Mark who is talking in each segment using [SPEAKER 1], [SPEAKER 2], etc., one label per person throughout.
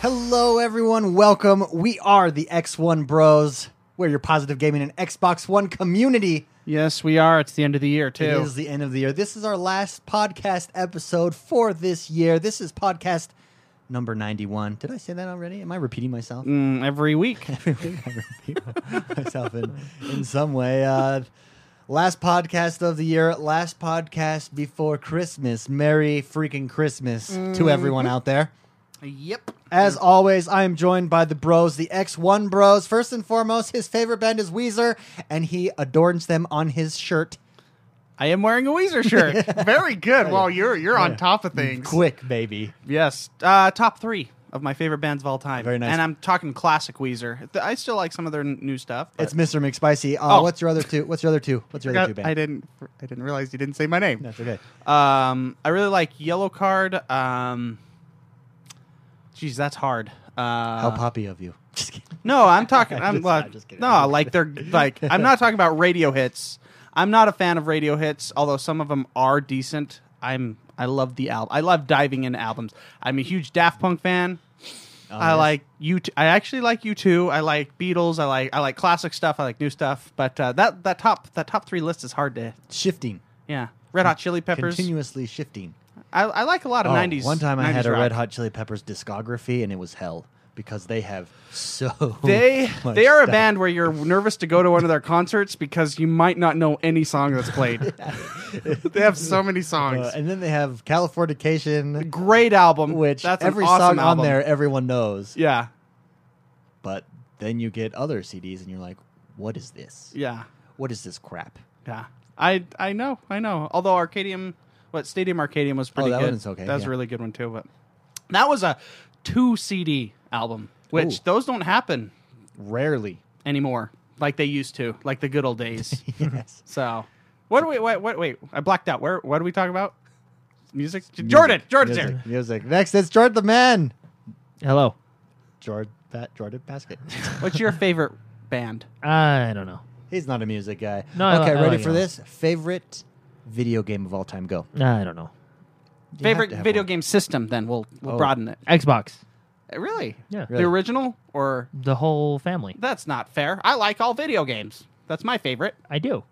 [SPEAKER 1] Hello, everyone. Welcome. We are the X1 Bros. We're your positive gaming and Xbox One community.
[SPEAKER 2] Yes, we are. It's the end of the year, too.
[SPEAKER 1] It is the end of the year. This is our last podcast episode for this year. This is podcast number 91. Did I say that already? Am I repeating myself?
[SPEAKER 2] Mm, every week.
[SPEAKER 1] I repeat myself in, in some way. Uh, last podcast of the year. Last podcast before Christmas. Merry freaking Christmas to everyone out there.
[SPEAKER 2] yep.
[SPEAKER 1] As always, I am joined by the bros, the X1 bros. First and foremost, his favorite band is Weezer, and he adorns them on his shirt.
[SPEAKER 2] I am wearing a Weezer shirt.
[SPEAKER 3] Very good. Well, you're you're on top of things.
[SPEAKER 1] Quick, baby.
[SPEAKER 2] yes. Uh, top three of my favorite bands of all time.
[SPEAKER 1] Very nice.
[SPEAKER 2] And I'm talking classic Weezer. Th- I still like some of their n- new stuff. but-
[SPEAKER 1] It's Mr. McSpicy. Uh,
[SPEAKER 2] Oh.
[SPEAKER 1] What's your other two? What's your other two? What's your other two
[SPEAKER 3] I
[SPEAKER 1] band?
[SPEAKER 3] didn't I didn't realize you didn't say my name.
[SPEAKER 1] That's okay.
[SPEAKER 2] um, I really like Yellow Card. Um, geez, that's hard. Uh,
[SPEAKER 1] How poppy of you. Just kidding.
[SPEAKER 2] No, I'm talking. I'm
[SPEAKER 1] just-
[SPEAKER 2] like,
[SPEAKER 1] I'm just kidding.
[SPEAKER 2] no, like they're like. I'm not talking about radio hits. I'm not a fan of radio hits, although some of them are decent. I'm. I love the album. I love diving into albums. I'm a huge Daft Punk fan. I
[SPEAKER 1] Oh, yes.
[SPEAKER 2] like you. I actually like you too. I like Beatles. I like. I like classic stuff. I like new stuff. But uh, that that top that top three list is hard to.
[SPEAKER 1] Shifting.
[SPEAKER 2] Yeah, Red Hot Chili Peppers.
[SPEAKER 1] Continuously shifting.
[SPEAKER 2] I, I like a lot of
[SPEAKER 1] Oh,
[SPEAKER 2] '90s.
[SPEAKER 1] One time I
[SPEAKER 2] 90s
[SPEAKER 1] had a
[SPEAKER 2] rock.
[SPEAKER 1] Red Hot Chili Peppers discography, and it was hell because they have so.
[SPEAKER 2] They
[SPEAKER 1] much
[SPEAKER 2] they are a
[SPEAKER 1] stuff.
[SPEAKER 2] band where you're nervous to go to one of their concerts because you might not know any song that's played.
[SPEAKER 3] They have so many songs.
[SPEAKER 1] Uh, and then they have Californication,
[SPEAKER 2] Great album,
[SPEAKER 1] which
[SPEAKER 2] that's an
[SPEAKER 1] every
[SPEAKER 2] awesome
[SPEAKER 1] song
[SPEAKER 2] album.
[SPEAKER 1] on there everyone knows.
[SPEAKER 2] Yeah,
[SPEAKER 1] but then you get other CDs and you're like, what is this?
[SPEAKER 2] yeah,
[SPEAKER 1] What is this crap?
[SPEAKER 2] yeah. I I know, I know. Although Arcadium, what Stadium Arcadium was pretty
[SPEAKER 1] Oh, that
[SPEAKER 2] good.
[SPEAKER 1] one's okay,
[SPEAKER 2] That was
[SPEAKER 1] yeah.
[SPEAKER 2] a really good one too. But that was a two CD album, which
[SPEAKER 1] Ooh.
[SPEAKER 2] those don't happen
[SPEAKER 1] Rarely.
[SPEAKER 2] anymore like they used to, like the good old days.
[SPEAKER 1] Yes.
[SPEAKER 2] so, what do we? Wait, wait, wait. I blacked out. Where? What do we talk about? Music. Jordan. Jordan's
[SPEAKER 1] music,
[SPEAKER 2] here.
[SPEAKER 1] Music. Next, it's Jordan the Man.
[SPEAKER 4] Hello.
[SPEAKER 1] Jordan, Pat, Jordan Basket.
[SPEAKER 2] What's your favorite band?
[SPEAKER 4] I don't know.
[SPEAKER 1] He's not a music guy.
[SPEAKER 4] No, I
[SPEAKER 1] okay,
[SPEAKER 4] li- I
[SPEAKER 1] ready
[SPEAKER 4] like
[SPEAKER 1] for
[SPEAKER 4] it.
[SPEAKER 1] this? Favorite video game of all time? Go.
[SPEAKER 4] I don't know.
[SPEAKER 1] You have
[SPEAKER 2] favorite
[SPEAKER 1] to have
[SPEAKER 2] video
[SPEAKER 1] one.
[SPEAKER 2] game system? Then we'll we'll
[SPEAKER 1] Oh.
[SPEAKER 2] broaden it.
[SPEAKER 4] Xbox.
[SPEAKER 2] Uh, Really?
[SPEAKER 4] Yeah.
[SPEAKER 1] Really?
[SPEAKER 2] The original or
[SPEAKER 4] The whole family.
[SPEAKER 2] that's not fair. I like all video games. That's my favorite.
[SPEAKER 4] I do.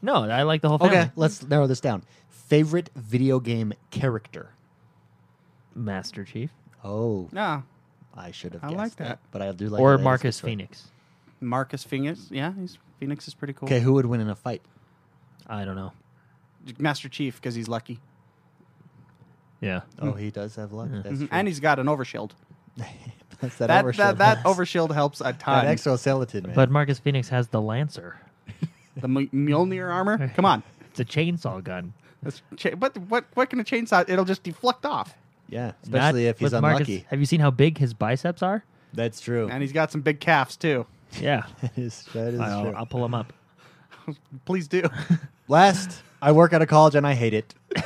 [SPEAKER 4] no, I like the whole family.
[SPEAKER 1] Okay, let's narrow this down. Favorite video game character?
[SPEAKER 4] Master Chief
[SPEAKER 1] Oh,
[SPEAKER 2] Yeah.
[SPEAKER 1] I should have
[SPEAKER 2] I
[SPEAKER 1] guessed
[SPEAKER 2] like that.
[SPEAKER 1] But I do like
[SPEAKER 4] or
[SPEAKER 1] how that is
[SPEAKER 4] Marcus
[SPEAKER 1] Detroit.
[SPEAKER 4] Phoenix.
[SPEAKER 2] Marcus Phoenix. Yeah, he's Phoenix is pretty cool.
[SPEAKER 1] Okay, who would win in a fight?
[SPEAKER 4] I don't know.
[SPEAKER 2] Master Chief because he's lucky,
[SPEAKER 4] Yeah.
[SPEAKER 1] Oh, he does have luck. That's
[SPEAKER 2] Mhm.
[SPEAKER 1] true.
[SPEAKER 2] Hmm. and he's got an overshield.
[SPEAKER 1] That's that,
[SPEAKER 2] That
[SPEAKER 1] overshield.
[SPEAKER 2] that, that overshield helps a
[SPEAKER 1] That
[SPEAKER 2] ton.
[SPEAKER 1] exoskeleton, man.
[SPEAKER 4] But Marcus Phoenix has the Lancer.
[SPEAKER 2] the M- Mjolnir armor. Come on.
[SPEAKER 4] It's a chainsaw gun.
[SPEAKER 2] That's cha- what what what can a chainsaw? It'll just deflect off.
[SPEAKER 1] Yeah,
[SPEAKER 4] Not
[SPEAKER 1] especially if he's
[SPEAKER 4] with Marcus-
[SPEAKER 1] unlucky.
[SPEAKER 4] Have you seen how big his biceps are?
[SPEAKER 1] That's true.
[SPEAKER 2] And he's got some big calves too.
[SPEAKER 4] Yeah.
[SPEAKER 1] That is, that is
[SPEAKER 4] I'll,
[SPEAKER 1] true.
[SPEAKER 4] I'll pull him up.
[SPEAKER 2] Please do.
[SPEAKER 1] Last, I work at a college and I hate it.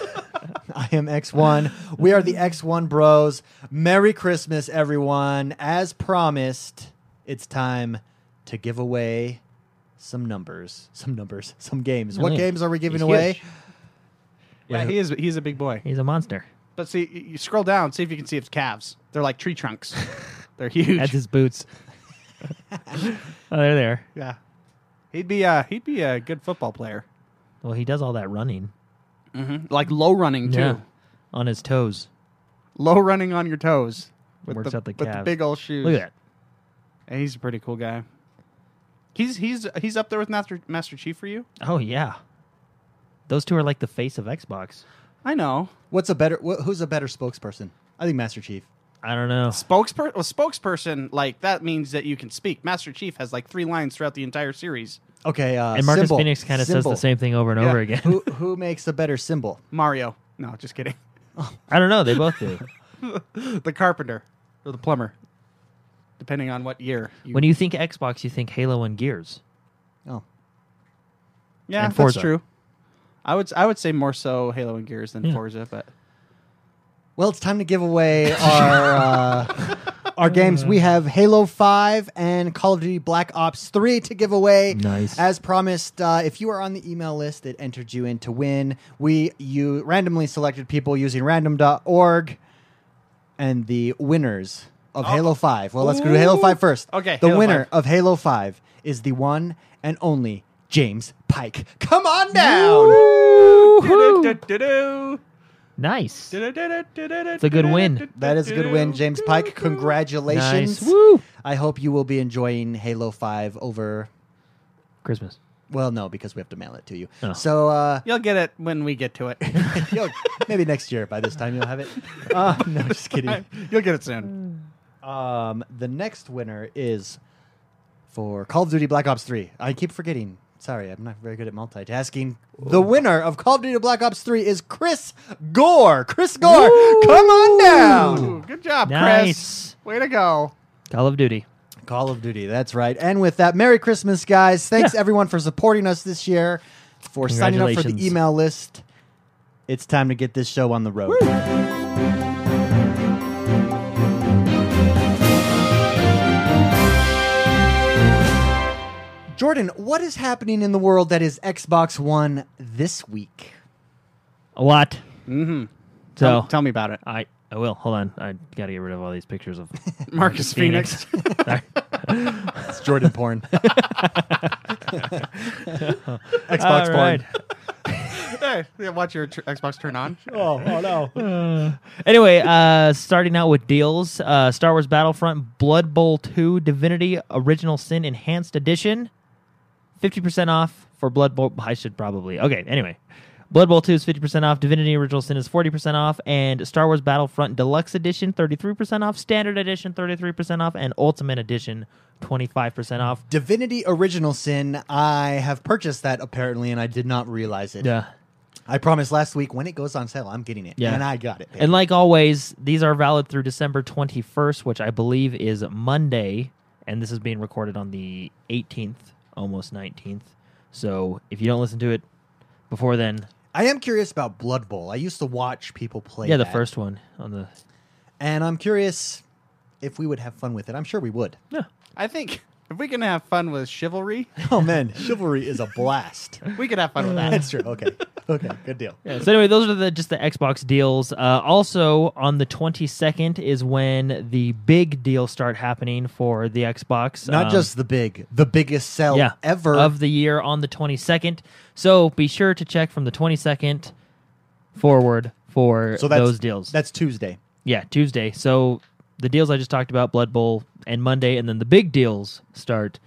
[SPEAKER 1] I am X1. We are the X1 Bros. Merry Christmas, everyone. As promised, it's time to give away some numbers, some numbers, some games. What
[SPEAKER 4] Really?
[SPEAKER 1] games are we giving
[SPEAKER 4] He's
[SPEAKER 1] away?
[SPEAKER 4] huge.
[SPEAKER 2] yeah, he is. He's a big boy.
[SPEAKER 4] He's a monster.
[SPEAKER 2] But see, y- you scroll down, see if you can see his calves. They're like tree trunks. They're huge.
[SPEAKER 4] That's his boots. oh, they're there.
[SPEAKER 2] yeah, he'd be uh he'd be a good football player.
[SPEAKER 4] Well, he does all that running.
[SPEAKER 2] Like low running too.
[SPEAKER 4] On his toes.
[SPEAKER 2] Low running on your toes.
[SPEAKER 4] Works
[SPEAKER 2] the,
[SPEAKER 4] out the
[SPEAKER 2] with the
[SPEAKER 4] calves.
[SPEAKER 2] big old shoes.
[SPEAKER 4] Look at that.
[SPEAKER 2] And he's a pretty cool guy. He's he's he's up there with Master Master Chief for you.
[SPEAKER 4] Oh yeah. Those two are like the face of Xbox.
[SPEAKER 2] I know.
[SPEAKER 1] What's a better? Wh- who's a better spokesperson? I think Master Chief.
[SPEAKER 4] I don't know.
[SPEAKER 2] Spokesperson, well, spokesperson, like that means that you can speak. Master Chief has like three lines throughout the entire series.
[SPEAKER 1] Okay, uh,
[SPEAKER 4] And Marcus
[SPEAKER 1] symbol.
[SPEAKER 4] Phoenix kind of says
[SPEAKER 1] Symbol.
[SPEAKER 4] the same thing over and
[SPEAKER 2] Yeah.
[SPEAKER 4] over again.
[SPEAKER 1] who who makes a better symbol?
[SPEAKER 2] Mario, no, just kidding.
[SPEAKER 4] I don't know. They both do.
[SPEAKER 2] The carpenter or the plumber, depending on what year. You,
[SPEAKER 4] when you think Xbox, you think Halo and Gears.
[SPEAKER 1] Oh,
[SPEAKER 2] yeah,
[SPEAKER 4] and
[SPEAKER 2] that's
[SPEAKER 4] Forza.
[SPEAKER 2] true. I would I would say more so Halo and Gears than
[SPEAKER 4] Yeah.
[SPEAKER 2] Forza, but
[SPEAKER 1] Well, it's time to give away our uh, our games. We have Halo Five and Call of Duty Black Ops Three to give away.
[SPEAKER 4] Nice.
[SPEAKER 1] As promised, uh, if you are on the email list that entered you in to win, we you randomly selected people using random.org, and the winners of Halo 5. Well, let's go to Halo 5 first.
[SPEAKER 2] Okay,
[SPEAKER 1] The
[SPEAKER 2] Halo
[SPEAKER 1] winner
[SPEAKER 2] 5.
[SPEAKER 1] of Halo 5 is the one and only James Pike. Come on down.
[SPEAKER 2] Woohoo!
[SPEAKER 4] Nice.
[SPEAKER 2] It's
[SPEAKER 4] a good win.
[SPEAKER 1] That is a good win, James Pike. Congratulations.
[SPEAKER 4] Nice. Woo.
[SPEAKER 1] I hope you will be enjoying Halo 5 over
[SPEAKER 4] Christmas.
[SPEAKER 1] well, no, because we have to mail it to you.
[SPEAKER 4] Oh.
[SPEAKER 1] So uh,
[SPEAKER 2] You'll get it when we get to it.
[SPEAKER 1] you'll- maybe next year by this time you'll have it. Uh, no, just kidding.
[SPEAKER 2] You'll get it soon.
[SPEAKER 1] Um, the next winner is for Call of Duty Black Ops 3. I keep forgetting. Sorry, I'm not very good at multitasking. The winner of Call of Duty Black Ops 3 is Chris Gore. Chris Gore, come on down.
[SPEAKER 3] Ooh, good job,
[SPEAKER 4] Nice.
[SPEAKER 3] Chris. Way to go.
[SPEAKER 4] Call of Duty.
[SPEAKER 1] Call of Duty, that's right. And with that, Merry Christmas, guys. Thanks everyone for supporting us this year, for signing up for the
[SPEAKER 4] Congratulations.
[SPEAKER 1] email list. It's time to get this show on the road. Jordan, what is happening in the world that is Xbox One this week?
[SPEAKER 4] A lot.
[SPEAKER 2] Mm-hmm.
[SPEAKER 4] So
[SPEAKER 2] tell, tell me about it.
[SPEAKER 4] I I will. Hold on. I got to get rid of all these pictures of
[SPEAKER 2] Marcus Phoenix.
[SPEAKER 1] It's Jordan porn.
[SPEAKER 4] All
[SPEAKER 1] Xbox
[SPEAKER 4] right.
[SPEAKER 3] Hey, yeah, watch your tr- Xbox turn on.
[SPEAKER 1] Oh, oh no.
[SPEAKER 4] Anyway, uh, starting out with deals uh, Star Wars Battlefront, Blood Bowl 2, Divinity Original Sin Enhanced Edition. 50% off for Blood Bowl. I should probably. Okay, anyway. Blood Bowl 2 is 50% off, Divinity Original Sin is 40% off, and Star Wars Battlefront Deluxe Edition 33% off, Standard Edition 33% off, and Ultimate Edition 25% off.
[SPEAKER 1] Divinity Original Sin. I have purchased that apparently, and I did not realize it.
[SPEAKER 4] Yeah.
[SPEAKER 1] I promised last week when it goes on sale, I'm getting it.
[SPEAKER 4] Yeah.
[SPEAKER 1] And I got it. baby.
[SPEAKER 4] And like always, these are valid through December 21st, which I believe is Monday, and this is being recorded on the 18th, almost 19th. So if you don't listen to it before then,
[SPEAKER 1] I am curious about Blood Bowl. I used to watch people play.
[SPEAKER 4] yeah, the
[SPEAKER 1] that,
[SPEAKER 4] first one on the
[SPEAKER 1] And I'm curious if we would have fun with it. I'm sure we would.
[SPEAKER 2] I think if we can have fun with chivalry,
[SPEAKER 1] Oh man, chivalry is a blast.
[SPEAKER 2] we could have fun with
[SPEAKER 4] Mm,
[SPEAKER 2] that.
[SPEAKER 1] That's true. Okay. Okay. Good deal.
[SPEAKER 4] So anyway, those are the just the Xbox deals. Uh, also on the 22nd is when the big deals start happening for the Xbox.
[SPEAKER 1] Not
[SPEAKER 4] Um,
[SPEAKER 1] just the big, the biggest sell
[SPEAKER 4] yeah,
[SPEAKER 1] ever.
[SPEAKER 4] of the year on the 22nd. So be sure to check from the 22nd forward for
[SPEAKER 1] so that's,
[SPEAKER 4] those deals.
[SPEAKER 1] That's Tuesday.
[SPEAKER 4] yeah, Tuesday. So the deals I just talked about, Blood Bowl and Monday, and then the big deals start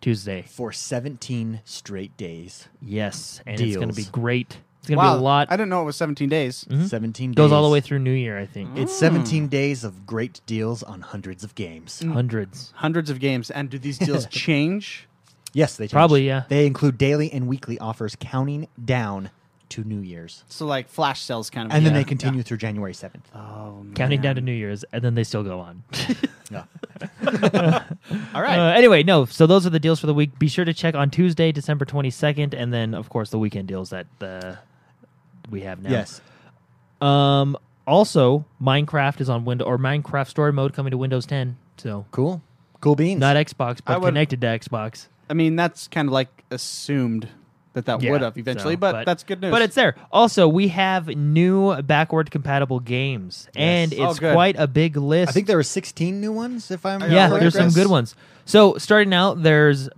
[SPEAKER 4] Tuesday.
[SPEAKER 1] For 17 straight days.
[SPEAKER 4] Yes, and it's going to
[SPEAKER 1] Deals.
[SPEAKER 4] be great. It's going to
[SPEAKER 2] wow,
[SPEAKER 4] be a lot. Mm-hmm.
[SPEAKER 2] I didn't know it was 17 days.
[SPEAKER 1] 17 days.
[SPEAKER 4] Goes all the way through New Year, I think.
[SPEAKER 1] It's 17 days of great deals on hundreds of games.
[SPEAKER 4] Mm. Hundreds.
[SPEAKER 2] Hundreds of games. And do these deals change?
[SPEAKER 1] Yes, they change.
[SPEAKER 4] Probably, yeah.
[SPEAKER 1] They include daily and weekly offers counting down to New Year's.
[SPEAKER 2] So like flash sales kind of.
[SPEAKER 1] And then
[SPEAKER 4] Yeah.
[SPEAKER 1] they continue through January 7th.
[SPEAKER 2] Oh,
[SPEAKER 4] Counting down to New Year's, and then they still go on.
[SPEAKER 1] Yeah.
[SPEAKER 2] all right.
[SPEAKER 4] Uh, anyway, no. So those are the deals for the week. Be sure to check on Tuesday, December twenty second, and then of course the weekend deals that uh, we have now.
[SPEAKER 1] Yes.
[SPEAKER 4] Um. Also, Minecraft is on Windows or Minecraft Story Mode coming to Windows ten. So
[SPEAKER 1] Cool. Cool beans.
[SPEAKER 4] not Xbox,
[SPEAKER 2] I
[SPEAKER 4] but
[SPEAKER 2] would-
[SPEAKER 4] connected to Xbox.
[SPEAKER 2] I mean, that's kind of like assumed that that
[SPEAKER 4] Yeah,
[SPEAKER 2] would have eventually,
[SPEAKER 4] so,
[SPEAKER 2] but, that's good news.
[SPEAKER 4] But it's there. Also, we have new backward compatible games, and
[SPEAKER 2] Oh,
[SPEAKER 4] it's
[SPEAKER 2] good.
[SPEAKER 4] quite a big list.
[SPEAKER 1] I think there were 16 new ones, if I'm
[SPEAKER 4] yeah,
[SPEAKER 1] correct.
[SPEAKER 4] there's some
[SPEAKER 2] Progress.
[SPEAKER 4] good ones. So starting out, there's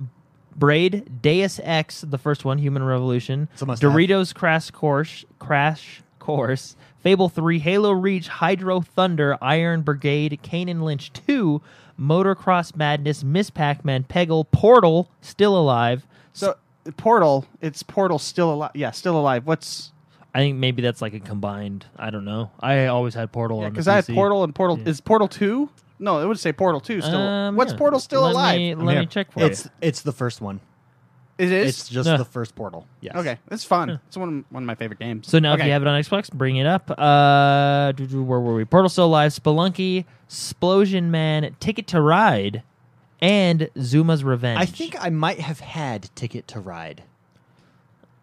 [SPEAKER 4] Braid, Deus Ex, the first one, Human Revolution,
[SPEAKER 1] It's a must-have.
[SPEAKER 4] Doritos Crash Course, Crash Course, Fable Three, Halo Reach, Hydro Thunder, Iron Brigade, Kane and Lynch Two, Motocross Madness, Miss Pac-Man, Peggle, Portal, Still Alive.
[SPEAKER 2] so Portal. It's Portal still alive. Yeah, still alive. What's
[SPEAKER 4] I think maybe that's like a combined. I don't know. I always had Portal on the
[SPEAKER 2] because I had
[SPEAKER 4] PC.
[SPEAKER 2] Portal and Portal
[SPEAKER 4] Yeah.
[SPEAKER 2] is Portal two. No, it would say Portal two. Still,
[SPEAKER 4] Um,
[SPEAKER 2] what's
[SPEAKER 4] yeah.
[SPEAKER 2] Portal still
[SPEAKER 4] Let
[SPEAKER 2] alive?
[SPEAKER 4] me-
[SPEAKER 1] I'm
[SPEAKER 4] let me
[SPEAKER 1] here.
[SPEAKER 4] check for
[SPEAKER 1] it's,
[SPEAKER 4] you.
[SPEAKER 1] It's the first one.
[SPEAKER 2] It is.
[SPEAKER 1] It's just
[SPEAKER 4] Yeah.
[SPEAKER 1] the first portal. Yes.
[SPEAKER 2] okay, it's fun. It's one of, one of my favorite games.
[SPEAKER 4] So now if
[SPEAKER 2] Okay.
[SPEAKER 4] you have it on Xbox, bring it up. Uh, doo-doo, where were we? Portal Still Alive, Spelunky, Splosion Man, Ticket to Ride, and Zuma's Revenge.
[SPEAKER 1] I think I might have had Ticket to Ride.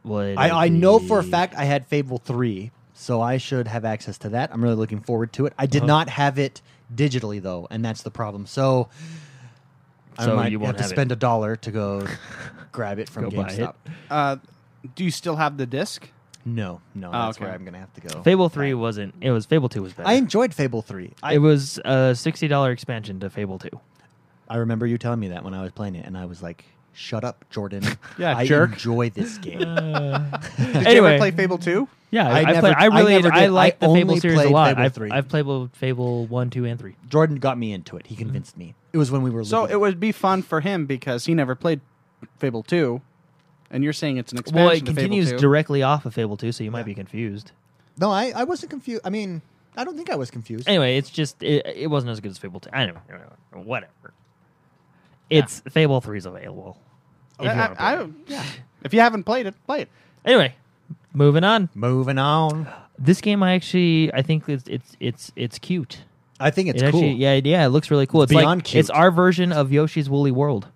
[SPEAKER 4] would
[SPEAKER 1] I, I know for a
[SPEAKER 4] be-
[SPEAKER 1] fact I had Fable 3, so I should have access to that. I'm really looking forward to it. I
[SPEAKER 4] Uh-huh.
[SPEAKER 1] did not have it digitally, though, and that's the problem. So, I
[SPEAKER 4] So
[SPEAKER 1] might
[SPEAKER 4] you
[SPEAKER 1] have
[SPEAKER 4] won't
[SPEAKER 1] to
[SPEAKER 4] have it.
[SPEAKER 1] spend a dollar to go grab it from
[SPEAKER 4] Go buy it.
[SPEAKER 1] GameStop.
[SPEAKER 2] uh, do you still have the disc?
[SPEAKER 1] No, no,
[SPEAKER 2] Oh,
[SPEAKER 1] that's
[SPEAKER 2] okay.
[SPEAKER 1] where I'm gonna have to go.
[SPEAKER 4] Ah, Fable three wasn't. It was Fable two was better.
[SPEAKER 1] I enjoyed Fable three.
[SPEAKER 4] it was a sixty dollar expansion to Fable two.
[SPEAKER 1] I remember you telling me that when I was playing it, and I was like, "Shut up, Jordan.
[SPEAKER 2] Yeah,
[SPEAKER 1] I
[SPEAKER 2] jerk."
[SPEAKER 1] enjoy this game."
[SPEAKER 2] Did you
[SPEAKER 4] Anyway.
[SPEAKER 2] ever play Fable Two?
[SPEAKER 4] Yeah,
[SPEAKER 1] I
[SPEAKER 4] I, I,
[SPEAKER 1] never-
[SPEAKER 4] played, I
[SPEAKER 1] I
[SPEAKER 4] really
[SPEAKER 1] never
[SPEAKER 4] I
[SPEAKER 1] did.
[SPEAKER 4] like
[SPEAKER 1] I
[SPEAKER 4] the Fable
[SPEAKER 1] only
[SPEAKER 4] series a
[SPEAKER 1] played
[SPEAKER 4] lot.
[SPEAKER 1] Fable
[SPEAKER 4] I've,
[SPEAKER 1] 3.
[SPEAKER 4] I've played Fable one, two, and three.
[SPEAKER 1] Jordan got me into
[SPEAKER 4] Mm-hmm.
[SPEAKER 1] it. He convinced me. It was when we were
[SPEAKER 2] So
[SPEAKER 1] living-
[SPEAKER 2] it would be fun for him because he never played Fable Two, and you're saying it's an expansion.
[SPEAKER 4] Well, it
[SPEAKER 2] to Fable
[SPEAKER 4] continues
[SPEAKER 2] 2.
[SPEAKER 4] directly off of Fable two, so you might be confused.
[SPEAKER 1] No, I, I wasn't confused. I mean, I don't think I was confused.
[SPEAKER 4] Anyway, it's just it, it wasn't as good as Fable two. I don't know, whatever. It's Fable three is available. if you wanna
[SPEAKER 2] I,
[SPEAKER 4] play
[SPEAKER 2] I,
[SPEAKER 4] it.
[SPEAKER 2] I- yeah. If you haven't played it, play it.
[SPEAKER 4] Anyway, moving on.
[SPEAKER 1] Moving on.
[SPEAKER 4] This game, I actually I think it's it's it's it's cute.
[SPEAKER 1] I think it's
[SPEAKER 4] it
[SPEAKER 1] cool.
[SPEAKER 4] actually, yeah, yeah, it looks really cool. It's,
[SPEAKER 1] beyond
[SPEAKER 4] like
[SPEAKER 1] cute.
[SPEAKER 4] it's our version of Yoshi's Woolly World.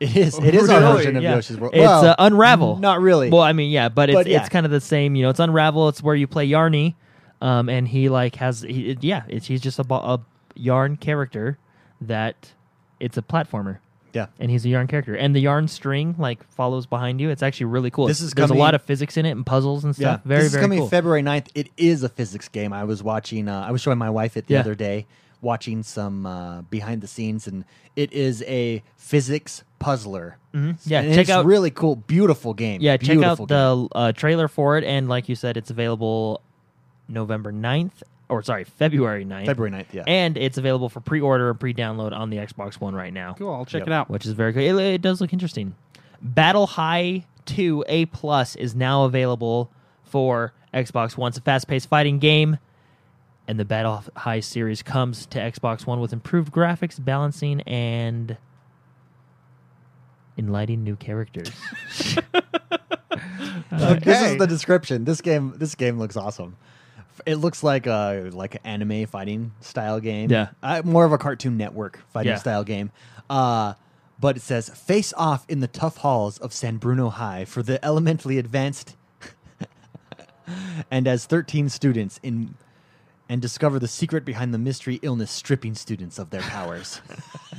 [SPEAKER 1] It is. It is our
[SPEAKER 2] Really?
[SPEAKER 1] version of
[SPEAKER 4] Yeah.
[SPEAKER 1] Yoshi's World.
[SPEAKER 4] It's
[SPEAKER 1] well,
[SPEAKER 4] uh, Unravel.
[SPEAKER 1] Not really.
[SPEAKER 4] Well, I mean, yeah, but it's
[SPEAKER 1] But yeah.
[SPEAKER 4] it's kind of the same. You know, it's Unravel. It's where you play Yarny, um, and he like has he, it- yeah, it's, he's just a, bo- a yarn character that it's a platformer.
[SPEAKER 1] yeah.
[SPEAKER 4] And he's a yarn character, and the yarn string like follows behind you. It's actually really cool.
[SPEAKER 1] This is
[SPEAKER 4] there's
[SPEAKER 1] coming-
[SPEAKER 4] a lot of physics in it and puzzles and stuff. Very
[SPEAKER 1] this is
[SPEAKER 4] very
[SPEAKER 1] coming
[SPEAKER 4] cool.
[SPEAKER 1] February 9th. It is a physics game. I was watching. Uh, I was showing my wife it the
[SPEAKER 4] Yeah.
[SPEAKER 1] other day, watching some uh, behind the scenes, and it is a physics puzzler.
[SPEAKER 4] Mm-hmm. Yeah,
[SPEAKER 1] and
[SPEAKER 4] check
[SPEAKER 1] it's
[SPEAKER 4] out-
[SPEAKER 1] really cool, beautiful game.
[SPEAKER 4] yeah, check out
[SPEAKER 1] Beautiful game.
[SPEAKER 4] the uh, trailer for it, and like you said, it's available November 9th, or sorry, February 9th.
[SPEAKER 1] February 9th. Yeah,
[SPEAKER 4] and it's available for pre-order and pre-download on the Xbox One right now.
[SPEAKER 2] Cool, I'll check
[SPEAKER 1] Yep.
[SPEAKER 2] it out.
[SPEAKER 4] which is very cool. It, it does look interesting. Battle High 2 A Plus is now available for Xbox One. It's a fast-paced fighting game, and the Battle High series comes to Xbox One with improved graphics, balancing, and enlightening new characters.
[SPEAKER 1] this is
[SPEAKER 2] Okay.
[SPEAKER 1] the description. This game. This game looks awesome. F- It looks like a like an anime fighting style game.
[SPEAKER 4] Yeah.
[SPEAKER 1] uh, more of a Cartoon Network fighting
[SPEAKER 4] Yeah.
[SPEAKER 1] style game. Uh, but it says face off in the tough halls of San Bruno High for the elementally advanced, and as thirteen students in. And discover the secret behind the mystery illness stripping students of their powers.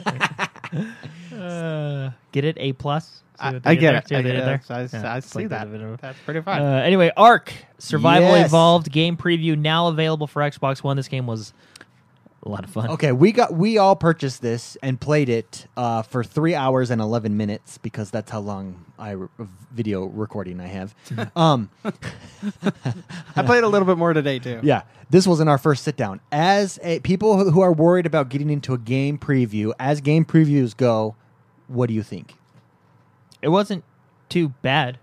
[SPEAKER 4] Get it? A plus? Uh, See
[SPEAKER 2] I,
[SPEAKER 4] what they
[SPEAKER 2] I get it. I,
[SPEAKER 4] did there? See what they
[SPEAKER 2] get it.
[SPEAKER 4] did there?
[SPEAKER 2] I,
[SPEAKER 4] Yeah,
[SPEAKER 2] I
[SPEAKER 4] it's
[SPEAKER 2] see
[SPEAKER 4] like
[SPEAKER 2] that.
[SPEAKER 4] bit of a-
[SPEAKER 2] That's pretty
[SPEAKER 4] Uh,
[SPEAKER 2] fun.
[SPEAKER 4] anyway, Ark Survival
[SPEAKER 1] Yes.
[SPEAKER 4] Evolved game preview now available for Xbox One. This game was a lot of fun.
[SPEAKER 2] Oh,
[SPEAKER 1] Okay, we got we all purchased this and played it uh, for three hours and eleven minutes because that's how long I re- video recording I have. um,
[SPEAKER 2] I played a little bit more today too.
[SPEAKER 1] yeah, this wasn't our first sit down. As a, people who- who are worried about getting into a game preview, as game previews go, what do you think?
[SPEAKER 4] It wasn't too bad.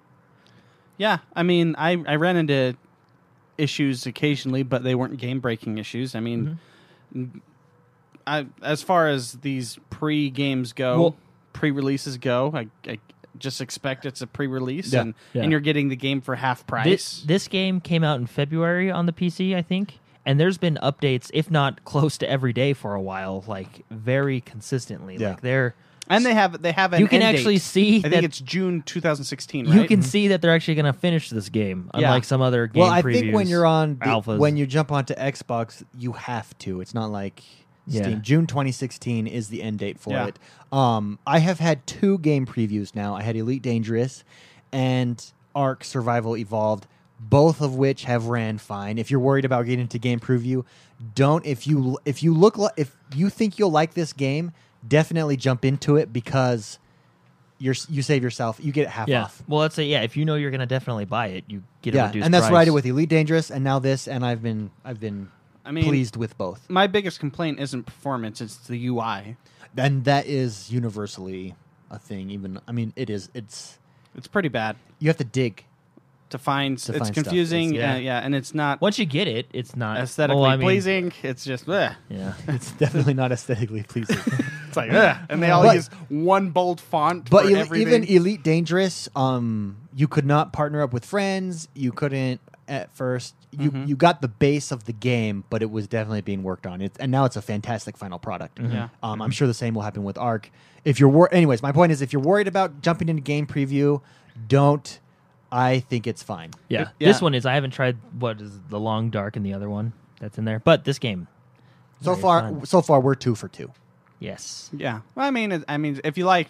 [SPEAKER 2] Yeah, I mean, I, I ran into issues occasionally, but they weren't game breaking issues. I mean,
[SPEAKER 4] Mm-hmm.
[SPEAKER 2] I as far as these pre games go,
[SPEAKER 4] Well-
[SPEAKER 2] pre releases go, I, I just expect it's a pre release,
[SPEAKER 1] Yeah.
[SPEAKER 2] and,
[SPEAKER 4] Yeah.
[SPEAKER 2] and you're getting the game for half price.
[SPEAKER 4] This this game came out in February on the PC, I think, and there's been updates, if not close to every day for a while, like very consistently.
[SPEAKER 1] Yeah.
[SPEAKER 4] Like they're
[SPEAKER 2] and they have they have an
[SPEAKER 4] You can
[SPEAKER 2] end
[SPEAKER 4] actually
[SPEAKER 2] date.
[SPEAKER 4] see
[SPEAKER 2] I think
[SPEAKER 4] that-
[SPEAKER 2] it's June 2016.
[SPEAKER 4] you
[SPEAKER 2] right? Mm-hmm.
[SPEAKER 4] can see that they're actually going to finish this game,
[SPEAKER 2] Yeah.
[SPEAKER 4] unlike some other game
[SPEAKER 1] well, I think when
[SPEAKER 4] previews,
[SPEAKER 1] you're on the-
[SPEAKER 4] alphas.
[SPEAKER 1] when you jump onto Xbox, you have to. It's not like
[SPEAKER 4] Yeah.
[SPEAKER 1] Steam. June 2016 is the end date for
[SPEAKER 2] Yeah.
[SPEAKER 1] it. Um, I have had two game previews now. I had Elite Dangerous and Ark Survival Evolved, both of which have ran fine. If you're worried about getting into game preview, don't. If you if you look li- if you think you'll like this game, definitely jump into it because you're you save yourself. You get it half
[SPEAKER 4] yeah.
[SPEAKER 1] off
[SPEAKER 4] Well, let's say yeah, if you know you're going to definitely buy it, you get a
[SPEAKER 1] yeah,
[SPEAKER 4] reduced
[SPEAKER 1] and that's
[SPEAKER 4] price.
[SPEAKER 1] what I did with Elite Dangerous and now this, and I've been I've been
[SPEAKER 2] I mean-
[SPEAKER 1] pleased with both,
[SPEAKER 2] my biggest complaint isn't performance; it's the UI.
[SPEAKER 1] and that is universally a thing. Even I mean, it is. It's
[SPEAKER 2] It's pretty bad
[SPEAKER 1] you have to dig.
[SPEAKER 2] to find.
[SPEAKER 1] To
[SPEAKER 2] it's
[SPEAKER 1] find stuff.
[SPEAKER 2] confusing.
[SPEAKER 4] It's-
[SPEAKER 2] yeah. Uh, yeah, and it's not
[SPEAKER 4] Once you get it, it's not
[SPEAKER 2] aesthetically
[SPEAKER 4] well, I mean,
[SPEAKER 2] pleasing. It's just. bleh.
[SPEAKER 4] Yeah.
[SPEAKER 1] It's definitely not aesthetically pleasing.
[SPEAKER 2] It's like, ugh. and they all
[SPEAKER 1] But-
[SPEAKER 2] use one bold font.
[SPEAKER 1] But
[SPEAKER 2] for
[SPEAKER 1] el-
[SPEAKER 2] everything.
[SPEAKER 1] even Elite Dangerous, um, you could not partner up with friends. You couldn't at first. You
[SPEAKER 2] Mm-hmm.
[SPEAKER 1] you got the base of the game, but it was definitely being worked on. It's and now it's a fantastic final product.
[SPEAKER 2] Yeah.
[SPEAKER 1] Um, I'm sure the same will happen with Arc. If you're wor- anyways, my point is, if you're worried about jumping into game preview, don't. I think it's fine.
[SPEAKER 4] Yeah.
[SPEAKER 2] It- yeah.
[SPEAKER 4] This one is I haven't tried what is the long dark and the other one that's in there. But this game.
[SPEAKER 1] So
[SPEAKER 4] Very
[SPEAKER 1] far,
[SPEAKER 4] fun.
[SPEAKER 1] so far we're two for two.
[SPEAKER 4] Yes.
[SPEAKER 2] yeah. Well, I mean, it- I mean, if you like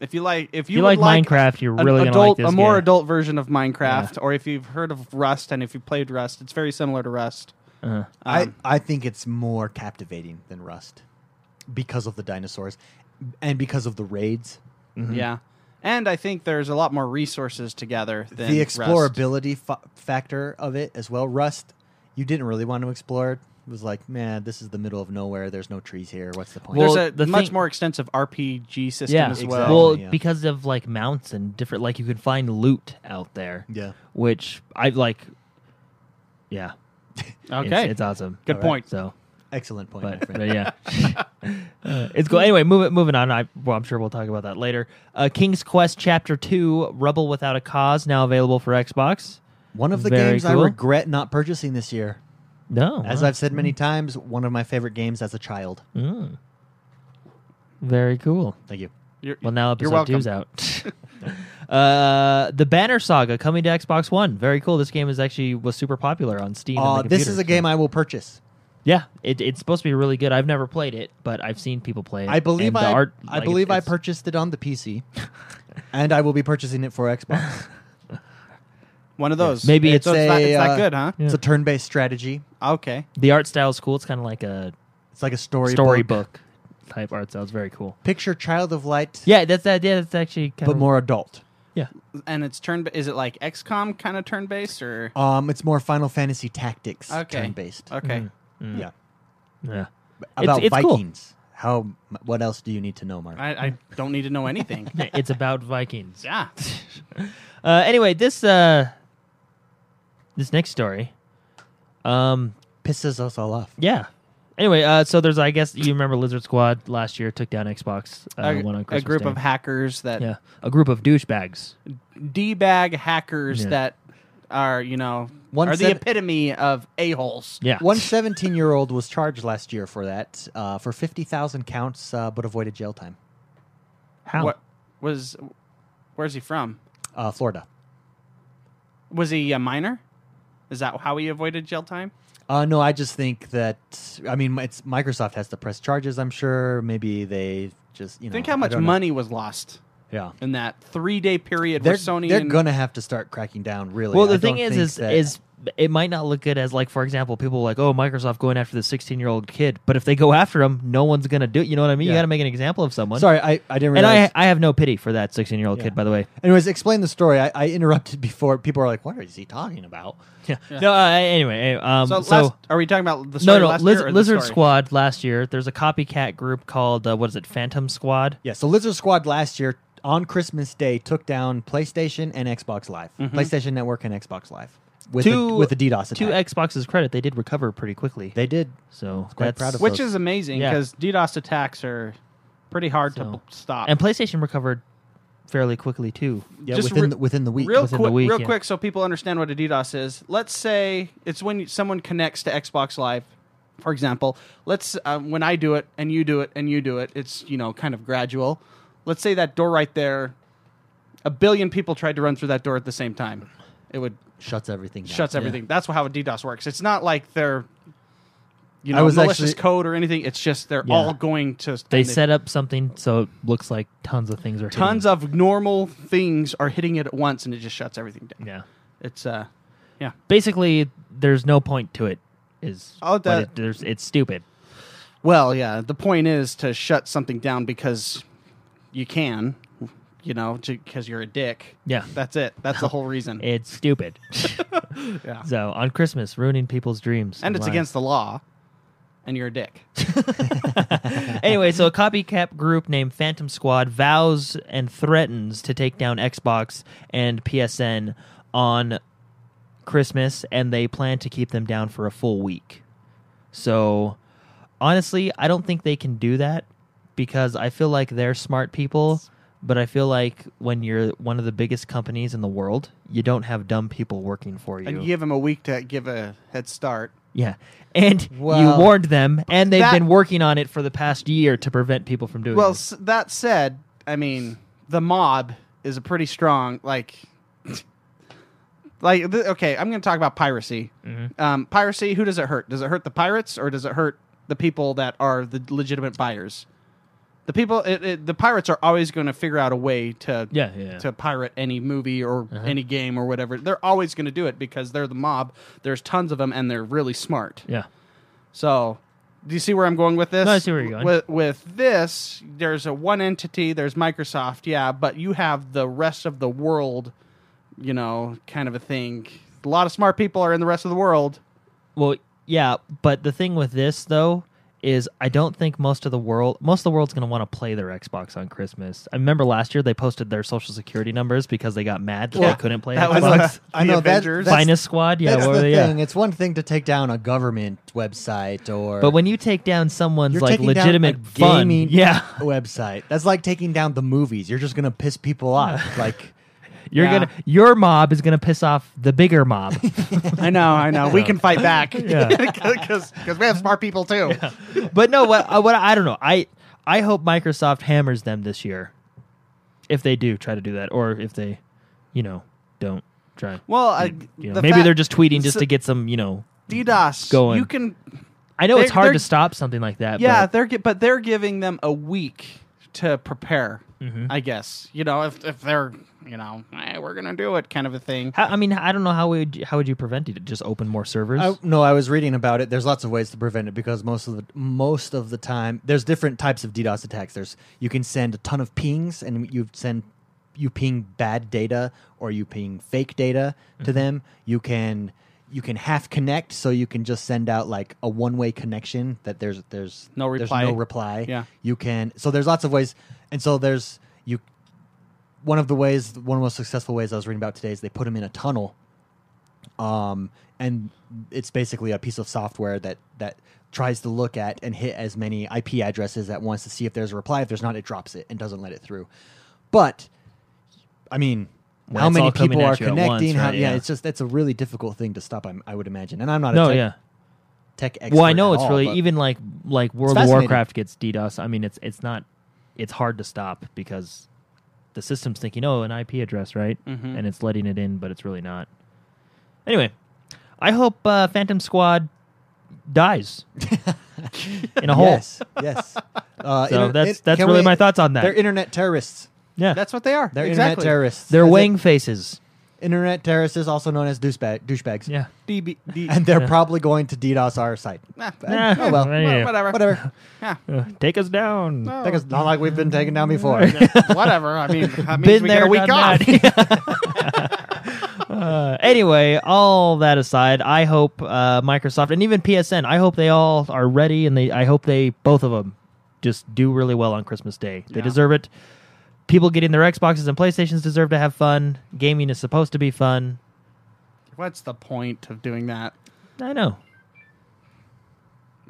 [SPEAKER 2] If you like, if you,
[SPEAKER 4] you
[SPEAKER 2] would
[SPEAKER 4] like,
[SPEAKER 2] like
[SPEAKER 4] Minecraft, you're
[SPEAKER 2] an
[SPEAKER 4] really gonna
[SPEAKER 2] adult,
[SPEAKER 4] like this
[SPEAKER 2] a more
[SPEAKER 4] game.
[SPEAKER 2] adult version of Minecraft, or if you've heard of Rust and if you played Rust, it's very similar to Rust.
[SPEAKER 4] Uh-huh.
[SPEAKER 1] I,
[SPEAKER 2] Um,
[SPEAKER 1] I think it's more captivating than Rust because of the dinosaurs and because of the raids. Mm-hmm.
[SPEAKER 2] Yeah, and I think there's a lot more resources to gather than
[SPEAKER 1] the
[SPEAKER 2] Rust.
[SPEAKER 1] explorability fa- factor of it as well. Rust, you didn't really want to explore. It was like, man, this is the middle of nowhere. There's no trees here. What's the point?
[SPEAKER 4] Well,
[SPEAKER 2] There's a
[SPEAKER 4] the
[SPEAKER 2] much
[SPEAKER 4] thing-
[SPEAKER 2] more extensive RPG system
[SPEAKER 4] yeah,
[SPEAKER 2] as well.
[SPEAKER 1] exactly.
[SPEAKER 4] well,
[SPEAKER 1] yeah.
[SPEAKER 4] because of like mounts and different, like you can find loot out there.
[SPEAKER 1] yeah.
[SPEAKER 4] which I like. Yeah, it's-
[SPEAKER 2] Okay,
[SPEAKER 4] it's, awesome.
[SPEAKER 2] Good
[SPEAKER 4] All
[SPEAKER 2] point.
[SPEAKER 4] So,
[SPEAKER 1] Excellent point, my
[SPEAKER 4] but,
[SPEAKER 1] friend.
[SPEAKER 4] but yeah, Uh, it's cool. Anyway, move, moving on. I, well, I'm sure we'll talk about that later. Uh, King's Quest Chapter Two: Rubble Without a Cause now available for Xbox.
[SPEAKER 1] One of the
[SPEAKER 4] Very
[SPEAKER 1] games I
[SPEAKER 4] cool.
[SPEAKER 1] regret not purchasing this year.
[SPEAKER 4] No,
[SPEAKER 1] As
[SPEAKER 4] wow.
[SPEAKER 1] I've said many times, one of my favorite games as a child.
[SPEAKER 4] Mm. very cool.
[SPEAKER 1] Thank you.
[SPEAKER 2] You're-
[SPEAKER 4] Well, now
[SPEAKER 2] you're
[SPEAKER 4] episode
[SPEAKER 2] welcome.
[SPEAKER 4] two's out. uh, the Banner Saga coming to Xbox One. Very cool. This game is actually was super popular on Steam. and
[SPEAKER 1] Uh,
[SPEAKER 4] the
[SPEAKER 1] this
[SPEAKER 4] computer,
[SPEAKER 1] is a
[SPEAKER 4] so-
[SPEAKER 1] game I will purchase.
[SPEAKER 4] Yeah, it, it's supposed to be really good. I've never played it, but I've seen people play it.
[SPEAKER 1] I believe
[SPEAKER 4] and the
[SPEAKER 1] I,
[SPEAKER 4] art,
[SPEAKER 1] I
[SPEAKER 4] like, it-
[SPEAKER 1] believe I
[SPEAKER 4] it's-
[SPEAKER 1] purchased it on the PC, and I will be purchasing it for Xbox.
[SPEAKER 2] one of those.
[SPEAKER 4] Maybe
[SPEAKER 2] It-
[SPEAKER 4] it's
[SPEAKER 2] so it's, not, it's
[SPEAKER 1] a,
[SPEAKER 2] not
[SPEAKER 1] uh,
[SPEAKER 2] good, huh?
[SPEAKER 1] It's a turn-based strategy.
[SPEAKER 2] Okay,
[SPEAKER 4] the art style is cool. It's kind of like a
[SPEAKER 1] It's like a story
[SPEAKER 4] storybook type art style. It's very cool.
[SPEAKER 1] Picture Child of Light,
[SPEAKER 4] Yeah, that's that. Yeah, that's actually kind
[SPEAKER 1] but
[SPEAKER 4] of
[SPEAKER 1] more adult.
[SPEAKER 4] Yeah,
[SPEAKER 2] and it's turn. Is it like XCOM kind of turn based or
[SPEAKER 1] Um, it's more Final Fantasy Tactics,
[SPEAKER 2] okay
[SPEAKER 1] turn-based.
[SPEAKER 2] Okay,
[SPEAKER 4] Mm.
[SPEAKER 1] Yeah,
[SPEAKER 4] yeah.
[SPEAKER 1] about
[SPEAKER 4] Hmm. it's cool.
[SPEAKER 1] Vikings. How? What else do you need to know, Mark?
[SPEAKER 2] I, I don't need to know anything.
[SPEAKER 4] Yeah, it's about Vikings.
[SPEAKER 2] yeah,
[SPEAKER 4] Uh, anyway, this uh, this next story. Um.
[SPEAKER 1] Pisses us all off.
[SPEAKER 4] Yeah. Anyway, uh, so there's I guess you remember Lizard Squad last year took down Xbox. Uh,
[SPEAKER 2] a,
[SPEAKER 4] one on
[SPEAKER 2] a
[SPEAKER 4] Christmas
[SPEAKER 2] group
[SPEAKER 4] Day.
[SPEAKER 2] of hackers that
[SPEAKER 4] yeah, a group of douchebags.
[SPEAKER 2] d-bag hackers
[SPEAKER 4] Yeah.
[SPEAKER 2] that are you know
[SPEAKER 1] One
[SPEAKER 2] are the
[SPEAKER 1] seven-
[SPEAKER 2] epitome of a-holes
[SPEAKER 4] Yeah,
[SPEAKER 1] One 17 year old was charged last year for that, uh, for 50,000 counts, uh, but avoided jail time.
[SPEAKER 4] how?
[SPEAKER 2] what was where's he from
[SPEAKER 1] Uh, Florida.
[SPEAKER 2] was he a minor is that how he avoided jail time
[SPEAKER 1] Uh, no, I just think that, I mean, it's Microsoft has to press charges, I'm sure. Maybe they just, you know.
[SPEAKER 2] think how
[SPEAKER 1] I
[SPEAKER 2] much
[SPEAKER 1] don't know.
[SPEAKER 2] money was lost
[SPEAKER 1] Yeah.
[SPEAKER 2] in that three-day period
[SPEAKER 1] They're,
[SPEAKER 2] where sony
[SPEAKER 1] they're
[SPEAKER 2] and-
[SPEAKER 1] going to have to start cracking down, really.
[SPEAKER 4] Well, the
[SPEAKER 1] I
[SPEAKER 4] thing
[SPEAKER 1] don't
[SPEAKER 4] is,
[SPEAKER 1] think
[SPEAKER 4] is
[SPEAKER 1] that-
[SPEAKER 4] is it might not look good as like, for example, people like, oh, Microsoft going after the 16 year old kid, but if they go after him, no one's gonna do. it. You know what I mean? You
[SPEAKER 1] Yeah.
[SPEAKER 4] got to make an example of someone.
[SPEAKER 1] Sorry, I, I didn't
[SPEAKER 4] and
[SPEAKER 1] realize.
[SPEAKER 4] I I have no pity for that 16 year old
[SPEAKER 1] Yeah.
[SPEAKER 4] kid, by the way.
[SPEAKER 1] Anyways, explain the story. I, I interrupted before. People are like, what is he talking about?
[SPEAKER 4] Yeah. No. Uh, anyway. anyway, Um,
[SPEAKER 2] so,
[SPEAKER 4] so.
[SPEAKER 2] last, are we talking about the
[SPEAKER 4] no,
[SPEAKER 2] story
[SPEAKER 4] no,
[SPEAKER 2] last
[SPEAKER 4] Liz-
[SPEAKER 2] year or the
[SPEAKER 4] Lizard
[SPEAKER 2] story?
[SPEAKER 4] Squad last year. There's a copycat group called uh, what is it? Phantom Squad.
[SPEAKER 1] Yeah, so Lizard Squad last year on Christmas Day took down PlayStation and Xbox Live,
[SPEAKER 4] Mm-hmm.
[SPEAKER 1] PlayStation Network and Xbox Live with
[SPEAKER 4] to
[SPEAKER 1] a, with a DDoS attack.
[SPEAKER 4] To Xbox's credit, they did recover pretty quickly.
[SPEAKER 1] they did.
[SPEAKER 4] so
[SPEAKER 1] quite
[SPEAKER 4] that's-
[SPEAKER 1] proud of
[SPEAKER 2] which
[SPEAKER 1] those.
[SPEAKER 2] is amazing
[SPEAKER 4] Yeah.
[SPEAKER 2] because ddos attacks are pretty hard to
[SPEAKER 4] So-
[SPEAKER 2] b- stop
[SPEAKER 4] and PlayStation recovered fairly quickly too.
[SPEAKER 1] Yeah,
[SPEAKER 2] Just
[SPEAKER 1] within
[SPEAKER 2] re-
[SPEAKER 1] the, within the week.
[SPEAKER 2] real
[SPEAKER 4] within
[SPEAKER 2] quick,
[SPEAKER 4] the week,
[SPEAKER 2] real
[SPEAKER 4] yeah.
[SPEAKER 2] quick, so people understand what a DDoS is. Let's say it's when someone connects to Xbox Live, for example. Let's um, when I do it and you do it and you do it. It's you know kind of gradual. Let's say that door right there, a billion people tried to run through that door at the same time. It would
[SPEAKER 1] shuts everything. Down.
[SPEAKER 2] shuts everything. That's how a DDoS works. It's not like they're you
[SPEAKER 1] I
[SPEAKER 2] know
[SPEAKER 1] was
[SPEAKER 2] malicious
[SPEAKER 1] actually-
[SPEAKER 2] code or anything. It's just they're
[SPEAKER 4] Yeah.
[SPEAKER 2] all going to
[SPEAKER 4] They
[SPEAKER 2] and
[SPEAKER 4] set up something so it looks like tons of things are
[SPEAKER 2] tons of normal things are hitting it at once and it just shuts everything down.
[SPEAKER 4] yeah.
[SPEAKER 2] It's uh yeah.
[SPEAKER 4] Basically, there's no point to it. Is
[SPEAKER 2] Oh,
[SPEAKER 4] what
[SPEAKER 2] that-
[SPEAKER 4] it- there's it's stupid.
[SPEAKER 2] Well, yeah. The point is to shut something down because you can, you know, because you're a dick.
[SPEAKER 4] Yeah.
[SPEAKER 2] That's it. That's the whole reason.
[SPEAKER 4] It's stupid.
[SPEAKER 2] Yeah.
[SPEAKER 4] So on Christmas, ruining people's dreams
[SPEAKER 2] and it's
[SPEAKER 4] lives.
[SPEAKER 2] against the law, and you're a dick.
[SPEAKER 4] anyway, so a copycat group named Phantom Squad vows and threatens to take down Xbox and PSN on Christmas, and they plan to keep them down for a full week. So, honestly, I don't think they can do that because I feel like they're smart people. But I feel like when you're one of the biggest companies in the world, you don't have dumb people working for you.
[SPEAKER 2] And you give them a week to give a head start.
[SPEAKER 4] yeah, and
[SPEAKER 1] Well,
[SPEAKER 4] you warned them, and they've
[SPEAKER 2] that-
[SPEAKER 4] been working on it for the past year to prevent people from doing.
[SPEAKER 2] Well,
[SPEAKER 4] this.
[SPEAKER 2] s- that said, I mean, the mob is a pretty strong like. Like th- okay, I'm going to talk about piracy.
[SPEAKER 4] Mm-hmm.
[SPEAKER 2] Um, piracy. Who does it hurt? Does it hurt the pirates or does it hurt the people that are the legitimate buyers? The people, it, it, the pirates are always going to figure out a way to
[SPEAKER 4] Yeah, yeah. Uh-huh.
[SPEAKER 2] to pirate any movie or any game or whatever. They're always going to do it because they're the mob. There's tons of them and they're really smart.
[SPEAKER 4] Yeah.
[SPEAKER 2] So, do you see where I'm going with this?
[SPEAKER 4] No, I see where you're going.
[SPEAKER 2] With, with this, there's a one entity. There's Microsoft, yeah, but you have the rest of the world, you know, kind of a thing. A lot of smart people are in the rest of the world.
[SPEAKER 4] Well, yeah, but the thing with this though is I don't think most of the world most of the world's going to want to play their Xbox on Christmas. I remember last year they posted their social security numbers because they got mad that
[SPEAKER 1] Yeah.
[SPEAKER 4] they couldn't play
[SPEAKER 2] That
[SPEAKER 4] Xbox.
[SPEAKER 2] was
[SPEAKER 1] know-
[SPEAKER 2] like
[SPEAKER 1] I
[SPEAKER 2] the
[SPEAKER 1] know that-
[SPEAKER 2] Avengers.
[SPEAKER 1] that's-
[SPEAKER 4] Finest Squad, yeah,
[SPEAKER 1] That's
[SPEAKER 4] what
[SPEAKER 1] the
[SPEAKER 4] were they? Yeah.
[SPEAKER 1] thing. It's one thing to take down a government website or
[SPEAKER 4] But when you take down someone's
[SPEAKER 1] you're
[SPEAKER 4] like
[SPEAKER 1] taking down
[SPEAKER 4] legitimate
[SPEAKER 1] a
[SPEAKER 4] fun,
[SPEAKER 1] gaming
[SPEAKER 4] yeah,
[SPEAKER 1] website, that's like taking down the movies. You're just gonna piss people off. like
[SPEAKER 4] you're
[SPEAKER 2] Yeah.
[SPEAKER 4] gonna your mob is gonna piss off the bigger mob.
[SPEAKER 2] I know, I know. We can fight back.
[SPEAKER 4] Yeah.
[SPEAKER 2] Because we have smart people too.
[SPEAKER 4] but no, what, I- what I don't know. I I hope Microsoft hammers them this year, if they do try to do that, or if they, you know, don't try.
[SPEAKER 2] Well, I,
[SPEAKER 4] You know,
[SPEAKER 2] the
[SPEAKER 4] maybe
[SPEAKER 2] fact-
[SPEAKER 4] they're just tweeting just
[SPEAKER 2] so-
[SPEAKER 4] to get some. You know,
[SPEAKER 2] DDoS.
[SPEAKER 4] going.
[SPEAKER 2] You can,
[SPEAKER 4] I know
[SPEAKER 2] They-
[SPEAKER 4] it's hard
[SPEAKER 2] they're-
[SPEAKER 4] to stop something like that.
[SPEAKER 2] yeah.
[SPEAKER 4] but
[SPEAKER 2] They're gi- but they're giving them a week to prepare.
[SPEAKER 4] Mm-hmm.
[SPEAKER 2] I guess you know if if they're you know "Eh, we're gonna do it kind of a thing.
[SPEAKER 4] how, I mean, I don't know how would you- how would you prevent it? Just open more servers.
[SPEAKER 1] I, no, I was reading about it. There's lots of ways to prevent it because most of the most of the time there's different types of DDoS attacks. There's you can send a ton of pings and you send you ping bad data or you ping fake data
[SPEAKER 2] Mm-hmm.
[SPEAKER 1] to them. You can you can half connect so you can just send out like a one way connection that there's there's
[SPEAKER 2] No
[SPEAKER 1] there's
[SPEAKER 2] reply.
[SPEAKER 1] no reply.
[SPEAKER 2] Yeah.
[SPEAKER 1] You can so there's lots of ways and so there's you one of the ways one of the most successful ways I was reading about today is they put them in a tunnel um, and it's basically a piece of software that that tries to look at and hit as many IP addresses at once to see if there's a reply. If there's not, it drops it and doesn't let it through. But I mean,
[SPEAKER 4] When
[SPEAKER 1] how
[SPEAKER 4] it's
[SPEAKER 1] many
[SPEAKER 4] all coming
[SPEAKER 1] people
[SPEAKER 4] at
[SPEAKER 1] are
[SPEAKER 4] you at
[SPEAKER 1] connecting?
[SPEAKER 4] once,
[SPEAKER 1] how,
[SPEAKER 4] right,
[SPEAKER 1] yeah.
[SPEAKER 4] yeah.
[SPEAKER 1] it's just that's a really difficult thing to stop. I'm, I would imagine, and I'm not a
[SPEAKER 4] no,
[SPEAKER 1] tech,
[SPEAKER 4] yeah.
[SPEAKER 1] tech expert.
[SPEAKER 4] Well, I know
[SPEAKER 1] at
[SPEAKER 4] it's
[SPEAKER 1] all,
[SPEAKER 4] really
[SPEAKER 1] but-
[SPEAKER 4] even like like World of
[SPEAKER 1] fascinating.
[SPEAKER 4] Warcraft gets DDoS. I mean, it's it's not it's hard to stop because the system's thinking, oh, an IP address, right?
[SPEAKER 1] Mm-hmm.
[SPEAKER 2] Mhm.
[SPEAKER 4] And it's letting it in, but it's really not. Anyway, I hope uh, Phantom Squad dies in a hole.
[SPEAKER 1] yes, yes. Uh,
[SPEAKER 4] So
[SPEAKER 1] inter-
[SPEAKER 4] that's
[SPEAKER 1] it-
[SPEAKER 4] that's
[SPEAKER 1] can
[SPEAKER 4] really
[SPEAKER 1] we-
[SPEAKER 4] my thoughts on
[SPEAKER 1] They're
[SPEAKER 4] that.
[SPEAKER 1] internet terrorists.
[SPEAKER 4] yeah,
[SPEAKER 2] That's what they are.
[SPEAKER 1] They're internet
[SPEAKER 2] exactly.
[SPEAKER 1] terrorists.
[SPEAKER 4] they're
[SPEAKER 1] That's it.
[SPEAKER 4] wing faces.
[SPEAKER 1] Internet terrorists, also known as douchebag, douchebags.
[SPEAKER 4] Yeah.
[SPEAKER 2] DB, D-
[SPEAKER 1] and they're probably going to DDoS our site.
[SPEAKER 2] eh,
[SPEAKER 4] Nah,
[SPEAKER 1] oh well.
[SPEAKER 4] yeah.
[SPEAKER 2] whatever.
[SPEAKER 1] Whatever.
[SPEAKER 2] Yeah.
[SPEAKER 4] Uh, Take us down.
[SPEAKER 2] Oh,
[SPEAKER 1] Because not like we've been taken down before.
[SPEAKER 2] whatever. I mean, that means
[SPEAKER 4] Been
[SPEAKER 2] we get
[SPEAKER 4] there,
[SPEAKER 2] a week
[SPEAKER 4] done
[SPEAKER 2] off.
[SPEAKER 4] that. Uh, anyway, all that aside, I hope uh, Microsoft and even PSN, I hope they all are ready, and they, I hope they both of them just do really well on Christmas Day. They
[SPEAKER 2] Yeah.
[SPEAKER 4] deserve it. People getting their Xboxes and PlayStations deserve to have fun. Gaming is supposed to be fun.
[SPEAKER 2] What's the point of doing that?
[SPEAKER 4] I know.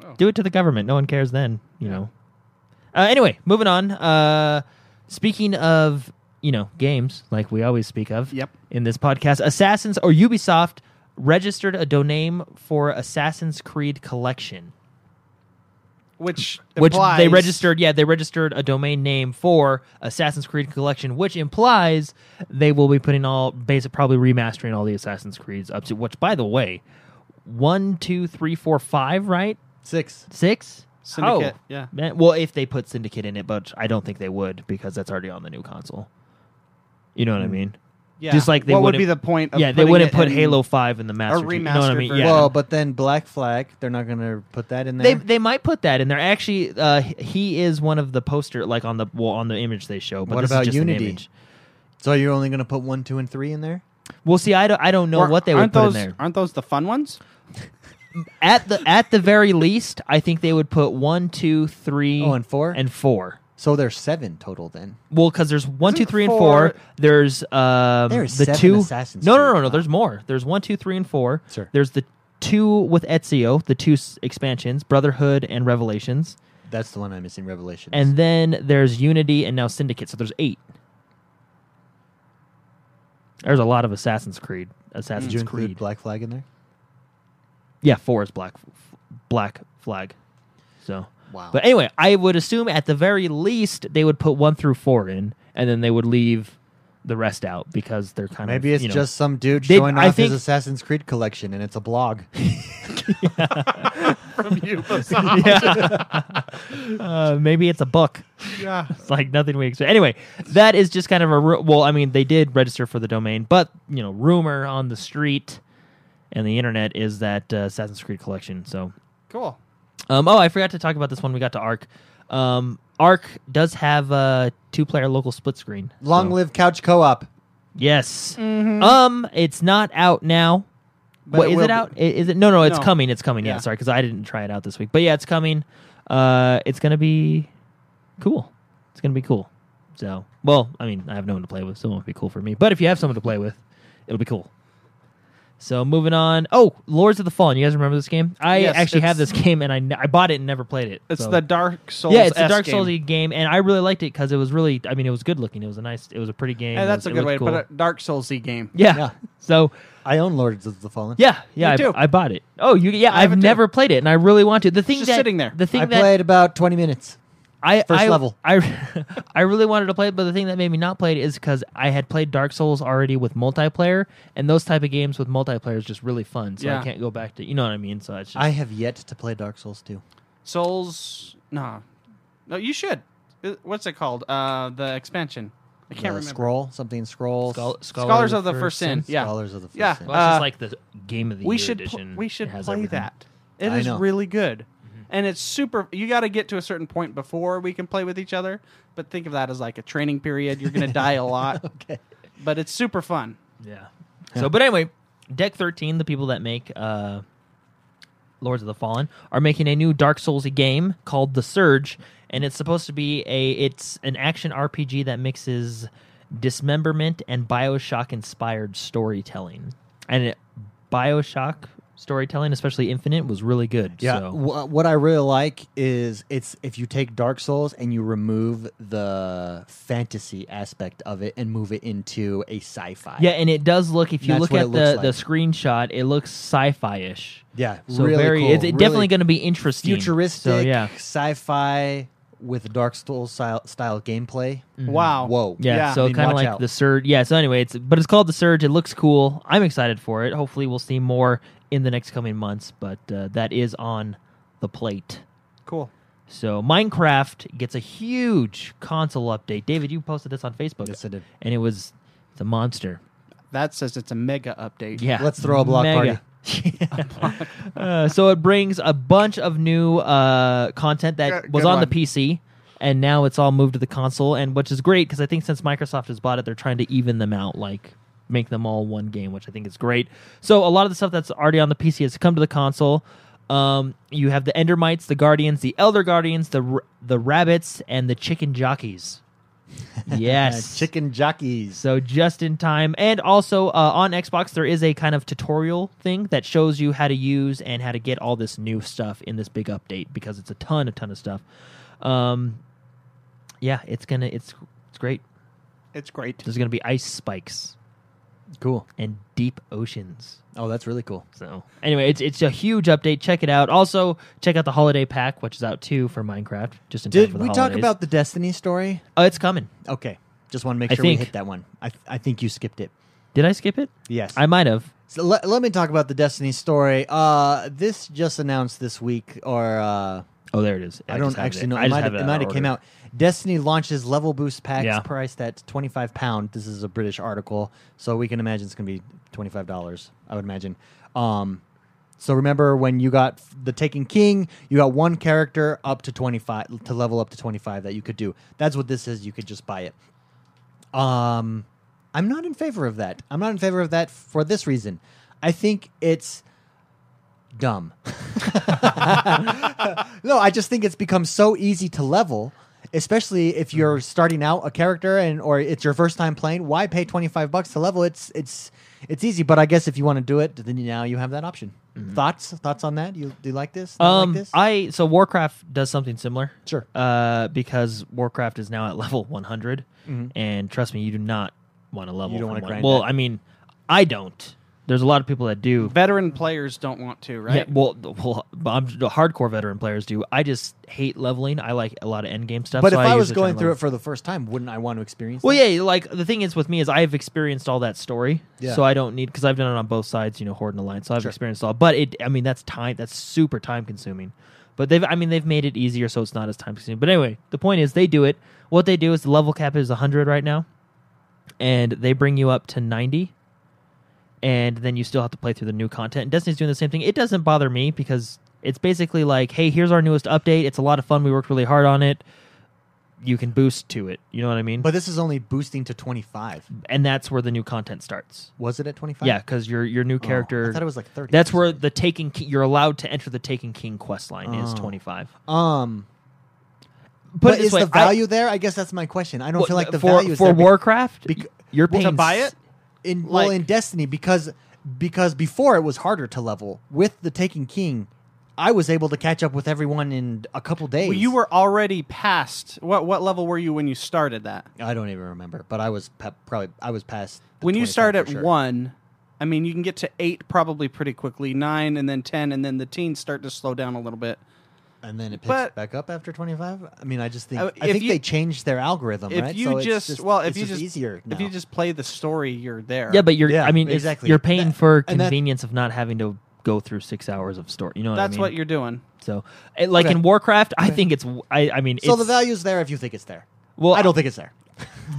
[SPEAKER 2] Oh.
[SPEAKER 4] Do it to the government. No one cares then, you know. Uh, anyway, moving on. Uh, speaking of, you know, games, like we always speak of
[SPEAKER 2] Yep.
[SPEAKER 4] in this podcast, Assassins or Ubisoft registered a domain for Assassin's Creed Collection,
[SPEAKER 2] Which
[SPEAKER 4] which they
[SPEAKER 2] implies-
[SPEAKER 4] registered. Yeah, they registered a domain name for Assassin's Creed Collection, which implies they will be putting all, basic, probably remastering all the Assassin's Creeds up to. Which, by the way, one, two, three, four, five, right?
[SPEAKER 1] Six.
[SPEAKER 4] Six?
[SPEAKER 2] Syndicate,
[SPEAKER 1] Oh.
[SPEAKER 4] How?
[SPEAKER 2] yeah.
[SPEAKER 4] Man, well, if they put Syndicate in it, but I don't think they would because that's already on the new console. You know what I mean?
[SPEAKER 2] Yeah.
[SPEAKER 4] Just like they
[SPEAKER 2] what would
[SPEAKER 4] wouldn't-
[SPEAKER 2] be the point? Hmm. Of
[SPEAKER 4] yeah, they
[SPEAKER 2] putting
[SPEAKER 4] wouldn't
[SPEAKER 2] it
[SPEAKER 4] put
[SPEAKER 2] in-
[SPEAKER 4] Halo Five in the master. you know what I
[SPEAKER 2] remastered
[SPEAKER 4] mean?
[SPEAKER 2] version.
[SPEAKER 4] Yeah.
[SPEAKER 1] Well, but then Black Flag, they're not going to put that in
[SPEAKER 4] they
[SPEAKER 1] there.
[SPEAKER 4] they might put that in there. Actually, uh, h- he is one of the poster like on the well on the image they show. But
[SPEAKER 1] What
[SPEAKER 4] this
[SPEAKER 1] about
[SPEAKER 4] is just an
[SPEAKER 1] Unity?
[SPEAKER 4] image.
[SPEAKER 1] so you're only going to put one, two, and three in there?
[SPEAKER 4] Well, see, I don't I don't know
[SPEAKER 2] Or-
[SPEAKER 4] what they would
[SPEAKER 2] aren't
[SPEAKER 4] put
[SPEAKER 2] those,
[SPEAKER 4] in there.
[SPEAKER 2] Aren't those the fun ones?
[SPEAKER 4] At the at the very least, I think they would put one, two, three,
[SPEAKER 1] Oh, and four?
[SPEAKER 4] and four.
[SPEAKER 1] So there's seven total then.
[SPEAKER 4] Well, because there's one, two,
[SPEAKER 2] Isn't
[SPEAKER 4] three,
[SPEAKER 2] four-
[SPEAKER 4] and four. There's um,
[SPEAKER 1] There is
[SPEAKER 4] the
[SPEAKER 1] seven
[SPEAKER 4] two.
[SPEAKER 1] Assassin's
[SPEAKER 4] no, no,
[SPEAKER 1] Creed.
[SPEAKER 4] no, no. There's more. There's one, two, three, and four.
[SPEAKER 1] Sure.
[SPEAKER 4] There's the two with Ezio, the two s- expansions, Brotherhood and Revelations,
[SPEAKER 1] That's the one I'm missing, Revelations.
[SPEAKER 4] and then there's Unity and now Syndicate. So there's eight. There's a lot of Assassin's Creed.
[SPEAKER 1] Did
[SPEAKER 4] Assassin's
[SPEAKER 1] you include
[SPEAKER 4] Creed.
[SPEAKER 1] Black Flag in there?
[SPEAKER 4] Yeah, four is Black Black Flag. So.
[SPEAKER 1] Wow.
[SPEAKER 4] But anyway, I would assume at the very least they would put one through four in, and then they would leave the rest out because they're kind of
[SPEAKER 1] Maybe it's
[SPEAKER 4] you know,
[SPEAKER 1] just some dude
[SPEAKER 4] They-
[SPEAKER 1] showing
[SPEAKER 4] I
[SPEAKER 1] off
[SPEAKER 4] think-
[SPEAKER 1] his Assassin's Creed collection, and it's a blog.
[SPEAKER 3] from you. Basam.
[SPEAKER 4] uh, maybe it's a book.
[SPEAKER 3] yeah.
[SPEAKER 4] It's like nothing we expect. Anyway, that is just kind of a ru- well. I mean, they did register for the domain, but you know, rumor on the street and the internet is that uh, Assassin's Creed collection. So,
[SPEAKER 2] Cool.
[SPEAKER 4] um, oh, I forgot to talk about this when we got to Arc. Um, Arc does have a two-player local split screen.
[SPEAKER 1] Long
[SPEAKER 4] So-
[SPEAKER 1] live couch co-op.
[SPEAKER 4] Yes. Um, it's not out now.
[SPEAKER 2] But
[SPEAKER 4] What
[SPEAKER 2] it
[SPEAKER 4] is
[SPEAKER 2] will
[SPEAKER 4] it
[SPEAKER 2] be.
[SPEAKER 4] out? I- Is it? No, no, it's
[SPEAKER 2] No.
[SPEAKER 4] coming. It's coming. Yeah,
[SPEAKER 2] Yeah.
[SPEAKER 4] sorry, because I didn't try it out this week. But yeah, it's coming. Uh, it's gonna be cool. It's gonna be cool. So, well, I mean, I have no one to play with, so it won't be cool for me. But if you have someone to play with, it'll be cool. So moving on. Oh, Lords of the Fallen. You guys remember this game? I
[SPEAKER 2] Yes,
[SPEAKER 4] actually have
[SPEAKER 2] it's-
[SPEAKER 4] this game, and I, ne- I bought it and never played it.
[SPEAKER 2] It's
[SPEAKER 4] so-
[SPEAKER 2] the Dark Souls.
[SPEAKER 4] yeah, it's a Dark
[SPEAKER 2] Souls.
[SPEAKER 4] Souls game. and I really liked it because it was really. I mean, it was good looking. It was a nice. It was a pretty game.
[SPEAKER 2] Yeah,
[SPEAKER 4] It
[SPEAKER 2] that's
[SPEAKER 4] was-
[SPEAKER 2] a
[SPEAKER 4] it
[SPEAKER 2] good
[SPEAKER 4] looked
[SPEAKER 2] way
[SPEAKER 4] cool.
[SPEAKER 2] to put a Dark Souls game.
[SPEAKER 4] Yeah.
[SPEAKER 1] Yeah.
[SPEAKER 4] So
[SPEAKER 1] I own Lords of the Fallen.
[SPEAKER 4] yeah, yeah,
[SPEAKER 2] Me
[SPEAKER 4] I,
[SPEAKER 2] too.
[SPEAKER 4] I bought it. Oh, you yeah,
[SPEAKER 2] I have
[SPEAKER 4] I've
[SPEAKER 2] it too.
[SPEAKER 4] never played it, and I really want to. The thing
[SPEAKER 2] just
[SPEAKER 4] that
[SPEAKER 2] sitting there.
[SPEAKER 4] the thing
[SPEAKER 1] I
[SPEAKER 4] that
[SPEAKER 1] played about 20 minutes.
[SPEAKER 4] I
[SPEAKER 1] first
[SPEAKER 4] I,
[SPEAKER 1] level.
[SPEAKER 4] I I really wanted to play it, but the thing that made me not play it is because I had played Dark Souls already with multiplayer, and those type of games with multiplayer is just really fun. So I
[SPEAKER 2] Yeah.
[SPEAKER 4] can't go back to you know what I mean. So it's just
[SPEAKER 1] I have yet to play Dark Souls 2.
[SPEAKER 2] Souls. No, no, you should. Uh, What's it called? Uh, the expansion. I can't
[SPEAKER 1] The
[SPEAKER 2] remember.
[SPEAKER 1] Scroll, something scrolls.
[SPEAKER 4] Schol-
[SPEAKER 2] Scholars of the First Sin. Yeah.
[SPEAKER 1] Scholars of the First
[SPEAKER 2] Yeah.
[SPEAKER 1] Sin.
[SPEAKER 4] Well, that's
[SPEAKER 2] Uh,
[SPEAKER 4] just like the game of the
[SPEAKER 2] We
[SPEAKER 4] year
[SPEAKER 2] should. Pl-
[SPEAKER 4] edition.
[SPEAKER 2] we should
[SPEAKER 4] It has
[SPEAKER 2] play
[SPEAKER 4] everything. Mm-hmm.
[SPEAKER 2] that. It
[SPEAKER 1] I
[SPEAKER 2] is
[SPEAKER 1] know.
[SPEAKER 2] really good, and it's super. You got to get to a certain point before we can play with each other. But think of that as like a training period. You're gonna die a lot,
[SPEAKER 1] Okay.
[SPEAKER 2] but it's super fun.
[SPEAKER 4] Yeah. So, but anyway, Deck 13, the people that make uh, Lords of the Fallen, are making a new Dark Soulsy game called The Surge, and it's supposed to be a it's an action RPG that mixes dismemberment and BioShock inspired storytelling. And it, BioShock storytelling, especially Infinite, was really good.
[SPEAKER 1] Yeah,
[SPEAKER 4] So.
[SPEAKER 1] wh- what I really like is it's if you take Dark Souls and you remove the fantasy aspect of it and move it into a sci-fi.
[SPEAKER 4] Yeah, and it does look. If you
[SPEAKER 1] That's
[SPEAKER 4] look
[SPEAKER 1] what
[SPEAKER 4] at
[SPEAKER 1] it
[SPEAKER 4] the,
[SPEAKER 1] looks
[SPEAKER 4] the
[SPEAKER 1] like.
[SPEAKER 4] screenshot, it looks sci-fi ish.
[SPEAKER 1] yeah,
[SPEAKER 4] So
[SPEAKER 1] really
[SPEAKER 4] very,
[SPEAKER 1] cool,
[SPEAKER 4] it's
[SPEAKER 1] really
[SPEAKER 4] definitely going to be interesting.
[SPEAKER 1] futuristic
[SPEAKER 4] So yeah,
[SPEAKER 1] sci-fi with Dark Souls style, style gameplay.
[SPEAKER 4] Mm.
[SPEAKER 2] Wow.
[SPEAKER 1] Mm. Whoa,
[SPEAKER 4] Yeah,
[SPEAKER 2] Yeah,
[SPEAKER 4] so
[SPEAKER 1] I mean,
[SPEAKER 4] kind of
[SPEAKER 1] watch
[SPEAKER 4] like
[SPEAKER 1] out.
[SPEAKER 4] the surge. Yeah, so anyway, it's but it's called the surge. It looks cool. I'm excited for it. Hopefully, we'll see more in the next coming months. But uh, that is on the plate.
[SPEAKER 2] Cool.
[SPEAKER 4] So Minecraft gets a huge console update. David, you posted this on Facebook.
[SPEAKER 1] Yes, I did.
[SPEAKER 4] And it was the monster.
[SPEAKER 2] That says it's a mega update.
[SPEAKER 4] Yeah,
[SPEAKER 1] Let's throw a block
[SPEAKER 4] Mega.
[SPEAKER 1] party.
[SPEAKER 4] uh, so it brings a bunch of new uh, content that
[SPEAKER 3] Good-
[SPEAKER 4] was
[SPEAKER 3] good
[SPEAKER 4] on the
[SPEAKER 3] one.
[SPEAKER 4] PC, and now it's all moved to the console, and which is great because I think since Microsoft has bought it, they're trying to even them out, like make them all one game, which I think is great. So a lot of the stuff that's already on the PC has come to the console. Um, you have the Endermites, the Guardians, the Elder Guardians, the r- the rabbits, and the chicken jockeys. Yes,
[SPEAKER 1] Chicken jockeys.
[SPEAKER 4] so just in time, and also uh, on Xbox, there is a kind of tutorial thing that shows you how to use and how to get all this new stuff in this big update because it's a ton, a ton of stuff. Um, yeah, it's gonna, it's it's great.
[SPEAKER 2] it's great.
[SPEAKER 4] There's gonna be ice spikes
[SPEAKER 1] Cool.
[SPEAKER 4] and deep oceans.
[SPEAKER 1] Oh, that's really cool.
[SPEAKER 4] So anyway, it's it's a huge update. Check it out. Also, check out the holiday pack, which is out too for Minecraft. Just in time
[SPEAKER 1] Did
[SPEAKER 4] for the
[SPEAKER 1] we talk
[SPEAKER 4] holidays.
[SPEAKER 1] about the Destiny story?
[SPEAKER 4] Oh, it's coming.
[SPEAKER 1] Okay, just want to make
[SPEAKER 4] I
[SPEAKER 1] sure
[SPEAKER 4] think-
[SPEAKER 1] we hit that one. I I think you skipped it.
[SPEAKER 4] Did I skip it?
[SPEAKER 1] Yes,
[SPEAKER 4] I might have.
[SPEAKER 1] So let, let me talk about the Destiny story. Uh, this just announced this week, or uh, I,
[SPEAKER 4] Oh, there it is.
[SPEAKER 1] don't
[SPEAKER 4] just have
[SPEAKER 1] actually
[SPEAKER 4] it.
[SPEAKER 1] know.
[SPEAKER 4] I
[SPEAKER 1] It
[SPEAKER 4] just
[SPEAKER 1] might have,
[SPEAKER 4] have it
[SPEAKER 1] it
[SPEAKER 4] out
[SPEAKER 1] might
[SPEAKER 4] of
[SPEAKER 1] have came
[SPEAKER 4] order.
[SPEAKER 1] out. Destiny launches level boost packs
[SPEAKER 4] Yeah.
[SPEAKER 1] priced at twenty five pound. This is a British article, so we can imagine it's going to be twenty five dollars. I would imagine. Um, so remember when you got f- the Taken King, you got one character up to twenty five to level up to twenty five that you could do. That's what this is. You could just buy it. Um, I'm not in favor of that. I'm not in favor of that for this reason. I think it's dumb. no, I just think it's become so easy to level, especially
[SPEAKER 4] Hmm.
[SPEAKER 1] if you're starting out a character and or it's your first time playing. Why pay 25 bucks to level? It's it's it's easy, but I guess if you want to do it, then now you have that option. Thoughts thoughts on that? You do you like this? Not
[SPEAKER 4] Mm-hmm. Um,
[SPEAKER 1] like this?
[SPEAKER 4] I so Warcraft does something similar.
[SPEAKER 1] Sure.
[SPEAKER 4] Uh, because Warcraft is now at level 100, and trust me, you do not want to level.
[SPEAKER 1] Mm-hmm. You don't
[SPEAKER 4] from
[SPEAKER 1] wanna
[SPEAKER 4] one-
[SPEAKER 1] grind
[SPEAKER 4] Well,
[SPEAKER 1] that.
[SPEAKER 4] I mean, I don't. There's a lot of people that do.
[SPEAKER 2] Veteran players don't want to, right?
[SPEAKER 4] Yeah, well, the- well, I'm, the hardcore veteran players do. I just hate leveling. I like a lot of end game stuff.
[SPEAKER 1] But
[SPEAKER 4] so
[SPEAKER 1] if I, was
[SPEAKER 4] usually try
[SPEAKER 1] going
[SPEAKER 4] and
[SPEAKER 1] through
[SPEAKER 4] level.
[SPEAKER 1] it for the first time, wouldn't I want to experience?
[SPEAKER 4] Well,
[SPEAKER 1] that?
[SPEAKER 4] yeah, like the thing is with me is I've experienced all that story,
[SPEAKER 1] Yeah.
[SPEAKER 4] so I don't need because I've done it on both sides, you know, Horde and Alliance. So I've
[SPEAKER 1] Sure.
[SPEAKER 4] experienced all, but it, I mean, that's time, that's super time consuming. But they've, I mean, they've made it easier, so it's not as time consuming. But anyway, the point is they do it. What they do is the level cap is hundred right now, and they bring you up to ninety, and then you still have to play through the new content. And Destiny's doing the same thing. It doesn't bother me because it's basically like, hey, here's our newest update. It's a lot of fun. We worked really hard on it. You can boost to it. You know what I mean?
[SPEAKER 1] But this is only boosting to 25.
[SPEAKER 4] and that's where the new content starts.
[SPEAKER 1] Was it at 25?
[SPEAKER 4] Yeah, because your your new
[SPEAKER 1] Oh,
[SPEAKER 4] character.
[SPEAKER 1] I thought it was like 30.
[SPEAKER 4] That's where the Taken King, you're allowed to enter the Taken King quest line is
[SPEAKER 1] Oh.
[SPEAKER 4] 25. Put
[SPEAKER 1] Um,
[SPEAKER 4] it
[SPEAKER 1] but
[SPEAKER 4] this
[SPEAKER 1] is
[SPEAKER 4] way,
[SPEAKER 1] the
[SPEAKER 4] I-
[SPEAKER 1] value there? I guess that's my question. I don't
[SPEAKER 4] well,
[SPEAKER 1] feel like the
[SPEAKER 4] for,
[SPEAKER 1] value is
[SPEAKER 4] for
[SPEAKER 1] there be-
[SPEAKER 4] Warcraft.
[SPEAKER 1] bec-
[SPEAKER 4] you're paying
[SPEAKER 2] to buy
[SPEAKER 4] s-
[SPEAKER 2] it,
[SPEAKER 1] in well
[SPEAKER 2] like-
[SPEAKER 1] in Destiny because because before it was harder to level with the Taken King. I was able to catch up with everyone in a couple days.
[SPEAKER 2] well, you were already past. What what level were you when you started that?
[SPEAKER 1] I don't even remember, but I was pe- probably I was past the
[SPEAKER 2] when you
[SPEAKER 1] 25
[SPEAKER 2] start
[SPEAKER 1] for
[SPEAKER 2] at
[SPEAKER 1] sure.
[SPEAKER 2] one, I mean, you can get to eight probably pretty quickly, nine, and then ten, and then the teens start to slow down a little bit.
[SPEAKER 1] and then it picks
[SPEAKER 2] but-
[SPEAKER 1] back up after twenty five. I mean, I just think
[SPEAKER 2] Uh,
[SPEAKER 1] I
[SPEAKER 2] if
[SPEAKER 1] think
[SPEAKER 2] you-
[SPEAKER 1] they changed their algorithm,
[SPEAKER 2] If
[SPEAKER 1] right?
[SPEAKER 2] you
[SPEAKER 1] So it's
[SPEAKER 2] just, well, if
[SPEAKER 1] it's
[SPEAKER 2] you just,
[SPEAKER 1] easier,
[SPEAKER 2] if you
[SPEAKER 1] now.
[SPEAKER 2] just play the story, you're there.
[SPEAKER 4] Yeah, but you're.
[SPEAKER 1] Yeah,
[SPEAKER 4] I mean, it's-
[SPEAKER 1] exactly.
[SPEAKER 4] You're paying
[SPEAKER 1] That-
[SPEAKER 4] for
[SPEAKER 1] and that-
[SPEAKER 4] convenience of not having to go through six hours of story. You know what
[SPEAKER 2] that's
[SPEAKER 4] I mean?
[SPEAKER 2] what you're doing.
[SPEAKER 4] So, eh, like
[SPEAKER 1] Okay.
[SPEAKER 4] in Warcraft, I think it's. I, I mean,
[SPEAKER 1] so the
[SPEAKER 4] it's-
[SPEAKER 1] value's there if you think it's there.
[SPEAKER 4] Well,
[SPEAKER 1] I don't think it's there.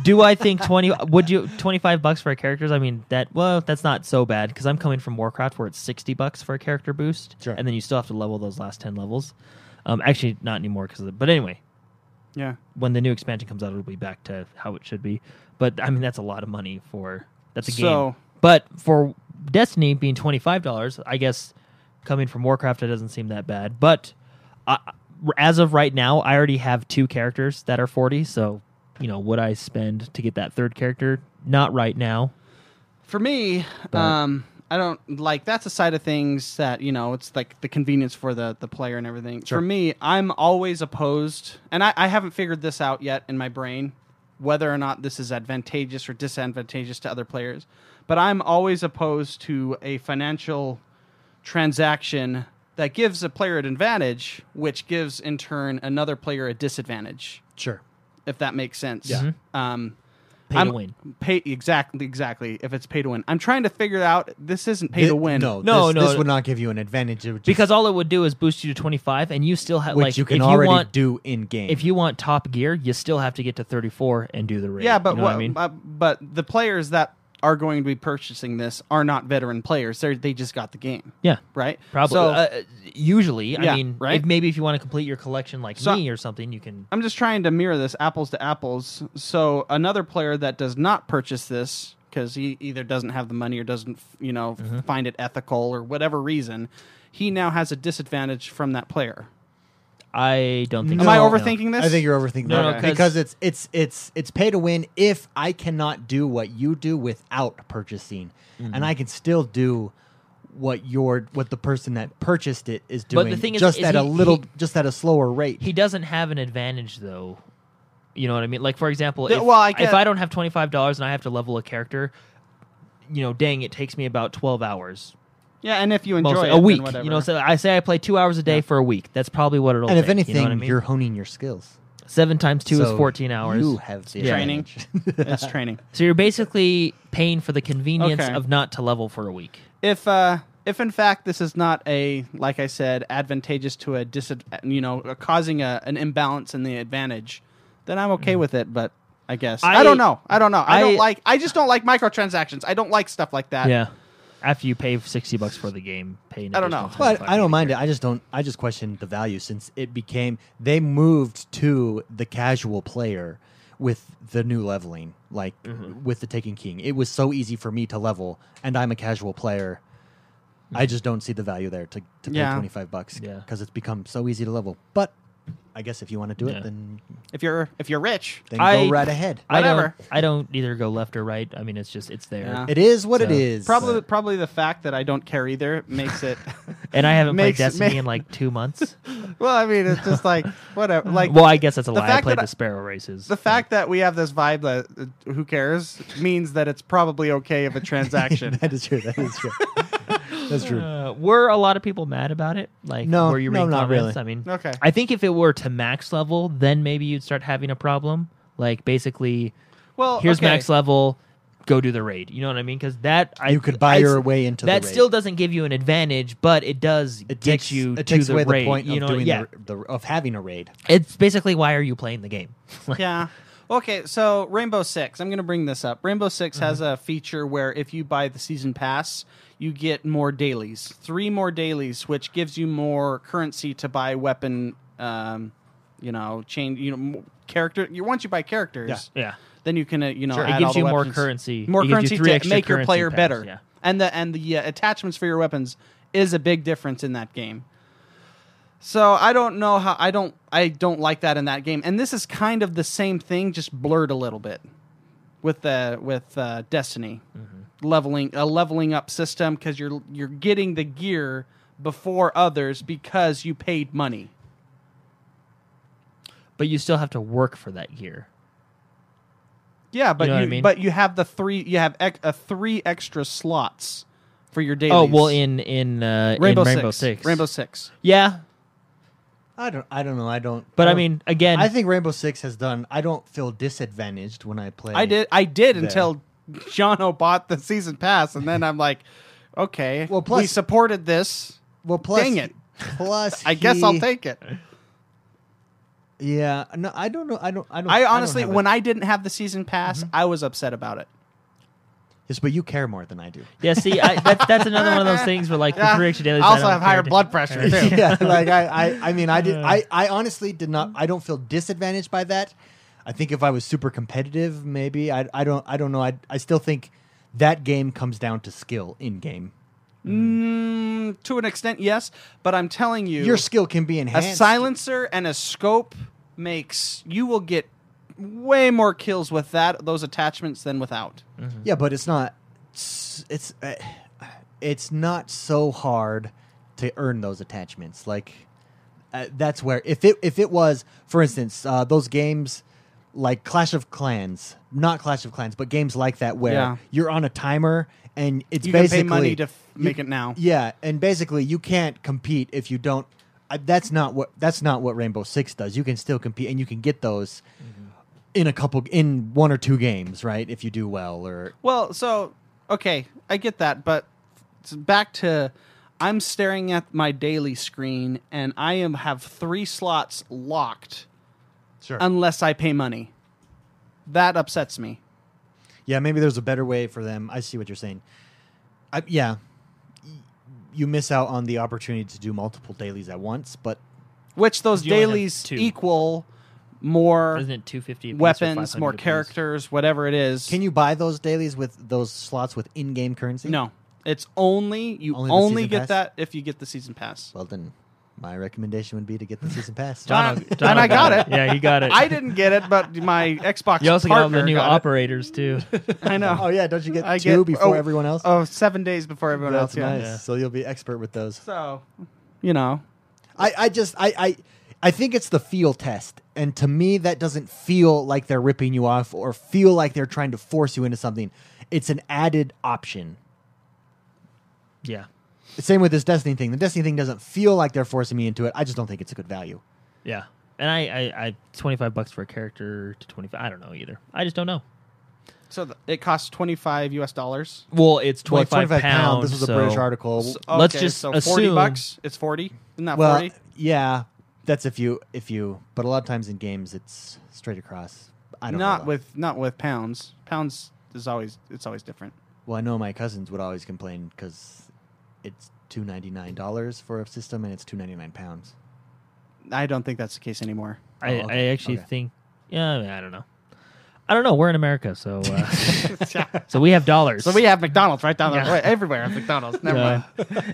[SPEAKER 4] do I think twenty? would you twenty five bucks for a character? I mean, that well, that's not so bad because I'm coming from Warcraft where it's sixty bucks for a character boost,
[SPEAKER 1] Sure.
[SPEAKER 4] and then you still have to level those last ten levels. Um, actually, not anymore because. But anyway,
[SPEAKER 2] Yeah,
[SPEAKER 4] when the new expansion comes out, it'll be back to how it should be. But I mean, that's a lot of money for that's a
[SPEAKER 2] So-
[SPEAKER 4] game. But for Destiny being twenty five dollars, I guess coming from Warcraft, it doesn't seem that bad. But I, as of right now, I already have two characters that are forty. So you know, would I spend to get that third character? Not right now.
[SPEAKER 2] for me,
[SPEAKER 4] But-
[SPEAKER 2] um, I don't like that's a side of things that you know it's like the convenience for the the player and everything. For me, I'm always opposed, and I, I haven't figured this out yet in my brain whether or not this is advantageous or disadvantageous to other players. But I'm always opposed to a financial transaction that gives a player an advantage, which gives in turn another player a disadvantage.
[SPEAKER 1] Sure.
[SPEAKER 2] If that makes sense.
[SPEAKER 1] Yeah.
[SPEAKER 2] Um,
[SPEAKER 4] Pay
[SPEAKER 2] I'm-
[SPEAKER 4] to win.
[SPEAKER 2] Pay exactly, exactly. If it's pay to win, I'm trying to figure out. This isn't pay to win.
[SPEAKER 1] No,
[SPEAKER 4] No,
[SPEAKER 1] this,
[SPEAKER 4] no.
[SPEAKER 1] This would not give you an advantage. It would just-
[SPEAKER 4] Because all it would do is boost you to twenty five, and you still have
[SPEAKER 1] which
[SPEAKER 4] like
[SPEAKER 1] you can
[SPEAKER 4] if
[SPEAKER 1] already
[SPEAKER 4] you want,
[SPEAKER 1] do in game.
[SPEAKER 4] If you want Top Gear, you still have to get to thirty four and do the raid.
[SPEAKER 2] yeah, but
[SPEAKER 4] You know
[SPEAKER 2] what,
[SPEAKER 4] what I mean?
[SPEAKER 2] uh, but the players that are going to be purchasing this are not veteran players. They they just got the game,
[SPEAKER 4] yeah.
[SPEAKER 2] right?
[SPEAKER 4] Probably.
[SPEAKER 2] So
[SPEAKER 4] uh, usually, I
[SPEAKER 2] Yeah,
[SPEAKER 4] mean,
[SPEAKER 2] right?
[SPEAKER 4] if maybe if you want to complete your collection like
[SPEAKER 2] So-
[SPEAKER 4] me or something, you can.
[SPEAKER 2] I'm just trying to mirror this apples to apples. So another player that does not purchase this because he either doesn't have the money or doesn't you know
[SPEAKER 4] Mm-hmm.
[SPEAKER 2] find it ethical or whatever reason, he now has a disadvantage from that player.
[SPEAKER 4] I don't think.
[SPEAKER 2] Am
[SPEAKER 4] so.
[SPEAKER 2] I
[SPEAKER 4] No.
[SPEAKER 2] overthinking this?
[SPEAKER 1] I think you're overthinking
[SPEAKER 4] No,
[SPEAKER 1] that
[SPEAKER 4] no, 'cause-
[SPEAKER 1] because it's it's it's it's pay to win if I cannot do what you do without purchasing,
[SPEAKER 4] Mm-hmm.
[SPEAKER 1] and I can still do what your what the person that purchased it is
[SPEAKER 4] But
[SPEAKER 1] doing.
[SPEAKER 4] the thing is-
[SPEAKER 1] just
[SPEAKER 4] is
[SPEAKER 1] at a
[SPEAKER 4] he-
[SPEAKER 1] little,
[SPEAKER 4] he-
[SPEAKER 1] just at a slower rate.
[SPEAKER 4] He doesn't have an advantage though. You know what I mean? Like for example,
[SPEAKER 2] Th-
[SPEAKER 4] if,
[SPEAKER 2] well, I
[SPEAKER 4] if
[SPEAKER 2] get-
[SPEAKER 4] I don't have twenty five dollars and I have to level a character, you know, dang, it takes me about twelve hours.
[SPEAKER 2] Yeah, and if you enjoy
[SPEAKER 4] Mostly
[SPEAKER 2] it,
[SPEAKER 4] a
[SPEAKER 2] then
[SPEAKER 4] week,
[SPEAKER 2] whatever.
[SPEAKER 4] you know. So I say I play two hours a day for a week. That's probably what it'll.
[SPEAKER 1] and if
[SPEAKER 4] take,
[SPEAKER 1] anything,
[SPEAKER 4] you
[SPEAKER 1] you
[SPEAKER 4] know what I mean?
[SPEAKER 1] are honing your skills.
[SPEAKER 4] seven times two is
[SPEAKER 1] So
[SPEAKER 4] fourteen hours.
[SPEAKER 1] You have the
[SPEAKER 4] Yeah.
[SPEAKER 2] Training.
[SPEAKER 1] advantage.
[SPEAKER 2] it's training.
[SPEAKER 4] So you're basically paying for the convenience
[SPEAKER 2] Okay.
[SPEAKER 4] of not to level for a week.
[SPEAKER 2] if uh if in fact this is not a like i said advantageous to a dis you know uh, causing a, an imbalance in the advantage then i'm okay with it but i guess I,
[SPEAKER 4] Mm. I-
[SPEAKER 2] don't know i don't know I,
[SPEAKER 4] I-
[SPEAKER 2] don't like i just don't like microtransactions i don't like stuff like that
[SPEAKER 4] Yeah. After you pay sixty bucks for the game, paying.
[SPEAKER 2] I don't know.
[SPEAKER 1] But I don't mind it. I just don't. I just question the value since it became they moved to the casual player with the new leveling, like
[SPEAKER 4] Mm-hmm.
[SPEAKER 1] with the Taken King. It was so easy for me to level, and I'm a casual player. I just don't see the value there to, to pay
[SPEAKER 2] Yeah.
[SPEAKER 1] twenty five bucks
[SPEAKER 4] Yeah.
[SPEAKER 1] because it's become so easy to level. But I guess if you want to do
[SPEAKER 4] Yeah.
[SPEAKER 1] it, then
[SPEAKER 2] If you're if you're rich,
[SPEAKER 1] then
[SPEAKER 4] I-
[SPEAKER 1] go right ahead.
[SPEAKER 4] I don't-
[SPEAKER 2] Whatever.
[SPEAKER 4] I don't either go left or right. I mean, it's just it's there.
[SPEAKER 2] Yeah.
[SPEAKER 1] it is what it
[SPEAKER 4] So,
[SPEAKER 1] is.
[SPEAKER 2] probably probably the fact that I don't care either makes it.
[SPEAKER 4] And I haven't
[SPEAKER 2] Makes-
[SPEAKER 4] played Destiny
[SPEAKER 2] ma-
[SPEAKER 4] in like two months.
[SPEAKER 2] well, I mean, it's just like whatever. Like
[SPEAKER 4] well, I guess that's a lie. I
[SPEAKER 2] fact
[SPEAKER 4] played
[SPEAKER 2] that I-
[SPEAKER 4] the Sparrow Races.
[SPEAKER 2] the fact that we have this vibe that uh, who cares means that it's probably okay of a transaction.
[SPEAKER 1] that is true. That is true. That's true.
[SPEAKER 4] Uh, were a lot of people mad about it? Like,
[SPEAKER 1] No,
[SPEAKER 4] were you
[SPEAKER 1] no,
[SPEAKER 4] reading
[SPEAKER 1] not
[SPEAKER 4] comments?
[SPEAKER 1] really.
[SPEAKER 4] I mean,
[SPEAKER 2] Okay.
[SPEAKER 4] I think if it were to max level, then maybe you'd start having a problem. Like, basically,
[SPEAKER 2] well,
[SPEAKER 4] here's
[SPEAKER 2] okay.
[SPEAKER 4] max level, go do the raid. You know what I mean? Because that I
[SPEAKER 1] You could buy
[SPEAKER 4] I-
[SPEAKER 1] your way into the
[SPEAKER 4] that
[SPEAKER 1] raid.
[SPEAKER 4] still doesn't give you an advantage, but it does
[SPEAKER 1] It
[SPEAKER 4] get
[SPEAKER 1] takes
[SPEAKER 4] you
[SPEAKER 1] it
[SPEAKER 4] to
[SPEAKER 1] takes
[SPEAKER 4] the
[SPEAKER 1] away
[SPEAKER 4] raid.
[SPEAKER 1] the point
[SPEAKER 4] you
[SPEAKER 1] of
[SPEAKER 4] know,
[SPEAKER 1] doing
[SPEAKER 4] yeah.
[SPEAKER 1] the, the of having a raid.
[SPEAKER 4] It's basically why are you playing the game? Like,
[SPEAKER 2] Yeah. Okay, so Rainbow Six, I'm going to bring this up. Rainbow 6
[SPEAKER 4] Mm-hmm.
[SPEAKER 2] has a feature where if you buy the season pass, you get more dailies, three more dailies, which gives you more currency to buy weapon, um, you know, change, you know, mo- character. You once you buy characters,
[SPEAKER 1] Yeah.
[SPEAKER 4] yeah.
[SPEAKER 2] then you can, uh, you know,
[SPEAKER 4] It
[SPEAKER 2] add
[SPEAKER 4] gives
[SPEAKER 2] all the
[SPEAKER 4] you more
[SPEAKER 2] weapons.
[SPEAKER 4] currency.
[SPEAKER 2] more
[SPEAKER 4] It gives you
[SPEAKER 2] currency
[SPEAKER 4] three
[SPEAKER 2] to
[SPEAKER 4] extra
[SPEAKER 2] make your
[SPEAKER 4] currency
[SPEAKER 2] player
[SPEAKER 4] packs,
[SPEAKER 2] better,
[SPEAKER 4] yeah.
[SPEAKER 2] and the and the uh, attachments for your weapons is a big difference in that game. So I don't know how I don't I don't like that in that game, and this is kind of the same thing, just blurred a little bit with the with uh, Destiny
[SPEAKER 4] Mm-hmm.
[SPEAKER 2] leveling a leveling up system because you're you're getting the gear before others because you paid money.
[SPEAKER 4] But you still have to work for that gear.
[SPEAKER 2] Yeah, but
[SPEAKER 4] know what I
[SPEAKER 2] you,
[SPEAKER 4] mean?
[SPEAKER 2] but you have the three you have ex, uh, three extra slots for your daily.
[SPEAKER 4] Oh well, in in uh,
[SPEAKER 2] Rainbow,
[SPEAKER 4] in Rainbow
[SPEAKER 2] Six.
[SPEAKER 4] Six.
[SPEAKER 2] Rainbow Six.
[SPEAKER 4] Yeah,
[SPEAKER 1] I don't. I don't know. I don't.
[SPEAKER 4] but I
[SPEAKER 2] Oh.
[SPEAKER 1] don't-
[SPEAKER 4] mean, again,
[SPEAKER 1] I think Rainbow Six has done. I don't feel disadvantaged when I play.
[SPEAKER 2] I did. I did
[SPEAKER 1] There.
[SPEAKER 2] until Jono bought the season pass, and then I'm like, okay.
[SPEAKER 1] Well, plus-
[SPEAKER 2] we supported this.
[SPEAKER 1] Well, plus,
[SPEAKER 2] Dang it.
[SPEAKER 1] Plus,
[SPEAKER 2] I guess I'll
[SPEAKER 1] he-
[SPEAKER 2] take it.
[SPEAKER 1] Yeah. No, I don't know. I don't. I don't.
[SPEAKER 2] I honestly,
[SPEAKER 1] don't have
[SPEAKER 2] when
[SPEAKER 1] it.
[SPEAKER 2] I didn't have the season pass,
[SPEAKER 4] Mm-hmm.
[SPEAKER 2] I was upset about it.
[SPEAKER 1] yes, but you care more than I do.
[SPEAKER 4] yeah. See, I, that, that's another one of those things where like the three extra dailies.
[SPEAKER 2] Ah, I also
[SPEAKER 4] don't
[SPEAKER 2] have higher
[SPEAKER 4] care.
[SPEAKER 2] blood pressure too.
[SPEAKER 1] yeah, like I, I, I mean, I did. I, I honestly did not. I don't feel disadvantaged by that. I think if I was super competitive, maybe I, I don't, I don't know. I, I still think that game comes down to skill in game.
[SPEAKER 2] Mm, to an extent, yes, but I'm telling you,
[SPEAKER 1] Your skill can be
[SPEAKER 2] a
[SPEAKER 1] enhanced.
[SPEAKER 2] silencer and a scope makes you will get way more kills with that those attachments than without.
[SPEAKER 1] Yeah, but it's not. It's it's, uh, it's not so hard to earn those attachments. Like uh, that's where if it if it was, for instance, uh, those games like Clash of Clans, not Clash of Clans, but games like that where
[SPEAKER 2] Yeah.
[SPEAKER 1] you're on a timer and it's
[SPEAKER 2] You can
[SPEAKER 1] basically
[SPEAKER 2] pay money to f-
[SPEAKER 1] you-
[SPEAKER 2] make it now.
[SPEAKER 1] Yeah, and basically you can't compete if you don't. I, that's not what that's not what Rainbow Six does. You can still compete and you can get those.
[SPEAKER 2] Mm-hmm.
[SPEAKER 1] In a couple, in one or two games, right? If you do well, or
[SPEAKER 2] Well, so okay, I get that, but it's back to I'm staring at my daily screen and I am have three slots locked
[SPEAKER 1] Sure.
[SPEAKER 2] unless I pay money. That upsets me.
[SPEAKER 1] yeah, maybe there's a better way for them. I see what you're saying. I, yeah, Y- you miss out on the opportunity to do multiple dailies at once, but
[SPEAKER 2] Which those
[SPEAKER 4] You only have
[SPEAKER 2] dailies
[SPEAKER 4] two.
[SPEAKER 2] equal more
[SPEAKER 4] Isn't it two fifty?
[SPEAKER 2] weapons, more characters, whatever it is.
[SPEAKER 1] can you buy those dailies with those slots with in-game currency?
[SPEAKER 2] No. It's only you
[SPEAKER 1] Only
[SPEAKER 2] only,
[SPEAKER 1] the season
[SPEAKER 2] get
[SPEAKER 1] pass?
[SPEAKER 2] that if you get the season pass.
[SPEAKER 1] Well then, my recommendation would be to get the season pass.
[SPEAKER 2] John- and I got it.
[SPEAKER 4] Yeah, he got it.
[SPEAKER 2] I didn't get it, but my Xbox
[SPEAKER 4] You also got all
[SPEAKER 2] partner
[SPEAKER 4] the new
[SPEAKER 2] got it.
[SPEAKER 4] operators too.
[SPEAKER 2] I know.
[SPEAKER 1] oh yeah, don't you get
[SPEAKER 2] I
[SPEAKER 1] two
[SPEAKER 2] get-
[SPEAKER 1] before
[SPEAKER 2] oh,
[SPEAKER 1] everyone else?
[SPEAKER 2] Oh, seven days before everyone
[SPEAKER 1] That's
[SPEAKER 2] else. Yeah.
[SPEAKER 1] nice.
[SPEAKER 4] Yeah.
[SPEAKER 1] So you'll be expert with those.
[SPEAKER 2] So, you know,
[SPEAKER 1] I, I just I, I I think it's the feel test. And to me that doesn't feel like they're ripping you off or feel like they're trying to force you into something. It's an added option.
[SPEAKER 4] yeah.
[SPEAKER 1] Same with this Destiny thing. The Destiny thing doesn't feel like they're forcing me into it. I just don't think it's a good value.
[SPEAKER 4] Yeah. And I, I, I, twenty-five bucks for a character to twenty-five. I don't know either. I just don't know.
[SPEAKER 2] so th- it costs twenty five U.S. dollars.
[SPEAKER 4] Well, it's
[SPEAKER 1] Well, it's
[SPEAKER 4] twenty-five, pounds.
[SPEAKER 1] This was a
[SPEAKER 4] so-
[SPEAKER 1] British article.
[SPEAKER 2] So,
[SPEAKER 4] Let's just
[SPEAKER 2] so forty
[SPEAKER 4] assume-
[SPEAKER 2] bucks. It's forty. Isn't that
[SPEAKER 1] well,
[SPEAKER 2] forty?
[SPEAKER 1] yeah, that's if you if you. But a lot of times in games, it's straight across. I don't know
[SPEAKER 2] Not
[SPEAKER 1] though.
[SPEAKER 2] with not with pounds. Pounds is always it's always different.
[SPEAKER 1] Well, I know my cousins would always complain because it's two ninety nine dollars for a system and it's two ninety nine pounds.
[SPEAKER 2] I don't think that's the case anymore.
[SPEAKER 4] I,
[SPEAKER 1] Oh,
[SPEAKER 4] I
[SPEAKER 1] okay.
[SPEAKER 4] actually
[SPEAKER 1] Okay.
[SPEAKER 4] think. Yeah, I, mean, I don't know. I don't know. We're in America, so uh, so we have dollars.
[SPEAKER 2] So we have McDonald's right down
[SPEAKER 4] Yeah.
[SPEAKER 2] the way. Everywhere has McDonald's. Never mind.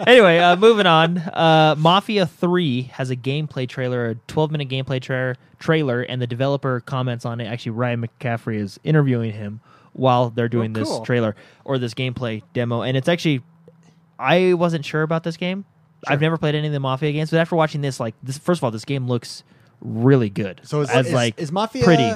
[SPEAKER 4] anyway, uh, moving on. Uh, Mafia Three has a gameplay trailer, a 12-minute gameplay tra- trailer, and the developer comments on it. Actually, Ryan McCaffrey is interviewing him while they're doing this
[SPEAKER 2] Oh, cool.
[SPEAKER 4] trailer or this gameplay demo, and it's actually I wasn't sure about this game. I've never played any of the Mafia games, but after watching this, like this, first of all, this game looks really good.
[SPEAKER 1] So is,
[SPEAKER 4] As,
[SPEAKER 1] is,
[SPEAKER 4] like
[SPEAKER 1] is Mafia
[SPEAKER 4] pretty.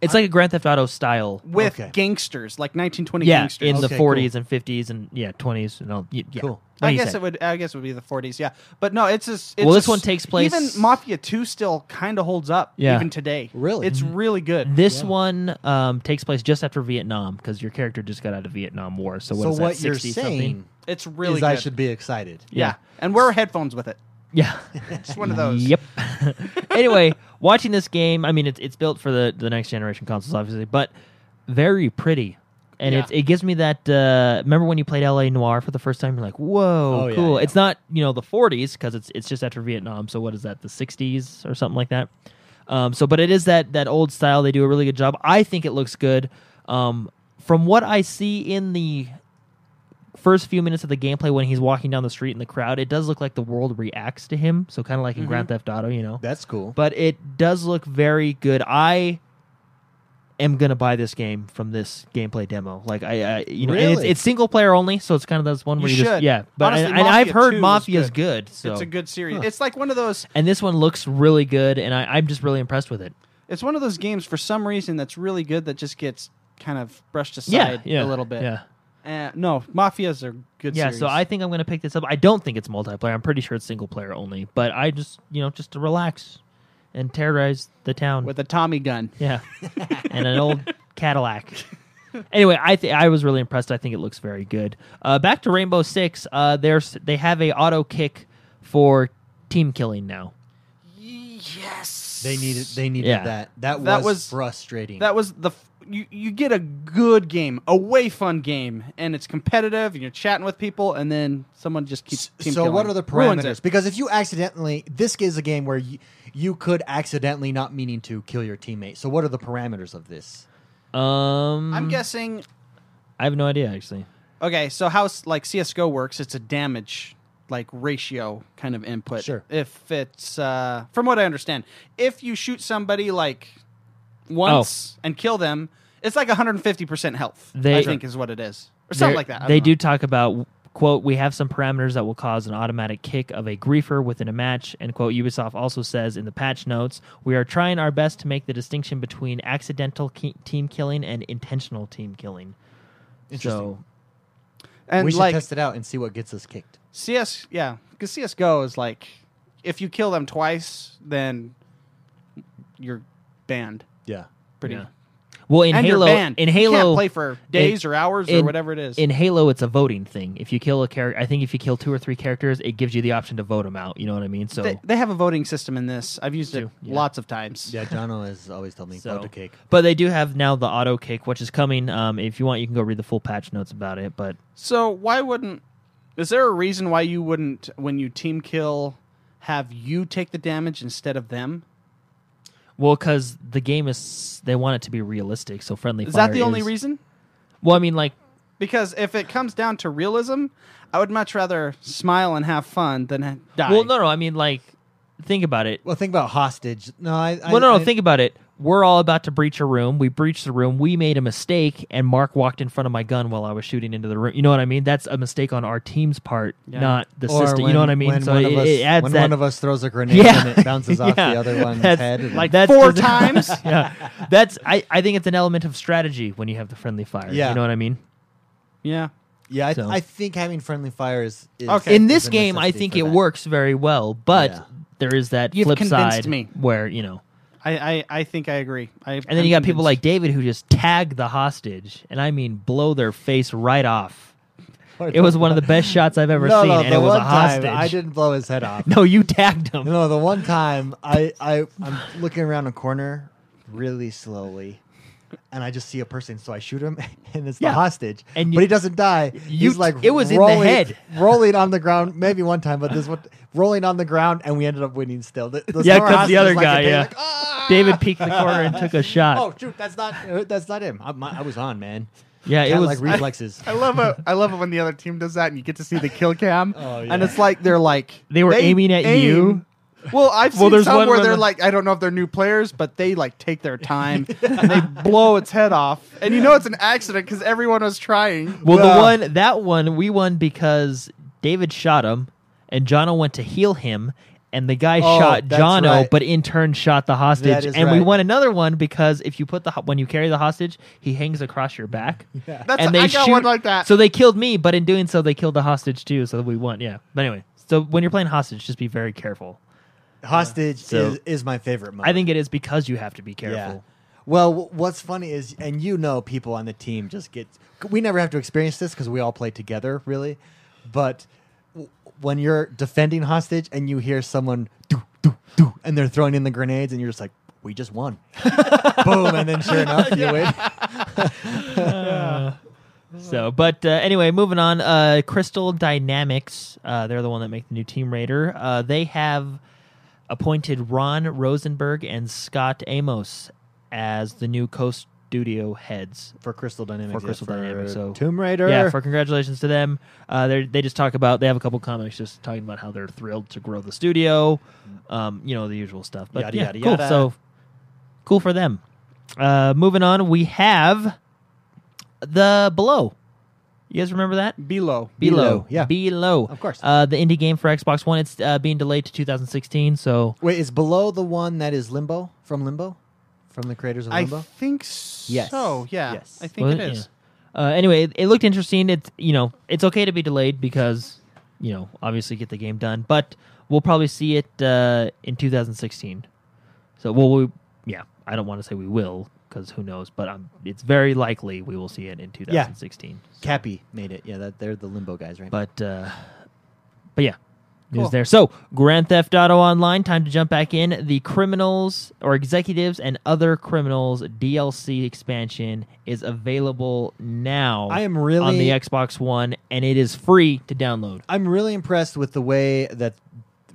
[SPEAKER 4] It's like a Grand Theft Auto style.
[SPEAKER 2] With
[SPEAKER 1] Okay.
[SPEAKER 2] gangsters, like 1920
[SPEAKER 4] Yeah,
[SPEAKER 2] gangsters.
[SPEAKER 4] in the
[SPEAKER 1] Okay,
[SPEAKER 4] 40s and 50s and yeah, 20s and all. y- Yeah.
[SPEAKER 1] Cool.
[SPEAKER 4] What do
[SPEAKER 2] I
[SPEAKER 4] you
[SPEAKER 2] guess
[SPEAKER 4] say?
[SPEAKER 2] it would. I guess it would be the 40s. Yeah, but no, it's just. It's
[SPEAKER 4] Well, this
[SPEAKER 2] just-
[SPEAKER 4] one takes place-
[SPEAKER 2] Even Mafia 2 still kind of holds up.
[SPEAKER 4] Yeah. Mm-hmm.
[SPEAKER 2] even today.
[SPEAKER 1] Really?
[SPEAKER 2] it's really good.
[SPEAKER 4] This one um, takes place just after Vietnam because your character just got out of Vietnam War. So,
[SPEAKER 1] so
[SPEAKER 4] is
[SPEAKER 1] what
[SPEAKER 4] that,
[SPEAKER 1] you're
[SPEAKER 4] 60
[SPEAKER 1] saying
[SPEAKER 4] Something?
[SPEAKER 2] it's really.
[SPEAKER 1] is
[SPEAKER 2] good.
[SPEAKER 1] I should be excited.
[SPEAKER 2] Yeah.
[SPEAKER 4] Yeah.
[SPEAKER 2] and wear headphones with it.
[SPEAKER 4] Yeah.
[SPEAKER 2] It's one of those.
[SPEAKER 4] Yep. anyway, watching this game, I mean, it's it's built for the the next generation consoles, obviously, but very pretty, and
[SPEAKER 2] Yeah.
[SPEAKER 4] it's it gives me that. Uh, remember when you played L.A. Noir for the first time? You're like, whoa,
[SPEAKER 1] Oh, yeah,
[SPEAKER 4] cool.
[SPEAKER 1] yeah.
[SPEAKER 4] It's not you know the 40s because it's it's just after Vietnam. So what is that? The 60s or something like that. Um, so, but it is that that old style. They do a really good job. I think it looks good. Um, from what I see in the first few minutes of the gameplay when he's walking down the street in the crowd, it does look like the world reacts to him. So kind of like in Grand
[SPEAKER 2] Mm-hmm.
[SPEAKER 4] Theft Auto, you know.
[SPEAKER 1] That's cool.
[SPEAKER 4] But it does look very good. I am gonna buy this game from this gameplay demo. Like I, I you know, and it's,
[SPEAKER 1] Really?
[SPEAKER 4] it's single player only, so it's kind of those one
[SPEAKER 2] You
[SPEAKER 4] where you just
[SPEAKER 2] should.
[SPEAKER 4] yeah. But
[SPEAKER 2] Honestly,
[SPEAKER 4] and, and I've
[SPEAKER 2] Mafia
[SPEAKER 4] heard
[SPEAKER 2] 2 was
[SPEAKER 4] Mafia's good.
[SPEAKER 2] good.
[SPEAKER 4] so
[SPEAKER 2] It's a good series. It's like one of those.
[SPEAKER 4] and this one looks really good, and I, I'm just really impressed with it.
[SPEAKER 2] It's one of those games for some reason that's really good that just gets kind of brushed
[SPEAKER 4] Yeah,
[SPEAKER 2] aside
[SPEAKER 4] yeah,
[SPEAKER 2] a little bit.
[SPEAKER 4] Yeah.
[SPEAKER 2] Uh, no, mafias are good.
[SPEAKER 4] yeah,
[SPEAKER 2] series.
[SPEAKER 4] so I think I'm going to pick this up. I don't think it's multiplayer. I'm pretty sure it's single player only. But I just, you know, just to relax and terrorize the town.
[SPEAKER 2] with a Tommy gun.
[SPEAKER 4] yeah, and an old Cadillac. Anyway, I th- I was really impressed. I think it looks very good. Uh, back to Rainbow Six. Uh, there's they have a auto kick for team killing now.
[SPEAKER 2] Yes,
[SPEAKER 1] They needed. They needed
[SPEAKER 4] Yeah.
[SPEAKER 1] that. That was,
[SPEAKER 2] That was-
[SPEAKER 1] frustrating.
[SPEAKER 2] That was the f- you. You get a good game, a way fun game, and it's competitive, and you're chatting with people, and then someone just keeps.
[SPEAKER 1] S-
[SPEAKER 2] team
[SPEAKER 1] so
[SPEAKER 2] killing.
[SPEAKER 1] what are the
[SPEAKER 2] Ruins
[SPEAKER 1] parameters?
[SPEAKER 2] it.
[SPEAKER 1] Because if you accidentally, this is a game where you, you could accidentally, not meaning to, kill your teammate. So what are the parameters of this?
[SPEAKER 4] Um,
[SPEAKER 2] I'm guessing.
[SPEAKER 4] I have no idea actually.
[SPEAKER 2] Okay, so how s- like CS:GO works? It's a damage like ratio kind of input.
[SPEAKER 1] Sure.
[SPEAKER 2] If it's uh, from what I understand, if you shoot somebody like once and kill them, it's like 150 percent health.
[SPEAKER 4] Oh. They-
[SPEAKER 2] I think is what it is, or something
[SPEAKER 4] They're-
[SPEAKER 2] like that. I
[SPEAKER 4] They
[SPEAKER 2] don't know.
[SPEAKER 4] do talk about quote we have some parameters that will cause an automatic kick of a griefer within a match and quote ubisoft also says in the patch notes we are trying our best to make the distinction between accidental ki- team killing and intentional team killing so
[SPEAKER 1] Interesting.
[SPEAKER 2] and
[SPEAKER 1] we should
[SPEAKER 2] like
[SPEAKER 1] test it out and see what gets us kicked.
[SPEAKER 2] CS, yeah, because CS:GO is like, if you kill them twice, then you're banned.
[SPEAKER 1] Yeah.
[SPEAKER 2] Pretty.
[SPEAKER 4] Yeah. well in
[SPEAKER 2] and
[SPEAKER 4] halo
[SPEAKER 2] you're banned.
[SPEAKER 4] in
[SPEAKER 2] You
[SPEAKER 4] halo
[SPEAKER 2] can't play for days or hours
[SPEAKER 4] in-
[SPEAKER 2] or whatever it is.
[SPEAKER 4] in halo it's a voting thing if you kill a character i think if you kill two or three characters it gives you the option to vote them out you know what i mean so
[SPEAKER 2] they, they have a voting system in this. I've used it
[SPEAKER 4] Do, yeah.
[SPEAKER 2] lots of times.
[SPEAKER 1] Yeah. Jono has always told me
[SPEAKER 4] So-
[SPEAKER 1] so. to kick.
[SPEAKER 4] but they do have now the auto kick which is coming um, if you want you can go read the full patch notes about it but
[SPEAKER 2] So why wouldn't? Is there a reason why you wouldn't, when you team kill, have you take the damage instead of them?
[SPEAKER 4] Well, because the game is they want it to be realistic, so friendly.
[SPEAKER 2] Is
[SPEAKER 4] fire
[SPEAKER 2] that the only
[SPEAKER 4] is-
[SPEAKER 2] reason?
[SPEAKER 4] Well, I mean, like,
[SPEAKER 2] Because if it comes down to realism, I would much rather smile and have fun than ha- die.
[SPEAKER 4] well, no, no, I mean, like, think about it.
[SPEAKER 1] Well, think about hostage. No, I. I
[SPEAKER 4] well, no, no,
[SPEAKER 1] I-
[SPEAKER 4] think about it. We're all about to breach a room. We breached the room. We made a mistake, and Mark walked in front of my gun while I was shooting into the room. You know what I mean? That's a mistake on our team's part, not the
[SPEAKER 1] or
[SPEAKER 4] system.
[SPEAKER 1] when-
[SPEAKER 4] you know what I mean?
[SPEAKER 1] When
[SPEAKER 4] So
[SPEAKER 1] one
[SPEAKER 4] it,
[SPEAKER 1] of us,
[SPEAKER 4] it adds
[SPEAKER 1] when
[SPEAKER 4] that.
[SPEAKER 1] one of us throws a grenade and it bounces off
[SPEAKER 4] Yeah.
[SPEAKER 1] the other one's
[SPEAKER 4] That's-
[SPEAKER 1] head. and-
[SPEAKER 4] like
[SPEAKER 2] That's
[SPEAKER 4] four
[SPEAKER 2] the-
[SPEAKER 4] times. yeah, that's. I, I think it's an element of strategy when you have the friendly fire.
[SPEAKER 1] Yeah.
[SPEAKER 4] you know what I mean.
[SPEAKER 2] Yeah.
[SPEAKER 1] yeah, I,
[SPEAKER 4] so.
[SPEAKER 1] I think having friendly fire is. is
[SPEAKER 2] Okay.
[SPEAKER 4] in
[SPEAKER 1] is
[SPEAKER 4] this
[SPEAKER 1] a
[SPEAKER 4] game, I
[SPEAKER 1] necessity
[SPEAKER 4] think
[SPEAKER 1] for
[SPEAKER 4] it
[SPEAKER 1] that.
[SPEAKER 4] works very well, but
[SPEAKER 1] Yeah.
[SPEAKER 4] there is that
[SPEAKER 2] You've
[SPEAKER 4] flip
[SPEAKER 2] convinced
[SPEAKER 4] side
[SPEAKER 2] me.
[SPEAKER 4] where you know,
[SPEAKER 2] I, I, I think I agree. I,
[SPEAKER 4] and then you got people like David who just tag the hostage, and I mean, blow their face right off. It was one of the best shots I've ever
[SPEAKER 1] no,
[SPEAKER 4] seen,
[SPEAKER 1] no,
[SPEAKER 4] and
[SPEAKER 1] the
[SPEAKER 4] it was
[SPEAKER 1] one
[SPEAKER 4] a hostage.
[SPEAKER 1] Time, I didn't blow his head off.
[SPEAKER 4] No, you tagged him.
[SPEAKER 1] No, the one time I, I I'm looking around a corner really slowly, and I just see a person, so I shoot him, and it's
[SPEAKER 4] Yeah.
[SPEAKER 1] the hostage.
[SPEAKER 4] And you-
[SPEAKER 1] but he doesn't die.
[SPEAKER 4] you-
[SPEAKER 1] He's like
[SPEAKER 4] it was in the
[SPEAKER 1] rolling,
[SPEAKER 4] head.
[SPEAKER 1] rolling on the ground. Maybe one time, but this one rolling on the ground, and we ended up winning still. The, the
[SPEAKER 4] Yeah,
[SPEAKER 1] Star
[SPEAKER 4] 'cause the
[SPEAKER 1] Hostage
[SPEAKER 4] other
[SPEAKER 1] was like a
[SPEAKER 4] guy,
[SPEAKER 1] baby,
[SPEAKER 4] yeah.
[SPEAKER 1] like, "Ah!"
[SPEAKER 4] David peeked the corner and took a shot.
[SPEAKER 1] Oh shoot, that's not uh, that's not him. I, my, I was on man.
[SPEAKER 4] yeah, it
[SPEAKER 1] Cat
[SPEAKER 4] was.
[SPEAKER 1] like reflexes.
[SPEAKER 2] I love it. I love it when the other team does that, and you get to see the kill cam,
[SPEAKER 1] Oh, yeah.
[SPEAKER 2] and it's like they're like
[SPEAKER 4] They were aiming at you?
[SPEAKER 2] Well, I've
[SPEAKER 4] Well,
[SPEAKER 2] seen
[SPEAKER 4] there's one
[SPEAKER 2] some where
[SPEAKER 4] where
[SPEAKER 2] they're
[SPEAKER 4] the-
[SPEAKER 2] like, I don't know if they're new players, but they like take their time and they blow its head off, and you know it's an accident because everyone was trying.
[SPEAKER 4] well,
[SPEAKER 1] Well-
[SPEAKER 4] the one that one we won because David shot him, and Jono went to heal him, and the guy
[SPEAKER 1] Oh,
[SPEAKER 4] shot
[SPEAKER 1] that's
[SPEAKER 4] Jono,
[SPEAKER 1] right.
[SPEAKER 4] but in turn shot the hostage,
[SPEAKER 1] That is
[SPEAKER 4] and we
[SPEAKER 1] right.
[SPEAKER 4] won another one because if you put the ho- when you carry the hostage, he hangs across your back.
[SPEAKER 1] Yeah.
[SPEAKER 2] That's
[SPEAKER 4] and they
[SPEAKER 2] I got
[SPEAKER 4] shoot,
[SPEAKER 2] one like that.
[SPEAKER 4] So they killed me, but in doing so, they killed the hostage too. So we won. Yeah. But anyway, so when you're playing hostage, just be very careful.
[SPEAKER 1] Hostage
[SPEAKER 4] So-
[SPEAKER 1] is, is my favorite moment.
[SPEAKER 4] I think it is because you have to be careful.
[SPEAKER 1] Well, w- what's funny is, and you know, people on the team just get. We never have to experience this because we all play together, really. But w- when you're defending hostage and you hear someone do do do, and they're throwing in the grenades, and you're just like, "We just won!" Boom, and then sure enough, you win.
[SPEAKER 4] So, but uh, anyway, moving on. Uh, Crystal Dynamics, uh, they're the one that make the new Team Raider. Uh, they have appointed Ron Rosenberg and Scott Amos as the new Coast Studio heads
[SPEAKER 1] for Crystal Dynamics.
[SPEAKER 4] for
[SPEAKER 1] yes,
[SPEAKER 4] Crystal
[SPEAKER 1] for
[SPEAKER 4] Dynamics. So
[SPEAKER 1] Tomb Raider.
[SPEAKER 4] Yeah, for congratulations to them. Uh, they they just talk about they have a couple comics just talking about how they're thrilled to grow the studio, um, you know the usual stuff. But
[SPEAKER 1] Yada,
[SPEAKER 4] yeah,
[SPEAKER 1] yada,
[SPEAKER 4] cool.
[SPEAKER 1] yada.
[SPEAKER 4] So cool for them. Uh, moving on, we have the below. You guys remember that?
[SPEAKER 2] below.
[SPEAKER 1] Below, yeah.
[SPEAKER 4] below.
[SPEAKER 1] Of course.
[SPEAKER 4] uh, the indie game for Xbox One. It's uh, being delayed to 2016. So
[SPEAKER 1] Wait, is below the one that is Limbo from Limbo, from the creators of
[SPEAKER 2] I
[SPEAKER 1] Limbo?
[SPEAKER 2] think so.
[SPEAKER 1] Yes.
[SPEAKER 2] yeah.
[SPEAKER 1] Yes.
[SPEAKER 2] I think
[SPEAKER 4] Well,
[SPEAKER 2] it is.
[SPEAKER 4] yeah. Uh, anyway, it, it looked interesting. It's you know it's okay to be delayed because you know obviously get the game done, but we'll probably see it uh, in 2016. So well, we yeah, I don't want to say we will because who knows, but um, it's very likely we will see it in 2016.
[SPEAKER 1] Cappy made it. Yeah, that they're the Limbo guys, right?
[SPEAKER 4] But uh, but yeah, news
[SPEAKER 2] Cool.
[SPEAKER 4] there. So Grand Theft Auto Online. Time to jump back in. The criminals or executives and other criminals DLC expansion is available now.
[SPEAKER 1] I am really-
[SPEAKER 4] on the Xbox One, and it is free to download.
[SPEAKER 1] I'm really impressed with the way that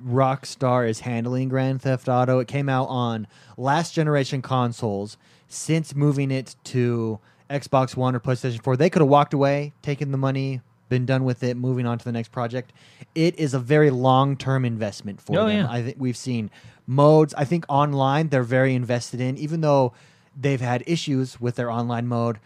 [SPEAKER 1] Rockstar is handling Grand Theft Auto. It came out on last generation consoles. Since moving it to Xbox One or PlayStation 4, they could have walked away, taken the money, been done with it, moving on to the next project. It is a very long term investment for
[SPEAKER 4] Oh,
[SPEAKER 1] them.
[SPEAKER 4] yeah.
[SPEAKER 1] I think we've seen modes. I think online they're very invested in, even though they've had issues with their online mode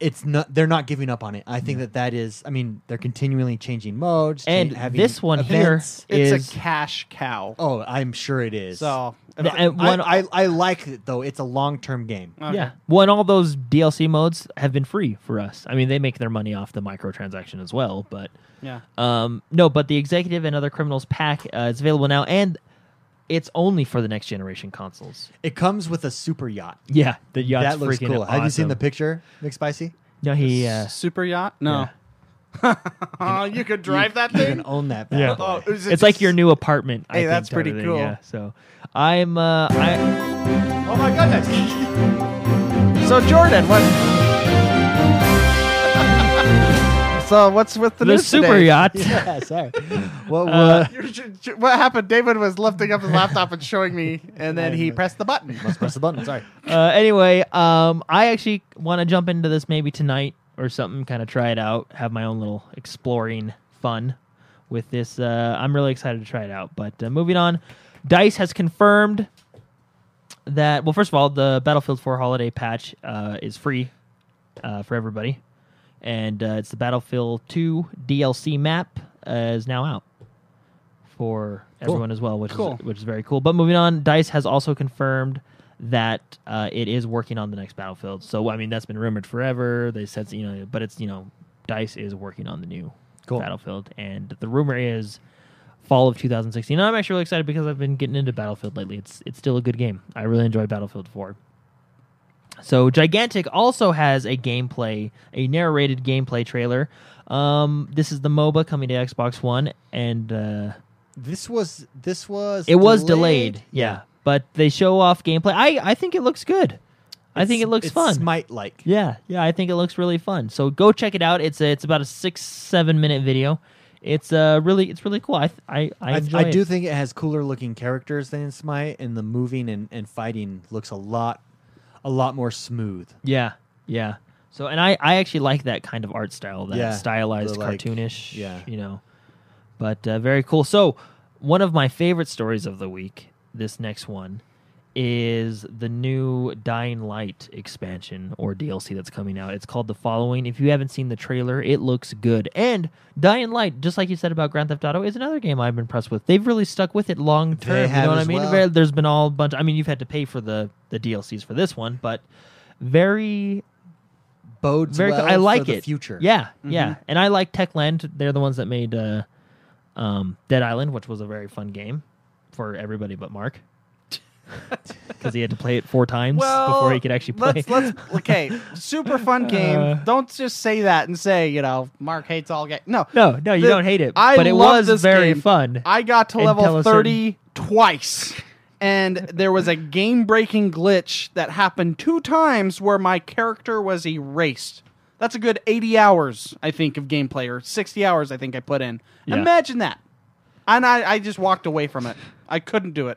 [SPEAKER 1] it's not they're not giving up on it. I think that that is. I mean, they're continually changing modes. cha-
[SPEAKER 4] And
[SPEAKER 1] having
[SPEAKER 4] this one here
[SPEAKER 1] events.
[SPEAKER 2] It's
[SPEAKER 4] is-
[SPEAKER 2] a cash cow.
[SPEAKER 1] Oh, I'm sure it is.
[SPEAKER 2] So
[SPEAKER 4] The-
[SPEAKER 2] if-
[SPEAKER 4] and one-
[SPEAKER 1] I, I I like it though. It's a long term game.
[SPEAKER 2] okay.
[SPEAKER 4] Yeah. Well, and all those DLC modes have been free for us. I mean, they make their money off the microtransaction as well, but
[SPEAKER 2] yeah.
[SPEAKER 4] Um, no, but the executive and other criminals pack uh, is available now, and it's only for the next generation consoles.
[SPEAKER 1] It comes with a super yacht.
[SPEAKER 4] Yeah, the yacht's
[SPEAKER 1] that looks
[SPEAKER 4] freaking
[SPEAKER 1] cool. Have you seen
[SPEAKER 4] awesome.
[SPEAKER 1] the picture, McSpicy?
[SPEAKER 4] No, he. Uh,
[SPEAKER 2] Super yacht? No. oh, you could drive that
[SPEAKER 1] You
[SPEAKER 2] thing.
[SPEAKER 1] can own that.
[SPEAKER 4] uh, Yeah.
[SPEAKER 1] bad boy.
[SPEAKER 2] Oh, is it
[SPEAKER 4] it's like
[SPEAKER 2] just-
[SPEAKER 4] your new apartment. I
[SPEAKER 2] Hey,
[SPEAKER 4] think,
[SPEAKER 2] that's
[SPEAKER 4] type of
[SPEAKER 2] pretty
[SPEAKER 4] thing,
[SPEAKER 2] cool.
[SPEAKER 4] Yeah, so I'm. Uh, I,
[SPEAKER 2] Oh my goodness. so Jordan, what? so what's with the,
[SPEAKER 4] the
[SPEAKER 2] news
[SPEAKER 4] super
[SPEAKER 2] today?
[SPEAKER 4] yacht.
[SPEAKER 1] yeah. Sorry. Well,
[SPEAKER 4] Uh,
[SPEAKER 2] You're j- j- What happened? David was lifting up his laptop and showing me, and then he pressed the button.
[SPEAKER 1] must press the button. Sorry.
[SPEAKER 4] uh, anyway, um, I actually want to jump into this maybe tonight or something, kind of try it out, have my own little exploring fun with this. Uh, I'm really excited to try it out. But uh, moving on, Dice has confirmed that, well, first of all, the Battlefield 4 holiday patch uh, is free uh, for everybody. And uh, it's the Battlefield 2 DLC map uh, is now out for everyone as well, which
[SPEAKER 2] Cool.
[SPEAKER 4] is which is very cool. But moving on, Dice has also confirmed that uh, it is working on the next Battlefield. So I mean, that's been rumored forever. They said you know, but it's you know, Dice is working on the new
[SPEAKER 1] Cool.
[SPEAKER 4] Battlefield, and the rumor is fall of 2016. And I'm actually really excited because I've been getting into Battlefield lately. It's it's still a good game. I really enjoy Battlefield 4. So Gigantic also has a gameplay, a narrated gameplay trailer. Um, this is the MOBA coming to Xbox One, and uh,
[SPEAKER 1] This was this was
[SPEAKER 4] it was delayed. Yeah. but they show off gameplay. I I think it looks good. I think it looks fun.
[SPEAKER 1] Smite like.
[SPEAKER 4] Yeah, yeah, I think it looks really fun. So go check it out. It's a, it's about a six seven minute video. It's uh really it's really cool. I th- I I,
[SPEAKER 1] I,
[SPEAKER 4] enjoy
[SPEAKER 1] I
[SPEAKER 4] it.
[SPEAKER 1] do think it has cooler looking characters than in Smite, and the moving and, and fighting looks a lot, a lot more smooth.
[SPEAKER 4] Yeah, yeah. So, and I, I actually like that kind of art style, that
[SPEAKER 1] Yeah,
[SPEAKER 4] stylized,
[SPEAKER 1] the, like,
[SPEAKER 4] cartoonish,
[SPEAKER 1] yeah.
[SPEAKER 4] you know. But uh, very cool. So, one of my favorite stories of the week, this next one, is the new Dying Light expansion or DLC that's coming out. It's called The Following. If you haven't seen the trailer, it looks good. And Dying Light, just like you said about Grand Theft Auto, is another game I've been impressed with. They've really stuck with it long term.
[SPEAKER 1] They
[SPEAKER 4] you
[SPEAKER 1] have
[SPEAKER 4] know what I
[SPEAKER 1] as
[SPEAKER 4] mean?
[SPEAKER 1] well.
[SPEAKER 4] Very- there's been all bunch. I mean, you've had to pay for the the DLCs for this one, but very
[SPEAKER 1] Bodes
[SPEAKER 4] very.
[SPEAKER 1] well
[SPEAKER 4] I like
[SPEAKER 1] for the
[SPEAKER 4] it.
[SPEAKER 1] future.
[SPEAKER 4] Yeah,
[SPEAKER 2] Mm-hmm.
[SPEAKER 4] yeah, and I like Techland. They're the ones that made uh, um, Dead Island, which was a very fun game for everybody but Mark. Because he had to play it four times before he could actually play.
[SPEAKER 2] Let's, let's, okay, super fun game. don't just say that and say you know Mark hates all games. No,
[SPEAKER 4] no, no, you
[SPEAKER 2] The-
[SPEAKER 4] don't hate it,
[SPEAKER 2] I
[SPEAKER 4] but it
[SPEAKER 2] love
[SPEAKER 4] was
[SPEAKER 2] this
[SPEAKER 4] very
[SPEAKER 2] game.
[SPEAKER 4] fun.
[SPEAKER 2] I got to
[SPEAKER 4] And tell
[SPEAKER 2] level
[SPEAKER 4] a certain-
[SPEAKER 2] thirty twice, and there was a game breaking glitch that happened two times where my character was erased. That's a good eighty hours, I think, of gameplay or sixty hours. I think I put in.
[SPEAKER 4] Yeah.
[SPEAKER 2] Imagine that, and I, I just walked away from it. I couldn't do it,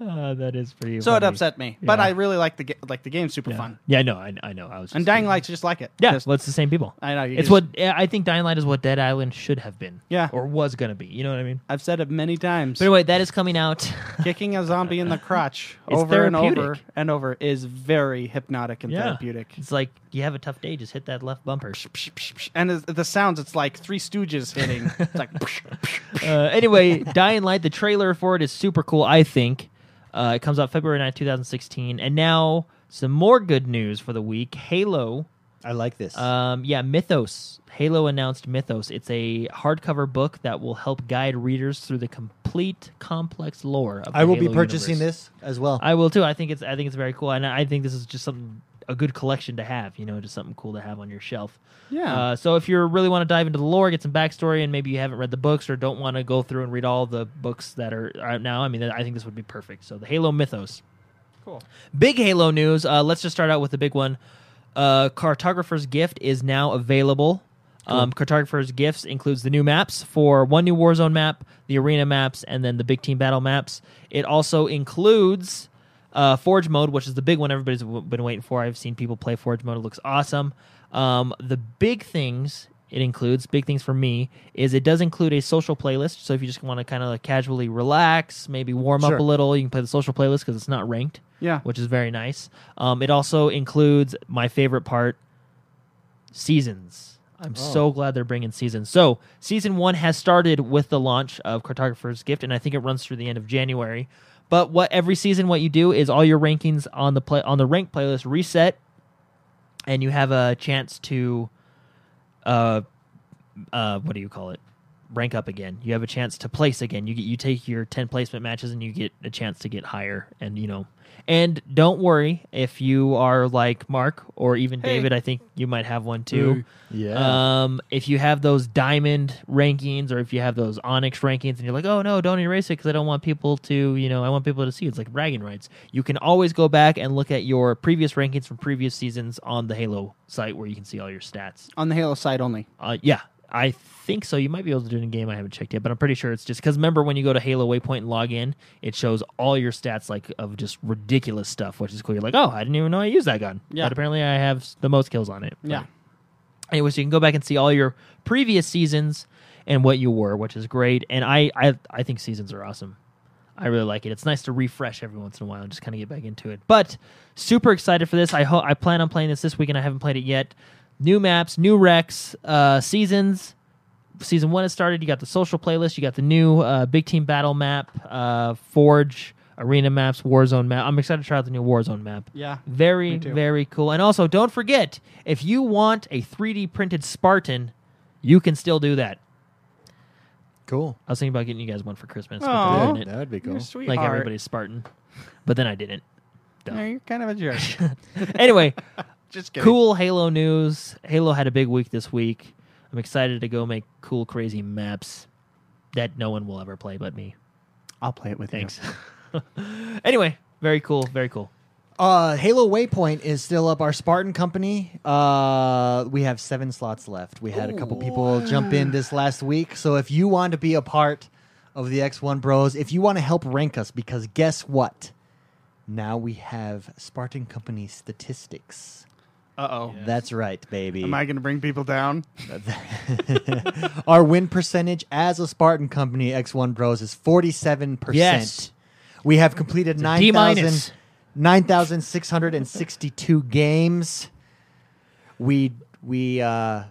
[SPEAKER 4] Uh, that is pretty.
[SPEAKER 2] so it
[SPEAKER 4] funny.
[SPEAKER 2] upset me. But
[SPEAKER 4] Yeah.
[SPEAKER 2] I really like the ga- like the game. Super fun.
[SPEAKER 4] Yeah, no, I, I know. I was
[SPEAKER 2] And
[SPEAKER 4] just
[SPEAKER 2] Dying
[SPEAKER 4] kidding.
[SPEAKER 2] Light's just like it.
[SPEAKER 4] Yeah,
[SPEAKER 2] Just-
[SPEAKER 4] well, it's the same people.
[SPEAKER 2] I know. You
[SPEAKER 4] It's
[SPEAKER 2] just-
[SPEAKER 4] what I think. Dying Light is what Dead Island should have been.
[SPEAKER 2] Yeah.
[SPEAKER 4] or was gonna be. You know what I mean?
[SPEAKER 2] I've said it many times.
[SPEAKER 4] But anyway, that is coming out.
[SPEAKER 2] kicking a zombie in the crotch
[SPEAKER 4] It's
[SPEAKER 2] over and over
[SPEAKER 4] therapeutic.
[SPEAKER 2] and over is very hypnotic and therapeutic.
[SPEAKER 4] It's like you have a tough day, just hit that left bumper.
[SPEAKER 2] Psh, psh, psh. And the- the sounds, it's like Three Stooges hitting. It's like, psh, psh.
[SPEAKER 4] uh, anyway, Dying Light, the trailer for it is super cool, I think. Uh, it comes out February 9th, 2016. And now, some more good news for the week Halo.
[SPEAKER 1] I like this.
[SPEAKER 4] Um, yeah, Mythos. Halo announced Mythos. It's a hardcover book that will help guide readers through the complete, complex lore of the
[SPEAKER 1] I will be
[SPEAKER 4] Halo
[SPEAKER 1] purchasing
[SPEAKER 4] universe.
[SPEAKER 1] this as well.
[SPEAKER 4] I will too. I think it's I think it's very cool, and I think this is just something a good collection to have. You know, just something cool to have on your shelf.
[SPEAKER 2] Yeah.
[SPEAKER 4] Uh, so if you really want to dive into the lore, get some backstory, and maybe you haven't read the books or don't want to go through and read all the books that are out now, I mean, I think this would be perfect. So the Halo Mythos.
[SPEAKER 2] Cool.
[SPEAKER 4] Big Halo news. Uh, let's just start out with the big one. Uh, Cartographer's Gift is now available. Um, Cartographer's Gifts includes the new maps for one new Warzone map, the arena maps, and then the big team battle maps. It also includes uh, Forge mode, which is the big one everybody's w- been waiting for. I've seen people play Forge mode; it looks awesome. Um, the big things it includes, big things for me, is it does include a social playlist. So if you just want to kind of casually relax, maybe warm
[SPEAKER 1] Sure.
[SPEAKER 4] up a little, you can play the social playlist because it's not ranked
[SPEAKER 2] Yeah.
[SPEAKER 4] which is very nice. Um, it also includes my favorite part, seasons. I'm so glad they're bringing seasons. So season one has started with the launch of Cartographer's Gift, and I think it runs through the end of January. But what every season, what you do is all your rankings on the play on the rank playlist reset, and you have a chance to, uh, uh, what do you call it? Rank up again. You have a chance to place again. You get you take your ten placement matches and you get a chance to get higher. And you know, and don't worry if you are like Mark or even
[SPEAKER 2] Hey.
[SPEAKER 4] David. I think you might have one too.
[SPEAKER 1] yeah.
[SPEAKER 4] Um, if you have those diamond rankings or if you have those onyx rankings and you're like, oh no, don't erase it because I don't want people to, you know, I want people to see it's like bragging rights. You can always go back and look at your previous rankings from previous seasons on the Halo site where you can see all your stats.
[SPEAKER 2] On the Halo side only.
[SPEAKER 4] Uh, yeah, I think so. You might be able to do it in a game I haven't checked yet, but I'm pretty sure it's just because remember when you go to Halo Waypoint and log in, it shows all your stats like of just ridiculous stuff, which is cool. You're like, oh, I didn't even know I used that gun.
[SPEAKER 2] Yeah.
[SPEAKER 4] But apparently I have s- the most kills on it.
[SPEAKER 2] Yeah.
[SPEAKER 4] Anyway, so you can go back and see all your previous seasons and what you were, which is great. And I, I, I think seasons are awesome. I really like it. It's nice to refresh every once in a while and just kind of get back into it. But super excited for this. I hope I plan on playing this this week, and I haven't played it yet. New maps, new wrecks, uh, seasons. Season one has started. You got the social playlist. You got the new uh, big team battle map, uh, Forge arena maps, Warzone map. I'm excited to try out the new Warzone map.
[SPEAKER 2] Yeah.
[SPEAKER 4] Very,
[SPEAKER 2] Me too.
[SPEAKER 4] very cool. And also, don't forget if you want a 3D printed Spartan, you can still do that.
[SPEAKER 1] cool.
[SPEAKER 4] I was thinking about getting you guys one for Christmas,
[SPEAKER 2] Aw.
[SPEAKER 4] but
[SPEAKER 2] Yeah,
[SPEAKER 4] they're
[SPEAKER 1] Yeah,
[SPEAKER 4] doing it
[SPEAKER 1] that would be
[SPEAKER 2] You're
[SPEAKER 1] cool.
[SPEAKER 2] a sweetheart.
[SPEAKER 4] like everybody's Spartan, but then I didn't. Duh.
[SPEAKER 2] No, you're kind of a jerk.
[SPEAKER 4] Anyway,
[SPEAKER 2] just kidding.
[SPEAKER 4] cool Halo news. Halo had a big week this week. I'm excited to go make cool, crazy maps that no one will ever play but me.
[SPEAKER 2] I'll play it with you.
[SPEAKER 4] Thanks. anyway, very cool, very cool.
[SPEAKER 1] Uh, Halo Waypoint is still up. Our Spartan company. Uh, we have seven slots left. We had a couple people jump in this last week. So if you want to be a part of the X1 Bros, if you want to help rank us, because guess what? Now we have Spartan company statistics.
[SPEAKER 2] Uh oh.
[SPEAKER 1] That's right, baby.
[SPEAKER 2] Am I going to bring people down?
[SPEAKER 1] Our win percentage as a Spartan company, X1 Bros, is 47%.
[SPEAKER 4] Yes.
[SPEAKER 1] We have completed
[SPEAKER 4] D
[SPEAKER 1] 9,000
[SPEAKER 4] minus.
[SPEAKER 1] 9,662 games. We we uh,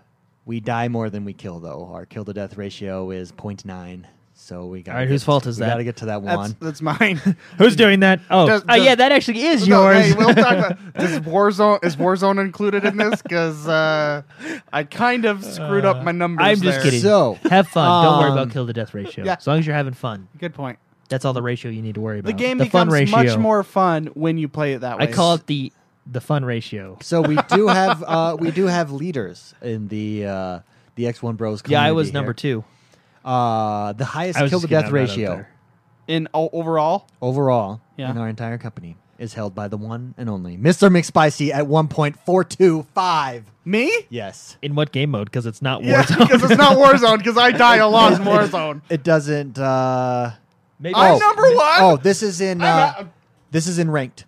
[SPEAKER 1] we die more than we kill though. Our kill to death ratio is 0.9. So we got
[SPEAKER 4] All right, whose fault is that?
[SPEAKER 1] Got to get to that
[SPEAKER 2] That's,
[SPEAKER 1] one.
[SPEAKER 2] that's mine.
[SPEAKER 4] Who's doing that? Oh,
[SPEAKER 2] Does-
[SPEAKER 4] uh,
[SPEAKER 2] does-
[SPEAKER 4] yeah, that actually is
[SPEAKER 2] No,
[SPEAKER 4] yours.
[SPEAKER 2] hey,
[SPEAKER 3] we'll talk about is Warzone is Warzone included in this? Because uh, I kind of screwed up my numbers.
[SPEAKER 4] Uh, I'm just
[SPEAKER 2] there.
[SPEAKER 4] kidding.
[SPEAKER 1] So,
[SPEAKER 4] have fun. Don't worry
[SPEAKER 1] um,
[SPEAKER 4] about kill to death ratio.
[SPEAKER 2] yeah.
[SPEAKER 4] As long as you're having fun,
[SPEAKER 2] Good point.
[SPEAKER 4] that's all the ratio you need to worry about.
[SPEAKER 2] The game
[SPEAKER 4] the fun
[SPEAKER 2] becomes
[SPEAKER 4] ratio.
[SPEAKER 2] much more fun when you play it that way.
[SPEAKER 4] I call it the the fun ratio.
[SPEAKER 1] so we do have uh, we do have leaders in the uh, the X1 Bros.
[SPEAKER 4] Yeah, I was
[SPEAKER 1] community
[SPEAKER 4] number
[SPEAKER 1] here.
[SPEAKER 4] two.
[SPEAKER 1] Uh, the highest
[SPEAKER 4] I was
[SPEAKER 1] kill to
[SPEAKER 4] just gonna
[SPEAKER 1] death
[SPEAKER 4] have that up
[SPEAKER 1] ratio.
[SPEAKER 4] there.
[SPEAKER 2] in o- overall.
[SPEAKER 1] overall
[SPEAKER 2] Yeah.
[SPEAKER 1] in our entire company is held by the one and only Mr. McSpicy at 1.425.
[SPEAKER 2] Me?
[SPEAKER 1] Yes.
[SPEAKER 4] In what game mode? Because it's not
[SPEAKER 2] Yeah,
[SPEAKER 4] Warzone.
[SPEAKER 2] because it's not Warzone. Because I die a lot in Warzone.
[SPEAKER 1] It doesn't uh
[SPEAKER 4] Maybe
[SPEAKER 2] I'm
[SPEAKER 4] it's-
[SPEAKER 2] number one.
[SPEAKER 1] Oh, this is in uh,
[SPEAKER 3] I'm-
[SPEAKER 1] this is in ranked.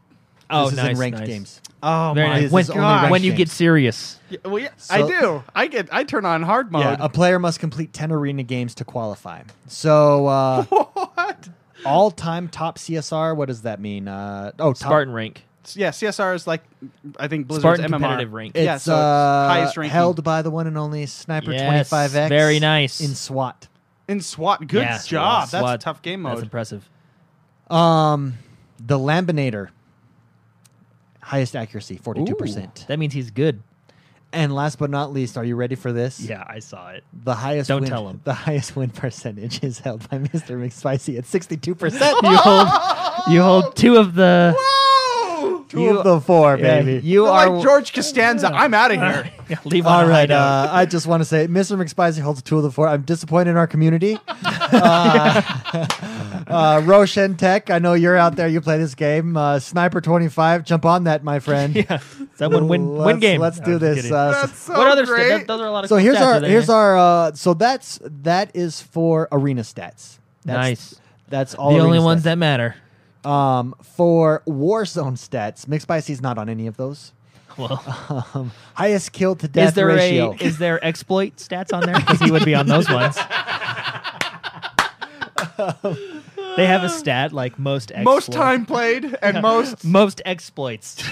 [SPEAKER 4] Oh,
[SPEAKER 1] this is in
[SPEAKER 4] nice,
[SPEAKER 1] ranked
[SPEAKER 4] nice.
[SPEAKER 1] games.
[SPEAKER 2] Oh
[SPEAKER 4] Very nice.
[SPEAKER 1] this
[SPEAKER 4] When,
[SPEAKER 1] is only ranked
[SPEAKER 4] when you get
[SPEAKER 1] games.
[SPEAKER 4] serious,
[SPEAKER 2] Yeah, well, yeah, I
[SPEAKER 1] So-
[SPEAKER 2] do. I get. I turn on hard mode.
[SPEAKER 1] Yeah, a player must complete 10 arena games to qualify. So uh
[SPEAKER 2] what?
[SPEAKER 1] all-time top CSR, what does that mean? Uh oh, top,
[SPEAKER 4] Spartan rank.
[SPEAKER 2] Yeah, CSR is like I think Blizzard's
[SPEAKER 4] Spartan
[SPEAKER 2] MMR.
[SPEAKER 4] competitive rank.
[SPEAKER 1] It's,
[SPEAKER 2] yeah, so
[SPEAKER 1] uh,
[SPEAKER 2] it's highest ranking
[SPEAKER 1] held by the one and only Sniper
[SPEAKER 4] Yes,
[SPEAKER 1] 25X.
[SPEAKER 4] very nice.
[SPEAKER 1] in SWAT.
[SPEAKER 2] in SWAT. Good
[SPEAKER 4] Yeah,
[SPEAKER 2] job.
[SPEAKER 4] SWAT.
[SPEAKER 2] That's a tough game
[SPEAKER 4] That's
[SPEAKER 2] mode.
[SPEAKER 4] impressive.
[SPEAKER 1] Um, the Lambinator, highest accuracy, forty-two percent.
[SPEAKER 4] That means he's good.
[SPEAKER 1] And last but not least, are you ready for this?
[SPEAKER 4] Yeah, I saw it.
[SPEAKER 1] The highest
[SPEAKER 4] Don't
[SPEAKER 1] win,
[SPEAKER 4] tell 'em.
[SPEAKER 1] The highest win percentage is held by Mr. McSpicy at sixty-two percent.
[SPEAKER 4] You hold, you hold two of the.
[SPEAKER 2] Whoa!
[SPEAKER 1] Two of the four,
[SPEAKER 4] Yeah,
[SPEAKER 1] baby.
[SPEAKER 4] you
[SPEAKER 2] You're
[SPEAKER 4] are
[SPEAKER 2] like George Costanza. I'm out of here.
[SPEAKER 4] Yeah, leave on
[SPEAKER 1] All
[SPEAKER 4] a high
[SPEAKER 1] right.
[SPEAKER 4] note.
[SPEAKER 1] Uh, I just want to say, Mr. McSpicy holds two of the four. I'm disappointed in our community. uh, uh, Roshan Tech, I know you're out there. You play this game. Uh, Sniper twenty five, jump on that, my friend.
[SPEAKER 4] yeah, someone win
[SPEAKER 1] let's,
[SPEAKER 4] win game.
[SPEAKER 1] Let's
[SPEAKER 4] No,
[SPEAKER 1] do
[SPEAKER 4] I'm just
[SPEAKER 1] this.
[SPEAKER 4] kidding.
[SPEAKER 1] Uh,
[SPEAKER 3] That's so
[SPEAKER 4] what other
[SPEAKER 3] great.
[SPEAKER 4] stats? Those are a lot of.
[SPEAKER 1] so
[SPEAKER 4] cool
[SPEAKER 1] here's
[SPEAKER 4] stats,
[SPEAKER 1] our
[SPEAKER 4] are they?
[SPEAKER 1] here's our uh, so that's that is for arena stats. That's,
[SPEAKER 4] Nice.
[SPEAKER 1] That's all
[SPEAKER 4] the
[SPEAKER 1] arena
[SPEAKER 4] only ones
[SPEAKER 1] stats.
[SPEAKER 4] that matter.
[SPEAKER 1] that um for Warzone stats. McSpicy's not on any of those.
[SPEAKER 4] Well,
[SPEAKER 1] Um, highest kill to death
[SPEAKER 4] is there
[SPEAKER 1] ratio.
[SPEAKER 4] a is there exploit stats on there? Because he would be on those ones. they have a stat like most exploits.
[SPEAKER 2] Most time played and most.
[SPEAKER 4] most exploits.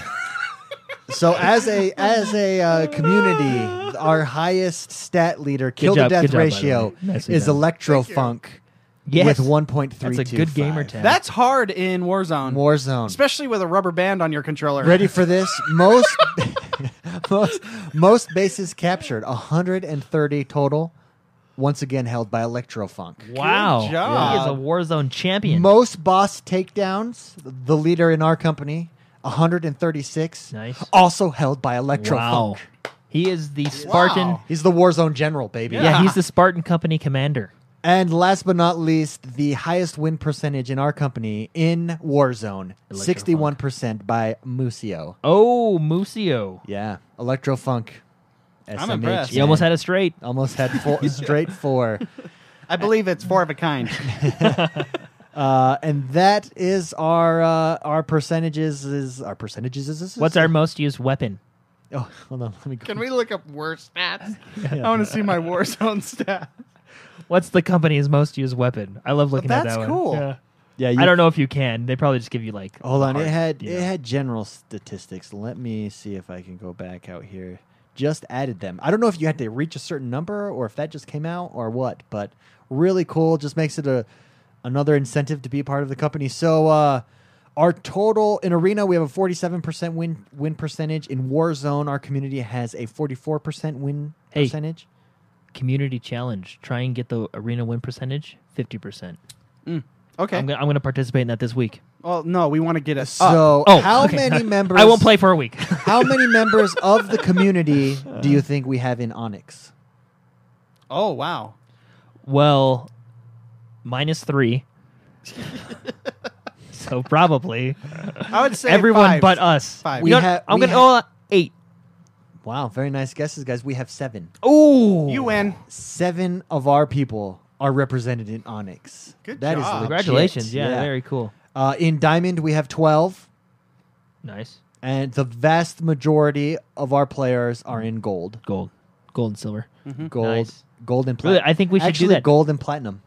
[SPEAKER 1] so as a as a uh, community, our highest stat leader kill
[SPEAKER 4] job,
[SPEAKER 1] to death
[SPEAKER 4] good job, by the
[SPEAKER 1] ratio
[SPEAKER 4] way. Nicely
[SPEAKER 1] is
[SPEAKER 4] done.
[SPEAKER 1] Electro Funk with one point three.
[SPEAKER 4] that's a good gamer tag.
[SPEAKER 2] That's hard in Warzone,
[SPEAKER 1] Warzone.
[SPEAKER 2] especially with a rubber band on your controller.
[SPEAKER 1] Ready for this? Most most most bases captured, 130 total. Once again held by Electrofunk.
[SPEAKER 4] wow.
[SPEAKER 2] job.
[SPEAKER 4] He is a Warzone champion.
[SPEAKER 1] Most boss takedowns, the leader in our company, 136.
[SPEAKER 4] Nice.
[SPEAKER 1] Also held by Electrofunk.
[SPEAKER 4] wow. He is the Spartan.
[SPEAKER 2] Wow.
[SPEAKER 1] He's the Warzone general, baby.
[SPEAKER 4] Yeah. he's the Spartan company commander.
[SPEAKER 1] And last but not least, the highest win percentage in our company in Warzone,
[SPEAKER 4] Electrofunk.
[SPEAKER 1] 61% by Musio.
[SPEAKER 4] Oh, Musio.
[SPEAKER 1] Yeah, Electrofunk. SMH,
[SPEAKER 2] impressed.
[SPEAKER 4] He almost
[SPEAKER 1] man.
[SPEAKER 4] had it straight.
[SPEAKER 1] almost had four straight four
[SPEAKER 2] I believe it's four of a kind.
[SPEAKER 1] uh, and that is our uh, our percentages is our percentages is, is, is
[SPEAKER 4] What's our most used weapon?
[SPEAKER 1] oh hold on let me go
[SPEAKER 3] Can we look up worse stats?
[SPEAKER 2] I want to see my Warzone stats.
[SPEAKER 4] What's the company's most used weapon? I love looking
[SPEAKER 2] that's
[SPEAKER 4] at that
[SPEAKER 2] cool.
[SPEAKER 4] one. Yeah.
[SPEAKER 1] yeah you,
[SPEAKER 4] I don't know if you Oh. can. They probably just give you like.
[SPEAKER 1] hold on
[SPEAKER 4] hard,
[SPEAKER 1] it had
[SPEAKER 4] you
[SPEAKER 1] it
[SPEAKER 4] know.
[SPEAKER 1] had general statistics let me see if I can go back out here just added them I don't know if you had to reach a certain number or if that just came out or what but really cool just makes it a another incentive to be a part of the company so uh our total in arena, we have a forty-seven percent win win percentage. In Warzone, our community has a forty-four percent win
[SPEAKER 4] Hey,
[SPEAKER 1] percentage.
[SPEAKER 4] community challenge. Try and get the arena win percentage fifty percent.
[SPEAKER 2] Mm. Okay.
[SPEAKER 4] I'm gonna I'm gonna participate in that this week.
[SPEAKER 2] well, no, we want to get us. up.
[SPEAKER 1] So,
[SPEAKER 4] Oh,
[SPEAKER 1] how
[SPEAKER 4] okay.
[SPEAKER 1] many members?
[SPEAKER 4] I won't play for a week.
[SPEAKER 1] How many members of the community do you think we have in Onyx?
[SPEAKER 2] oh wow.
[SPEAKER 4] well, minus three. so probably
[SPEAKER 2] I would say
[SPEAKER 4] everyone
[SPEAKER 2] five.
[SPEAKER 4] but uh, us.
[SPEAKER 2] Five.
[SPEAKER 1] We
[SPEAKER 4] You know,
[SPEAKER 1] ha-
[SPEAKER 4] I'm
[SPEAKER 1] we
[SPEAKER 4] gonna
[SPEAKER 1] ha-
[SPEAKER 4] oh, eight.
[SPEAKER 1] Wow, very nice guesses, guys. We have seven.
[SPEAKER 4] Ooh,
[SPEAKER 2] You win.
[SPEAKER 1] Seven of our people are represented in Onyx.
[SPEAKER 2] Good
[SPEAKER 1] That is
[SPEAKER 2] job.
[SPEAKER 1] legit.
[SPEAKER 4] Congratulations! Yeah, very cool.
[SPEAKER 1] Uh, in Diamond, we have 12,
[SPEAKER 4] Nice
[SPEAKER 1] and the vast majority of our players are in gold.
[SPEAKER 4] gold, gold and silver.
[SPEAKER 1] Gold,
[SPEAKER 4] Mm-hmm. Nice.
[SPEAKER 1] gold and
[SPEAKER 4] Really,
[SPEAKER 1] platinum.
[SPEAKER 4] I think we should do
[SPEAKER 1] Actually,
[SPEAKER 4] that.
[SPEAKER 1] gold and platinum.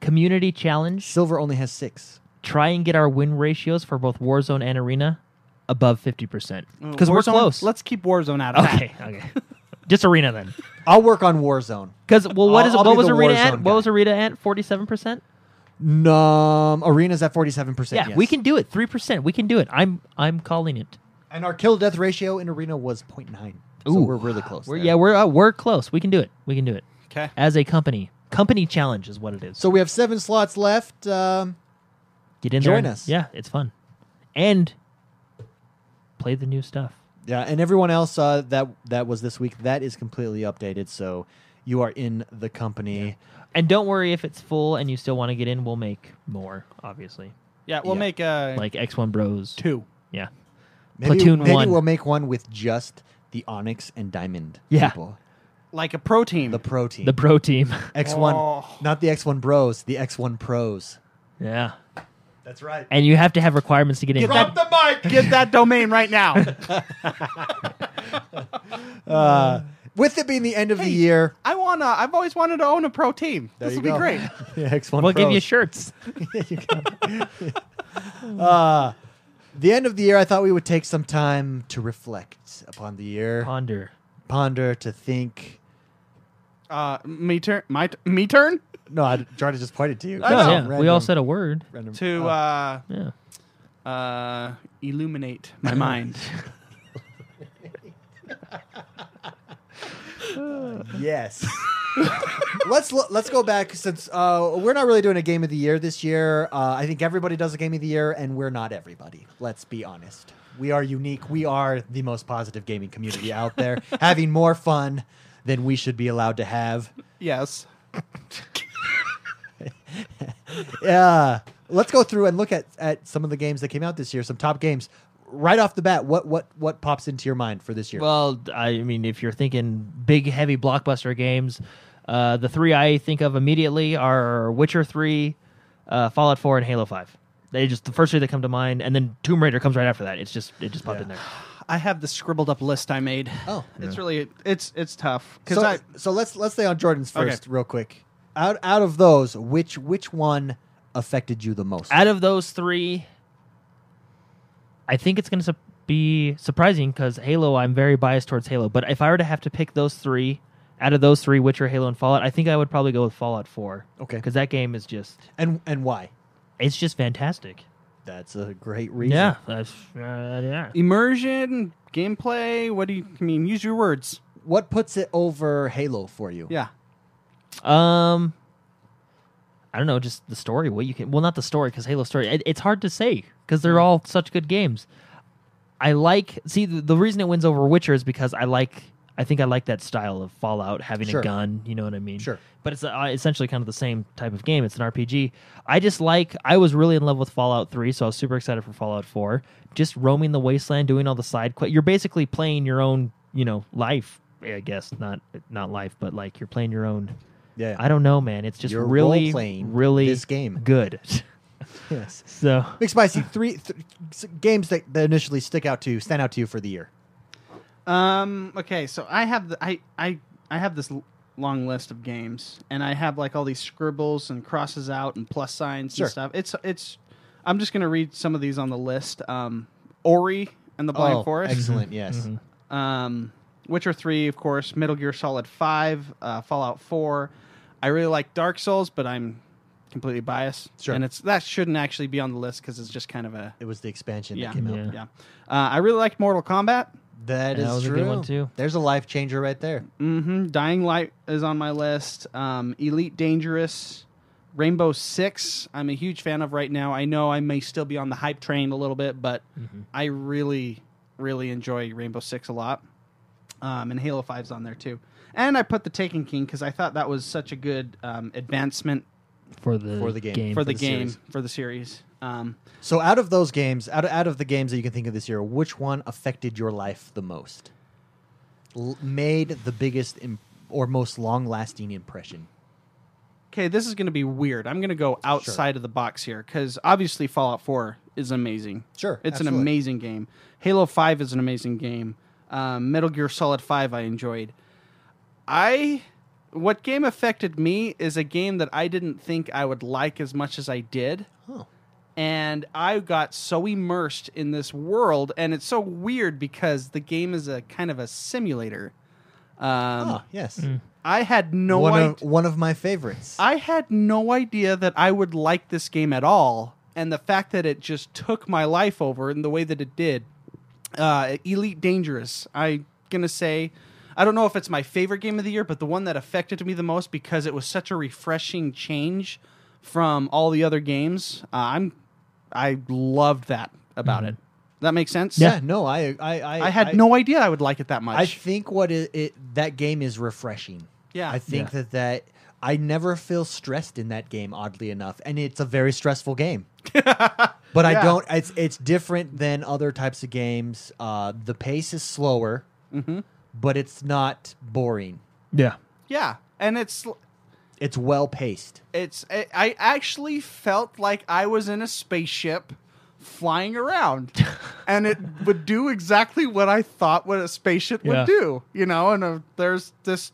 [SPEAKER 4] Community challenge:
[SPEAKER 1] Silver only has six.
[SPEAKER 4] try and get our win ratios for both Warzone and Arena above fifty percent
[SPEAKER 1] Mm,
[SPEAKER 2] Uh,
[SPEAKER 4] because we're
[SPEAKER 2] Warzone-
[SPEAKER 4] close.
[SPEAKER 2] Let's keep Warzone out of that.
[SPEAKER 4] okay, okay. Just Arena then,
[SPEAKER 1] I'll work on Warzone.
[SPEAKER 4] because well, what is
[SPEAKER 1] I'll- I'll
[SPEAKER 4] what
[SPEAKER 1] be
[SPEAKER 4] was
[SPEAKER 1] the
[SPEAKER 4] Arena
[SPEAKER 1] Warzone
[SPEAKER 4] at? What
[SPEAKER 1] guy.
[SPEAKER 4] was Arena at? Forty seven percent.
[SPEAKER 1] Um, arena's at forty-seven percent.
[SPEAKER 4] Yeah, we can do it. Three percent. We can do it. I'm I'm calling it.
[SPEAKER 1] And our kill death ratio in arena was 0.9. So
[SPEAKER 4] Ooh.
[SPEAKER 1] we're really close.
[SPEAKER 4] We're,
[SPEAKER 1] there.
[SPEAKER 4] yeah, we're uh, we're close. We can do it. We can do it
[SPEAKER 2] Okay.
[SPEAKER 4] as a company. Company challenge is what it is.
[SPEAKER 1] So we have seven slots left. Um,
[SPEAKER 4] Get in there.
[SPEAKER 1] Join
[SPEAKER 4] and-
[SPEAKER 1] us.
[SPEAKER 4] Yeah, it's fun. And play the new stuff.
[SPEAKER 1] yeah, and everyone else uh, that that was this week that is completely updated. So you are in the company.
[SPEAKER 4] And don't worry if it's full and you still want to get in, we'll make more, obviously.
[SPEAKER 2] Yeah, we'll
[SPEAKER 1] Yeah.
[SPEAKER 2] make uh,
[SPEAKER 4] Like X1 Bros.
[SPEAKER 2] two.
[SPEAKER 4] Yeah.
[SPEAKER 1] Maybe,
[SPEAKER 4] Platoon
[SPEAKER 1] maybe
[SPEAKER 4] one.
[SPEAKER 1] we'll make one with just the Onyx and Diamond
[SPEAKER 4] Yeah.
[SPEAKER 1] people.
[SPEAKER 2] Like a pro team.
[SPEAKER 1] The pro team.
[SPEAKER 4] The pro team.
[SPEAKER 1] X1.
[SPEAKER 2] Oh.
[SPEAKER 1] Not the X1 bros, the X1 pros.
[SPEAKER 4] yeah.
[SPEAKER 1] That's right.
[SPEAKER 4] And you have to have requirements to get in.
[SPEAKER 2] Drop the mic. Get that domain right now.
[SPEAKER 4] Mm.
[SPEAKER 1] Uh, with it being the end of the
[SPEAKER 2] Hey.
[SPEAKER 1] year,
[SPEAKER 2] I wanna. I've always wanted to own a pro team.
[SPEAKER 1] there
[SPEAKER 2] This
[SPEAKER 1] you
[SPEAKER 2] will be
[SPEAKER 1] go.
[SPEAKER 2] great.
[SPEAKER 1] Yeah, X1
[SPEAKER 4] we'll give you
[SPEAKER 1] pros.
[SPEAKER 4] shirts.
[SPEAKER 1] There you go. uh, the end of the year, I thought we would take some time to reflect upon the year,
[SPEAKER 4] Ponder.
[SPEAKER 1] ponder, to think.
[SPEAKER 2] Uh, me turn. My t- me turn
[SPEAKER 1] No, I, Jordan just pointed to you.
[SPEAKER 2] I know.
[SPEAKER 4] yeah. We all
[SPEAKER 1] Random-
[SPEAKER 4] said a word.
[SPEAKER 1] random-
[SPEAKER 2] to
[SPEAKER 1] oh.
[SPEAKER 2] uh,
[SPEAKER 4] Yeah.
[SPEAKER 2] uh, illuminate my mind.
[SPEAKER 1] yes. let's lo- let's go back since uh, we're not really doing a game of the year this year. Uh, I think everybody does a game of the year, and we're not everybody. Let's be honest. We are unique. We are the most positive gaming community out there, having more fun than we should be allowed to have.
[SPEAKER 2] yes.
[SPEAKER 1] Yeah. Let's go through and look at, at some of the games that came out this year, some top games. Right off the bat, what what what pops into your mind for this year?
[SPEAKER 4] Well, I mean, if you're thinking big, heavy blockbuster games, uh, the three I think of immediately are Witcher 3, uh, Fallout 4, and Halo 5. They just the first three that come to mind, and then Tomb Raider comes right after that. It's just it just popped
[SPEAKER 1] Yeah.
[SPEAKER 4] in there.
[SPEAKER 2] I have the scribbled up list I made.
[SPEAKER 1] Oh.
[SPEAKER 2] it's really it's it's tough because
[SPEAKER 1] so,
[SPEAKER 2] I
[SPEAKER 1] so let's let's stay on Jordan's
[SPEAKER 2] Okay.
[SPEAKER 1] first real quick. Out out of those, which which one affected you the most?
[SPEAKER 4] Out of those three, I think it's going to su- be surprising because Halo. I'm very biased towards Halo, but if I were to have to pick those three, out of those three, Witcher, Halo, and Fallout, I think I would probably go with Fallout 4.
[SPEAKER 1] Okay.
[SPEAKER 4] because that game is just
[SPEAKER 1] and and why?
[SPEAKER 4] it's just fantastic.
[SPEAKER 1] That's a great reason.
[SPEAKER 4] Yeah, that's, uh, yeah.
[SPEAKER 2] immersion gameplay. What do you I mean? Use your words.
[SPEAKER 1] What puts it over Halo for you?
[SPEAKER 2] Yeah.
[SPEAKER 4] Um, I don't know, just the story. What you can well, not the story because Halo story. It, it's hard to say because they're all such good games. I like see the, the reason it wins over Witcher is because I like. I think I like that style of Fallout, having
[SPEAKER 1] Sure.
[SPEAKER 4] a gun. You know what I mean?
[SPEAKER 1] Sure.
[SPEAKER 4] But it's uh, essentially kind of the same type of game. It's an RPG. I just like. I was really in love with Fallout Three, so I was super excited for Fallout Four. Just roaming the wasteland, doing all the side quests. You're basically playing your own, you know, life. I guess not not life, but like you're playing your own
[SPEAKER 1] Yeah.
[SPEAKER 4] I don't know, man. It's just
[SPEAKER 1] You're
[SPEAKER 4] really,
[SPEAKER 1] role-playing
[SPEAKER 4] really
[SPEAKER 1] this game.
[SPEAKER 4] good.
[SPEAKER 1] yes.
[SPEAKER 4] so
[SPEAKER 1] Big Spicy, three th- s- games that, that initially stick out to you, stand out to you for the year.
[SPEAKER 2] Um. Okay. So I have the I I I have this l- long list of games, and I have like all these scribbles and crosses out and plus signs
[SPEAKER 1] Sure.
[SPEAKER 2] and stuff. It's it's. I'm just gonna read some of these on the list. Um, Ori and the Blind
[SPEAKER 1] oh,
[SPEAKER 2] Forest.
[SPEAKER 4] Mm-hmm.
[SPEAKER 1] excellent. Yes.
[SPEAKER 2] Um, Witcher Three, of course. Metal Gear Solid Five. Uh, Fallout Four. I really like Dark Souls, but I'm completely biased.
[SPEAKER 1] Sure.
[SPEAKER 2] And it's that shouldn't actually be on the list because it's just kind of a
[SPEAKER 1] It was the expansion
[SPEAKER 2] yeah
[SPEAKER 1] that came out.
[SPEAKER 4] Yeah.
[SPEAKER 2] yeah. Uh, I really liked Mortal Kombat.
[SPEAKER 1] That
[SPEAKER 4] Yeah,
[SPEAKER 1] is
[SPEAKER 4] that was a
[SPEAKER 1] true.
[SPEAKER 4] good one, too.
[SPEAKER 1] There's a life changer right there.
[SPEAKER 2] hmm Dying Light is on my list. Um, Elite Dangerous, Rainbow Six. I'm a huge fan of right now. I know I may still be on the hype train a little bit, but
[SPEAKER 1] Mm-hmm.
[SPEAKER 2] I really, really enjoy Rainbow Six a lot. Um, and Halo 5's on there too. And I put the Taken King because I thought that was such a good um, advancement
[SPEAKER 4] for the
[SPEAKER 1] For the game.
[SPEAKER 2] for, the,
[SPEAKER 1] the
[SPEAKER 2] game
[SPEAKER 1] series.
[SPEAKER 2] for the series. Um,
[SPEAKER 1] So, out of those games, out of, out of the games that you can think of this year, which one affected your life the most? L- made the biggest Im- or most long lasting impression?
[SPEAKER 2] okay, this is going to be weird. I'm going to go outside of the box here because obviously Fallout 4 is amazing.
[SPEAKER 1] Sure,
[SPEAKER 2] It's
[SPEAKER 1] absolutely.
[SPEAKER 2] an amazing game. Halo 5 is an amazing game. Um, Metal Gear Solid 5, I enjoyed. I. What game affected me is a game that I didn't think I would like as much as I did.
[SPEAKER 1] Oh,
[SPEAKER 2] and I got so immersed in this world, and it's so weird because the game is a kind of a simulator. Um,
[SPEAKER 1] ah, yes.
[SPEAKER 2] I had no
[SPEAKER 1] one,
[SPEAKER 2] idea.
[SPEAKER 1] of, one of my favorites.
[SPEAKER 2] I had no idea that I would like this game at all, and the fact that it just took my life over in the way that it did. Uh, Elite Dangerous. I gonna say, I don't know if it's my favorite game of the year, but the one that affected me the most because it was such a refreshing change from all the other games. Uh, I'm, I loved that about it. That makes sense.
[SPEAKER 1] yeah. no, I, I, I,
[SPEAKER 2] I had no idea I would like it that much.
[SPEAKER 1] I think what it, it that game is refreshing.
[SPEAKER 2] Yeah.
[SPEAKER 1] I think that that I never feel stressed in that game. Oddly enough, and it's a very stressful game. but I
[SPEAKER 2] Yeah.
[SPEAKER 1] don't. It's it's different than other types of games. Uh, the pace is slower,
[SPEAKER 2] Mm-hmm.
[SPEAKER 1] but it's not boring.
[SPEAKER 4] Yeah.
[SPEAKER 2] yeah, and it's
[SPEAKER 1] It's well paced.
[SPEAKER 2] it's I, I actually felt like I was in a spaceship flying around and it would do exactly what I thought what a spaceship
[SPEAKER 4] Yeah.
[SPEAKER 2] would do, you know, and uh, there's this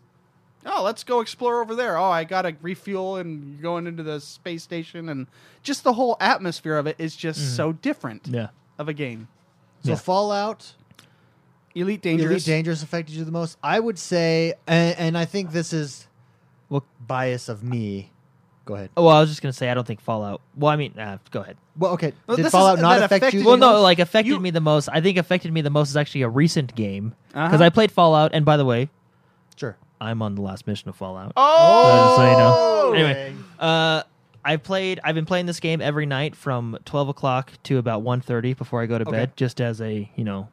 [SPEAKER 2] oh, let's go explore over there. Oh, I got to refuel and going into the space station and just the whole atmosphere of it is just so different
[SPEAKER 4] Mm-hmm. Yeah.
[SPEAKER 2] of a game.
[SPEAKER 1] So
[SPEAKER 4] Yeah.
[SPEAKER 1] Fallout,
[SPEAKER 2] Elite Dangerous.
[SPEAKER 1] Elite Dangerous affected you the most. I would say, and, and I think this is
[SPEAKER 4] Well-
[SPEAKER 1] bias of me. Go ahead.
[SPEAKER 4] Oh, well, I was just gonna say I don't think Fallout. Well, I mean, uh, go ahead.
[SPEAKER 1] Well, okay.
[SPEAKER 2] Well,
[SPEAKER 1] Did
[SPEAKER 2] this is-
[SPEAKER 1] Fallout not
[SPEAKER 2] that
[SPEAKER 1] affect you?
[SPEAKER 2] affected
[SPEAKER 1] the
[SPEAKER 4] Well, no,
[SPEAKER 1] most?
[SPEAKER 4] like affected
[SPEAKER 2] You-
[SPEAKER 4] me the most. I think affected me the most is actually a recent game because
[SPEAKER 2] Uh-huh.
[SPEAKER 4] I played Fallout. And by the way,
[SPEAKER 1] sure.
[SPEAKER 4] I'm on the last mission of Fallout.
[SPEAKER 2] Oh,
[SPEAKER 4] Just so you know.
[SPEAKER 2] Okay.
[SPEAKER 4] Anyway, uh, I played. I've been playing this game every night from twelve o'clock to about 1.30 before I go to bed, just as a you know.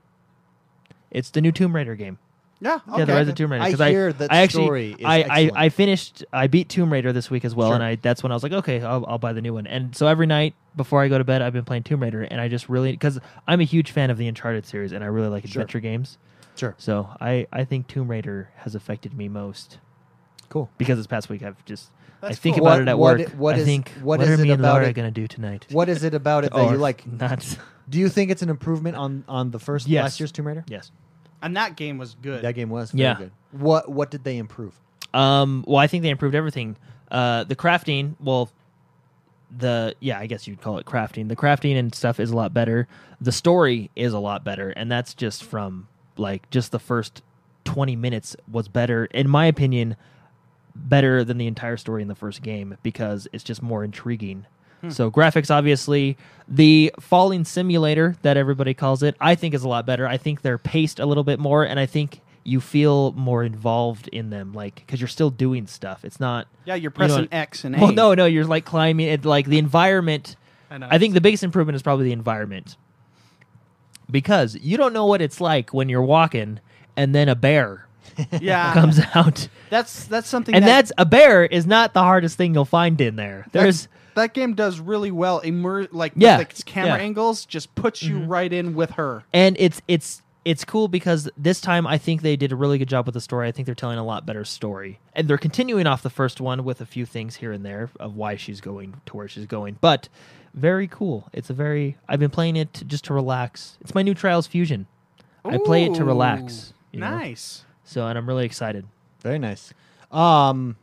[SPEAKER 4] It's the new Tomb Raider game.
[SPEAKER 2] yeah, okay.
[SPEAKER 4] Yeah, the Rise of Tomb Raider.
[SPEAKER 1] I
[SPEAKER 4] 'cause
[SPEAKER 1] hear that
[SPEAKER 4] I actually,
[SPEAKER 1] story is
[SPEAKER 4] I, I,
[SPEAKER 1] excellent.
[SPEAKER 4] I finished. I beat Tomb Raider this week as well,
[SPEAKER 1] Sure.
[SPEAKER 4] and I that's when I was like, okay, I'll, I'll buy the new one. And so every night before I go to bed, I've been playing Tomb Raider, and I just really because I'm a huge fan of the Uncharted series, and I really like
[SPEAKER 1] Sure.
[SPEAKER 4] adventure games.
[SPEAKER 1] Sure.
[SPEAKER 4] So I, I think Tomb Raider has affected me most
[SPEAKER 1] Cool.
[SPEAKER 4] because this past week I've just I
[SPEAKER 2] That's
[SPEAKER 4] think
[SPEAKER 1] cool.
[SPEAKER 4] about
[SPEAKER 1] What-
[SPEAKER 4] it at
[SPEAKER 1] what
[SPEAKER 4] work.
[SPEAKER 1] i- what
[SPEAKER 4] I
[SPEAKER 1] is-
[SPEAKER 4] think
[SPEAKER 1] what
[SPEAKER 4] what
[SPEAKER 1] is
[SPEAKER 4] are
[SPEAKER 1] it
[SPEAKER 4] me and
[SPEAKER 1] about
[SPEAKER 4] Laura
[SPEAKER 1] it-
[SPEAKER 4] gonna do tonight?
[SPEAKER 1] What is it about it that
[SPEAKER 4] Or
[SPEAKER 1] you like?
[SPEAKER 4] not?
[SPEAKER 1] Do you think it's an improvement on on the first
[SPEAKER 4] Yes.
[SPEAKER 1] last year's Tomb Raider?
[SPEAKER 4] yes.
[SPEAKER 2] and that game was good.
[SPEAKER 1] That game was very
[SPEAKER 4] Yeah.
[SPEAKER 1] good. What what did they improve?
[SPEAKER 4] Um, well, I think they improved everything. Uh, the crafting, well, the yeah, I guess you'd call it crafting. The crafting and stuff is a lot better. The story is a lot better, and that's just from like just the first twenty minutes was better, in my opinion, better than the entire story in the first game because it's just more intriguing.
[SPEAKER 2] Hmm.
[SPEAKER 4] So graphics, obviously, the falling simulator that everybody calls it, I think is a lot better. I think they're paced a little bit more, and I think you feel more involved in them, like because you're still doing stuff. It's not
[SPEAKER 2] Yeah, you're
[SPEAKER 4] you know,
[SPEAKER 2] pressing X and A.
[SPEAKER 4] well, no, no, you're like climbing. It, like the environment.
[SPEAKER 2] I
[SPEAKER 4] I,
[SPEAKER 2] know.
[SPEAKER 4] think the biggest improvement is probably the environment because you don't know what it's like when you're walking and then a bear
[SPEAKER 2] yeah,
[SPEAKER 4] comes out,
[SPEAKER 2] that's that's something.
[SPEAKER 4] and
[SPEAKER 2] that-
[SPEAKER 4] that's a bear is not the hardest thing you'll find in there. There's
[SPEAKER 2] that game does really well. Immer- like
[SPEAKER 4] Yeah,
[SPEAKER 2] with its camera
[SPEAKER 4] yeah. Mm-hmm.
[SPEAKER 2] angles just puts you right in with her.
[SPEAKER 4] and it's it's it's cool because this time I think they did a really good job with the story. I think they're telling a lot better story, and they're continuing off the first one with a few things here and there of why she's going to where she's going. But very cool. It's a very. I've been playing it to, just to relax. It's my new Trials Fusion. I play it to
[SPEAKER 2] Ooh,
[SPEAKER 4] relax. you know?
[SPEAKER 2] Nice.
[SPEAKER 4] So, and I'm really excited.
[SPEAKER 1] Very nice. Um,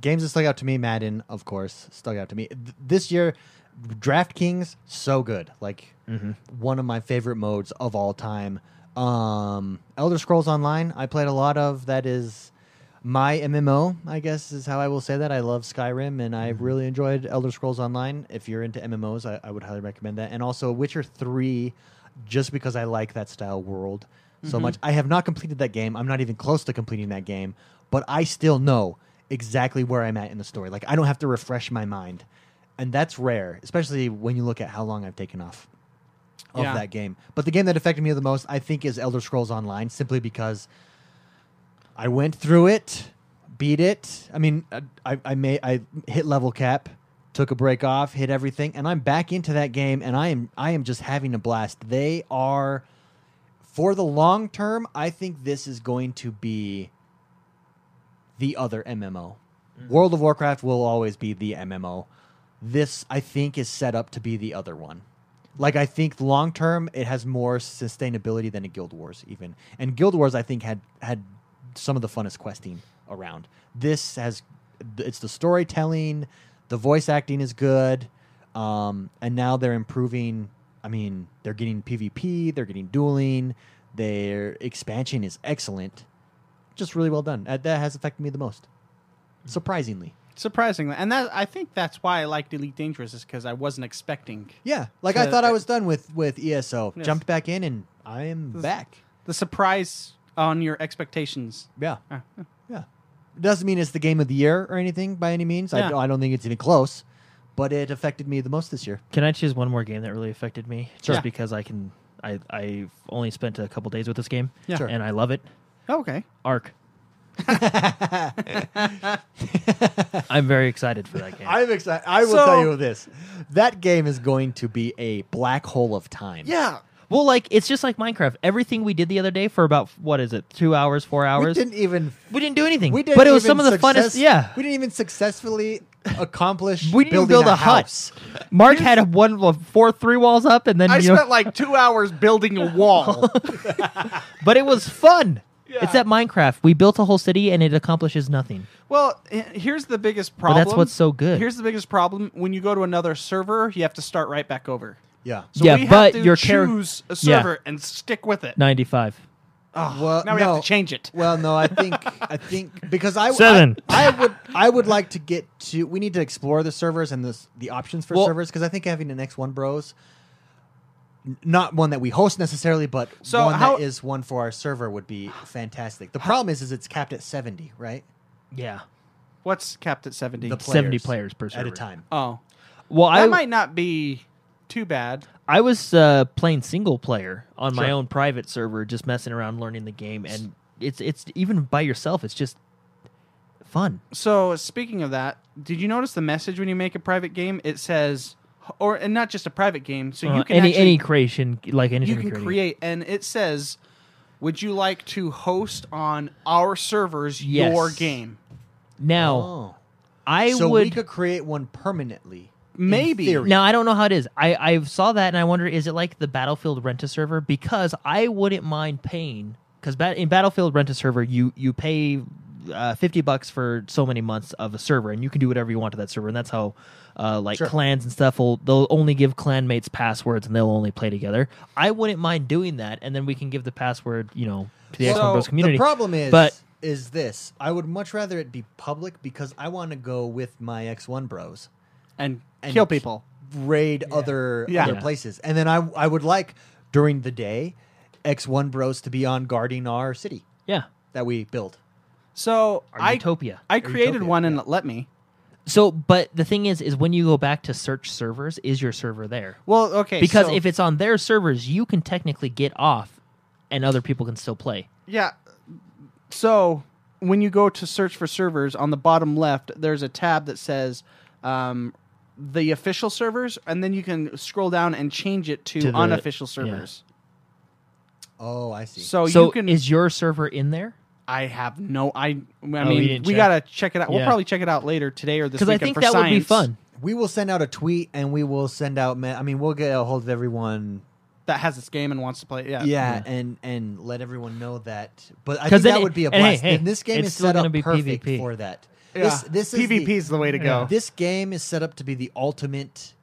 [SPEAKER 1] games that stuck out to me, Madden, of course, stuck out to me. Th- this year, DraftKings, so good. Like one of my favorite modes of all time. Um, Elder Scrolls Online, I played a lot of. That is my MMO, I guess is how I will say that. I love Skyrim and I really enjoyed Elder Scrolls Online. If you're into MMOs, I, I would highly recommend that. And also Witcher 3, just because I like that style world so much. I have not completed that game. I'm not even close to completing that game, but I still know exactly where I'm at in the story. Like, I don't have to refresh my mind. And that's rare, especially when you look at how long I've taken off of
[SPEAKER 2] Yeah.
[SPEAKER 1] that game. But the game that affected me the most, I think, is Elder Scrolls Online, simply because I went through it, beat it. I mean, I, I, I may I hit level cap, took a break off, hit everything, and I'm back into that game, and I am I am just having a blast. They are for the long term. I think this is going to be the other MMO. World of Warcraft will always be the MMO. This I think is set up to be the other one. Like I think long term it has more sustainability than a Guild Wars even. And Guild Wars I think had had some of the funnest questing around. This has it's the storytelling, the voice acting is good, um, and now they're improving. I mean, they're getting PvP, they're getting dueling, their expansion is excellent, just really well done. Uh, That has affected me the most, Mm-hmm. surprisingly.
[SPEAKER 2] Surprisingly, and that I think that's why I liked Elite Dangerous is because I wasn't expecting
[SPEAKER 1] Yeah, like I
[SPEAKER 2] So,
[SPEAKER 1] thought I
[SPEAKER 2] uh,
[SPEAKER 1] was done with with ESO.
[SPEAKER 2] Yes.
[SPEAKER 1] Jumped back in, and I am back.
[SPEAKER 2] the surprise on your expectations.
[SPEAKER 1] Yeah,
[SPEAKER 2] Uh,
[SPEAKER 1] yeah. Doesn't mean it's the game of the year or anything by any means. I,
[SPEAKER 2] Yeah.
[SPEAKER 1] don't- I don't think it's even close, but it affected me the most this year.
[SPEAKER 4] Can I choose one more game that really affected me?
[SPEAKER 1] Sure.
[SPEAKER 4] Just because I can, I I've only spent a couple days with this game,
[SPEAKER 2] Yeah.
[SPEAKER 1] Sure.
[SPEAKER 4] and I love it.
[SPEAKER 2] Okay,
[SPEAKER 4] Arc. I'm very excited for that game.
[SPEAKER 1] I'm excited. I will
[SPEAKER 2] So-
[SPEAKER 1] tell you this: that game is going to be a black hole of time.
[SPEAKER 2] yeah,
[SPEAKER 4] well, like it's just like Minecraft. Everything we did the other day for about what is it, two hours, four
[SPEAKER 1] we
[SPEAKER 4] hours?
[SPEAKER 1] didn't even.
[SPEAKER 4] We didn't do anything.
[SPEAKER 1] We didn't
[SPEAKER 4] but it was some
[SPEAKER 1] even
[SPEAKER 4] of the
[SPEAKER 1] success-
[SPEAKER 4] funnest. Yeah,
[SPEAKER 1] we didn't even successfully accomplish.
[SPEAKER 4] We didn't even
[SPEAKER 1] building
[SPEAKER 4] build a hut.
[SPEAKER 1] house.
[SPEAKER 4] Mark had a one a four three walls up, and then
[SPEAKER 3] I
[SPEAKER 4] you know,
[SPEAKER 3] spent like two hours building a wall.
[SPEAKER 4] but it was fun. It's that Minecraft. We built a whole city, and it accomplishes nothing.
[SPEAKER 2] Well, h- here's the biggest
[SPEAKER 4] that's
[SPEAKER 2] problem.
[SPEAKER 4] what's so good.
[SPEAKER 2] Here's the biggest problem. When you go to another server, you have to start right back over.
[SPEAKER 1] Yeah.
[SPEAKER 2] So
[SPEAKER 4] Yeah,
[SPEAKER 2] we have
[SPEAKER 4] but
[SPEAKER 2] to
[SPEAKER 4] your char-
[SPEAKER 2] choose a
[SPEAKER 4] Yeah.
[SPEAKER 2] server and stick with it.
[SPEAKER 4] Ninety five.
[SPEAKER 1] well,
[SPEAKER 2] now we have to change it.
[SPEAKER 1] Well, no, I think I think because I
[SPEAKER 4] Seven.
[SPEAKER 1] I, I would I would like to get to. We need to explore the servers and the the options for
[SPEAKER 4] Well-
[SPEAKER 1] servers because I think having an X one Bros, n- not one that we host necessarily, but
[SPEAKER 2] So
[SPEAKER 1] one
[SPEAKER 2] how-
[SPEAKER 1] that is one for our server would be fantastic. The problem is, is it's capped at seventy, right?
[SPEAKER 4] Yeah,
[SPEAKER 2] What's capped at seventy?
[SPEAKER 1] The
[SPEAKER 4] seventy players per server
[SPEAKER 1] at a time.
[SPEAKER 2] oh,
[SPEAKER 4] Well,
[SPEAKER 2] that
[SPEAKER 4] I
[SPEAKER 2] might not be too bad.
[SPEAKER 4] I was uh, playing single player on my
[SPEAKER 1] Sure.
[SPEAKER 4] own private server, just messing around, learning the game, and it's it's even by yourself, it's just fun.
[SPEAKER 2] So speaking of that, did you notice the message when you make a private game? It says, or and not just a private game. So
[SPEAKER 4] Uh,
[SPEAKER 2] you can
[SPEAKER 4] any
[SPEAKER 2] actually,
[SPEAKER 4] any creation like anything
[SPEAKER 2] you can
[SPEAKER 4] creating.
[SPEAKER 2] create, and it says, "Would you like to host on our servers
[SPEAKER 4] Yes.
[SPEAKER 2] your game?"
[SPEAKER 4] Now
[SPEAKER 1] Oh,
[SPEAKER 4] I
[SPEAKER 1] so
[SPEAKER 4] would
[SPEAKER 1] we could create one permanently. in
[SPEAKER 2] Maybe.
[SPEAKER 1] theory.
[SPEAKER 4] Now I don't know how it is. I I saw that and I wonder is it like the Battlefield rent a server because I wouldn't mind paying because ba- in Battlefield rent a server you you pay uh, fifty bucks for so many months of a server and you can do whatever you want to that server and that's how uh, like
[SPEAKER 1] Sure.
[SPEAKER 4] clans and stuff will they'll only give clan mates passwords and they'll only play together. I wouldn't mind doing that and then we can give the password you know to the
[SPEAKER 2] Well,
[SPEAKER 4] X1 Bros
[SPEAKER 2] the
[SPEAKER 4] community.
[SPEAKER 1] The problem is,
[SPEAKER 4] but
[SPEAKER 1] is this? I would much rather it be public because I want to go with my X one Bros.
[SPEAKER 2] and,
[SPEAKER 1] And
[SPEAKER 2] kill
[SPEAKER 1] k-
[SPEAKER 2] people.
[SPEAKER 1] raid other
[SPEAKER 2] Yeah.
[SPEAKER 1] other
[SPEAKER 4] Yeah.
[SPEAKER 1] places. And then I I would like during the day X1 Bros to be on guarding our city
[SPEAKER 4] yeah,
[SPEAKER 1] that we build.
[SPEAKER 2] So
[SPEAKER 4] or
[SPEAKER 2] I
[SPEAKER 4] Utopia.
[SPEAKER 2] I created
[SPEAKER 1] Utopia,
[SPEAKER 2] one and it let me.
[SPEAKER 4] so but the thing is is when you go back to search servers is your server there?
[SPEAKER 2] Well, okay,
[SPEAKER 4] because
[SPEAKER 2] so-
[SPEAKER 4] if it's on their servers, you can technically get off, and other people can still play.
[SPEAKER 2] yeah, so when you go to search for servers on the bottom left, there's a tab that says um, the official servers, and then you can scroll down and change it to,
[SPEAKER 4] To the-
[SPEAKER 2] unofficial
[SPEAKER 4] yeah.
[SPEAKER 2] servers.
[SPEAKER 1] Oh, I see.
[SPEAKER 2] So,
[SPEAKER 4] so
[SPEAKER 2] you can.
[SPEAKER 4] is your server in there?
[SPEAKER 2] I have no. I. I
[SPEAKER 4] you
[SPEAKER 2] mean,
[SPEAKER 4] didn't
[SPEAKER 2] we
[SPEAKER 4] check?
[SPEAKER 2] gotta check it out. We'll
[SPEAKER 4] Yeah.
[SPEAKER 2] probably check it out later today or this
[SPEAKER 4] Because
[SPEAKER 2] weekend
[SPEAKER 4] I think
[SPEAKER 2] for
[SPEAKER 4] that would be
[SPEAKER 2] science.
[SPEAKER 4] fun.
[SPEAKER 1] we will send out a tweet and we will send out ma- I mean we'll get a hold of everyone
[SPEAKER 2] That has this game and wants to play. Yeah.
[SPEAKER 1] yeah, and and let everyone know that. But I
[SPEAKER 4] 'Cause
[SPEAKER 1] think
[SPEAKER 4] then
[SPEAKER 1] that
[SPEAKER 4] it-
[SPEAKER 1] would be a
[SPEAKER 4] and hey,
[SPEAKER 1] blast.
[SPEAKER 4] hey,
[SPEAKER 1] and this game
[SPEAKER 4] it's
[SPEAKER 1] is
[SPEAKER 4] still
[SPEAKER 1] set
[SPEAKER 4] gonna
[SPEAKER 1] up
[SPEAKER 4] be
[SPEAKER 1] perfect
[SPEAKER 4] PvP.
[SPEAKER 1] for that.
[SPEAKER 2] Yeah.
[SPEAKER 1] This this is
[SPEAKER 3] PvP
[SPEAKER 1] the,
[SPEAKER 3] is the way to go.
[SPEAKER 1] this game is set up to be the ultimate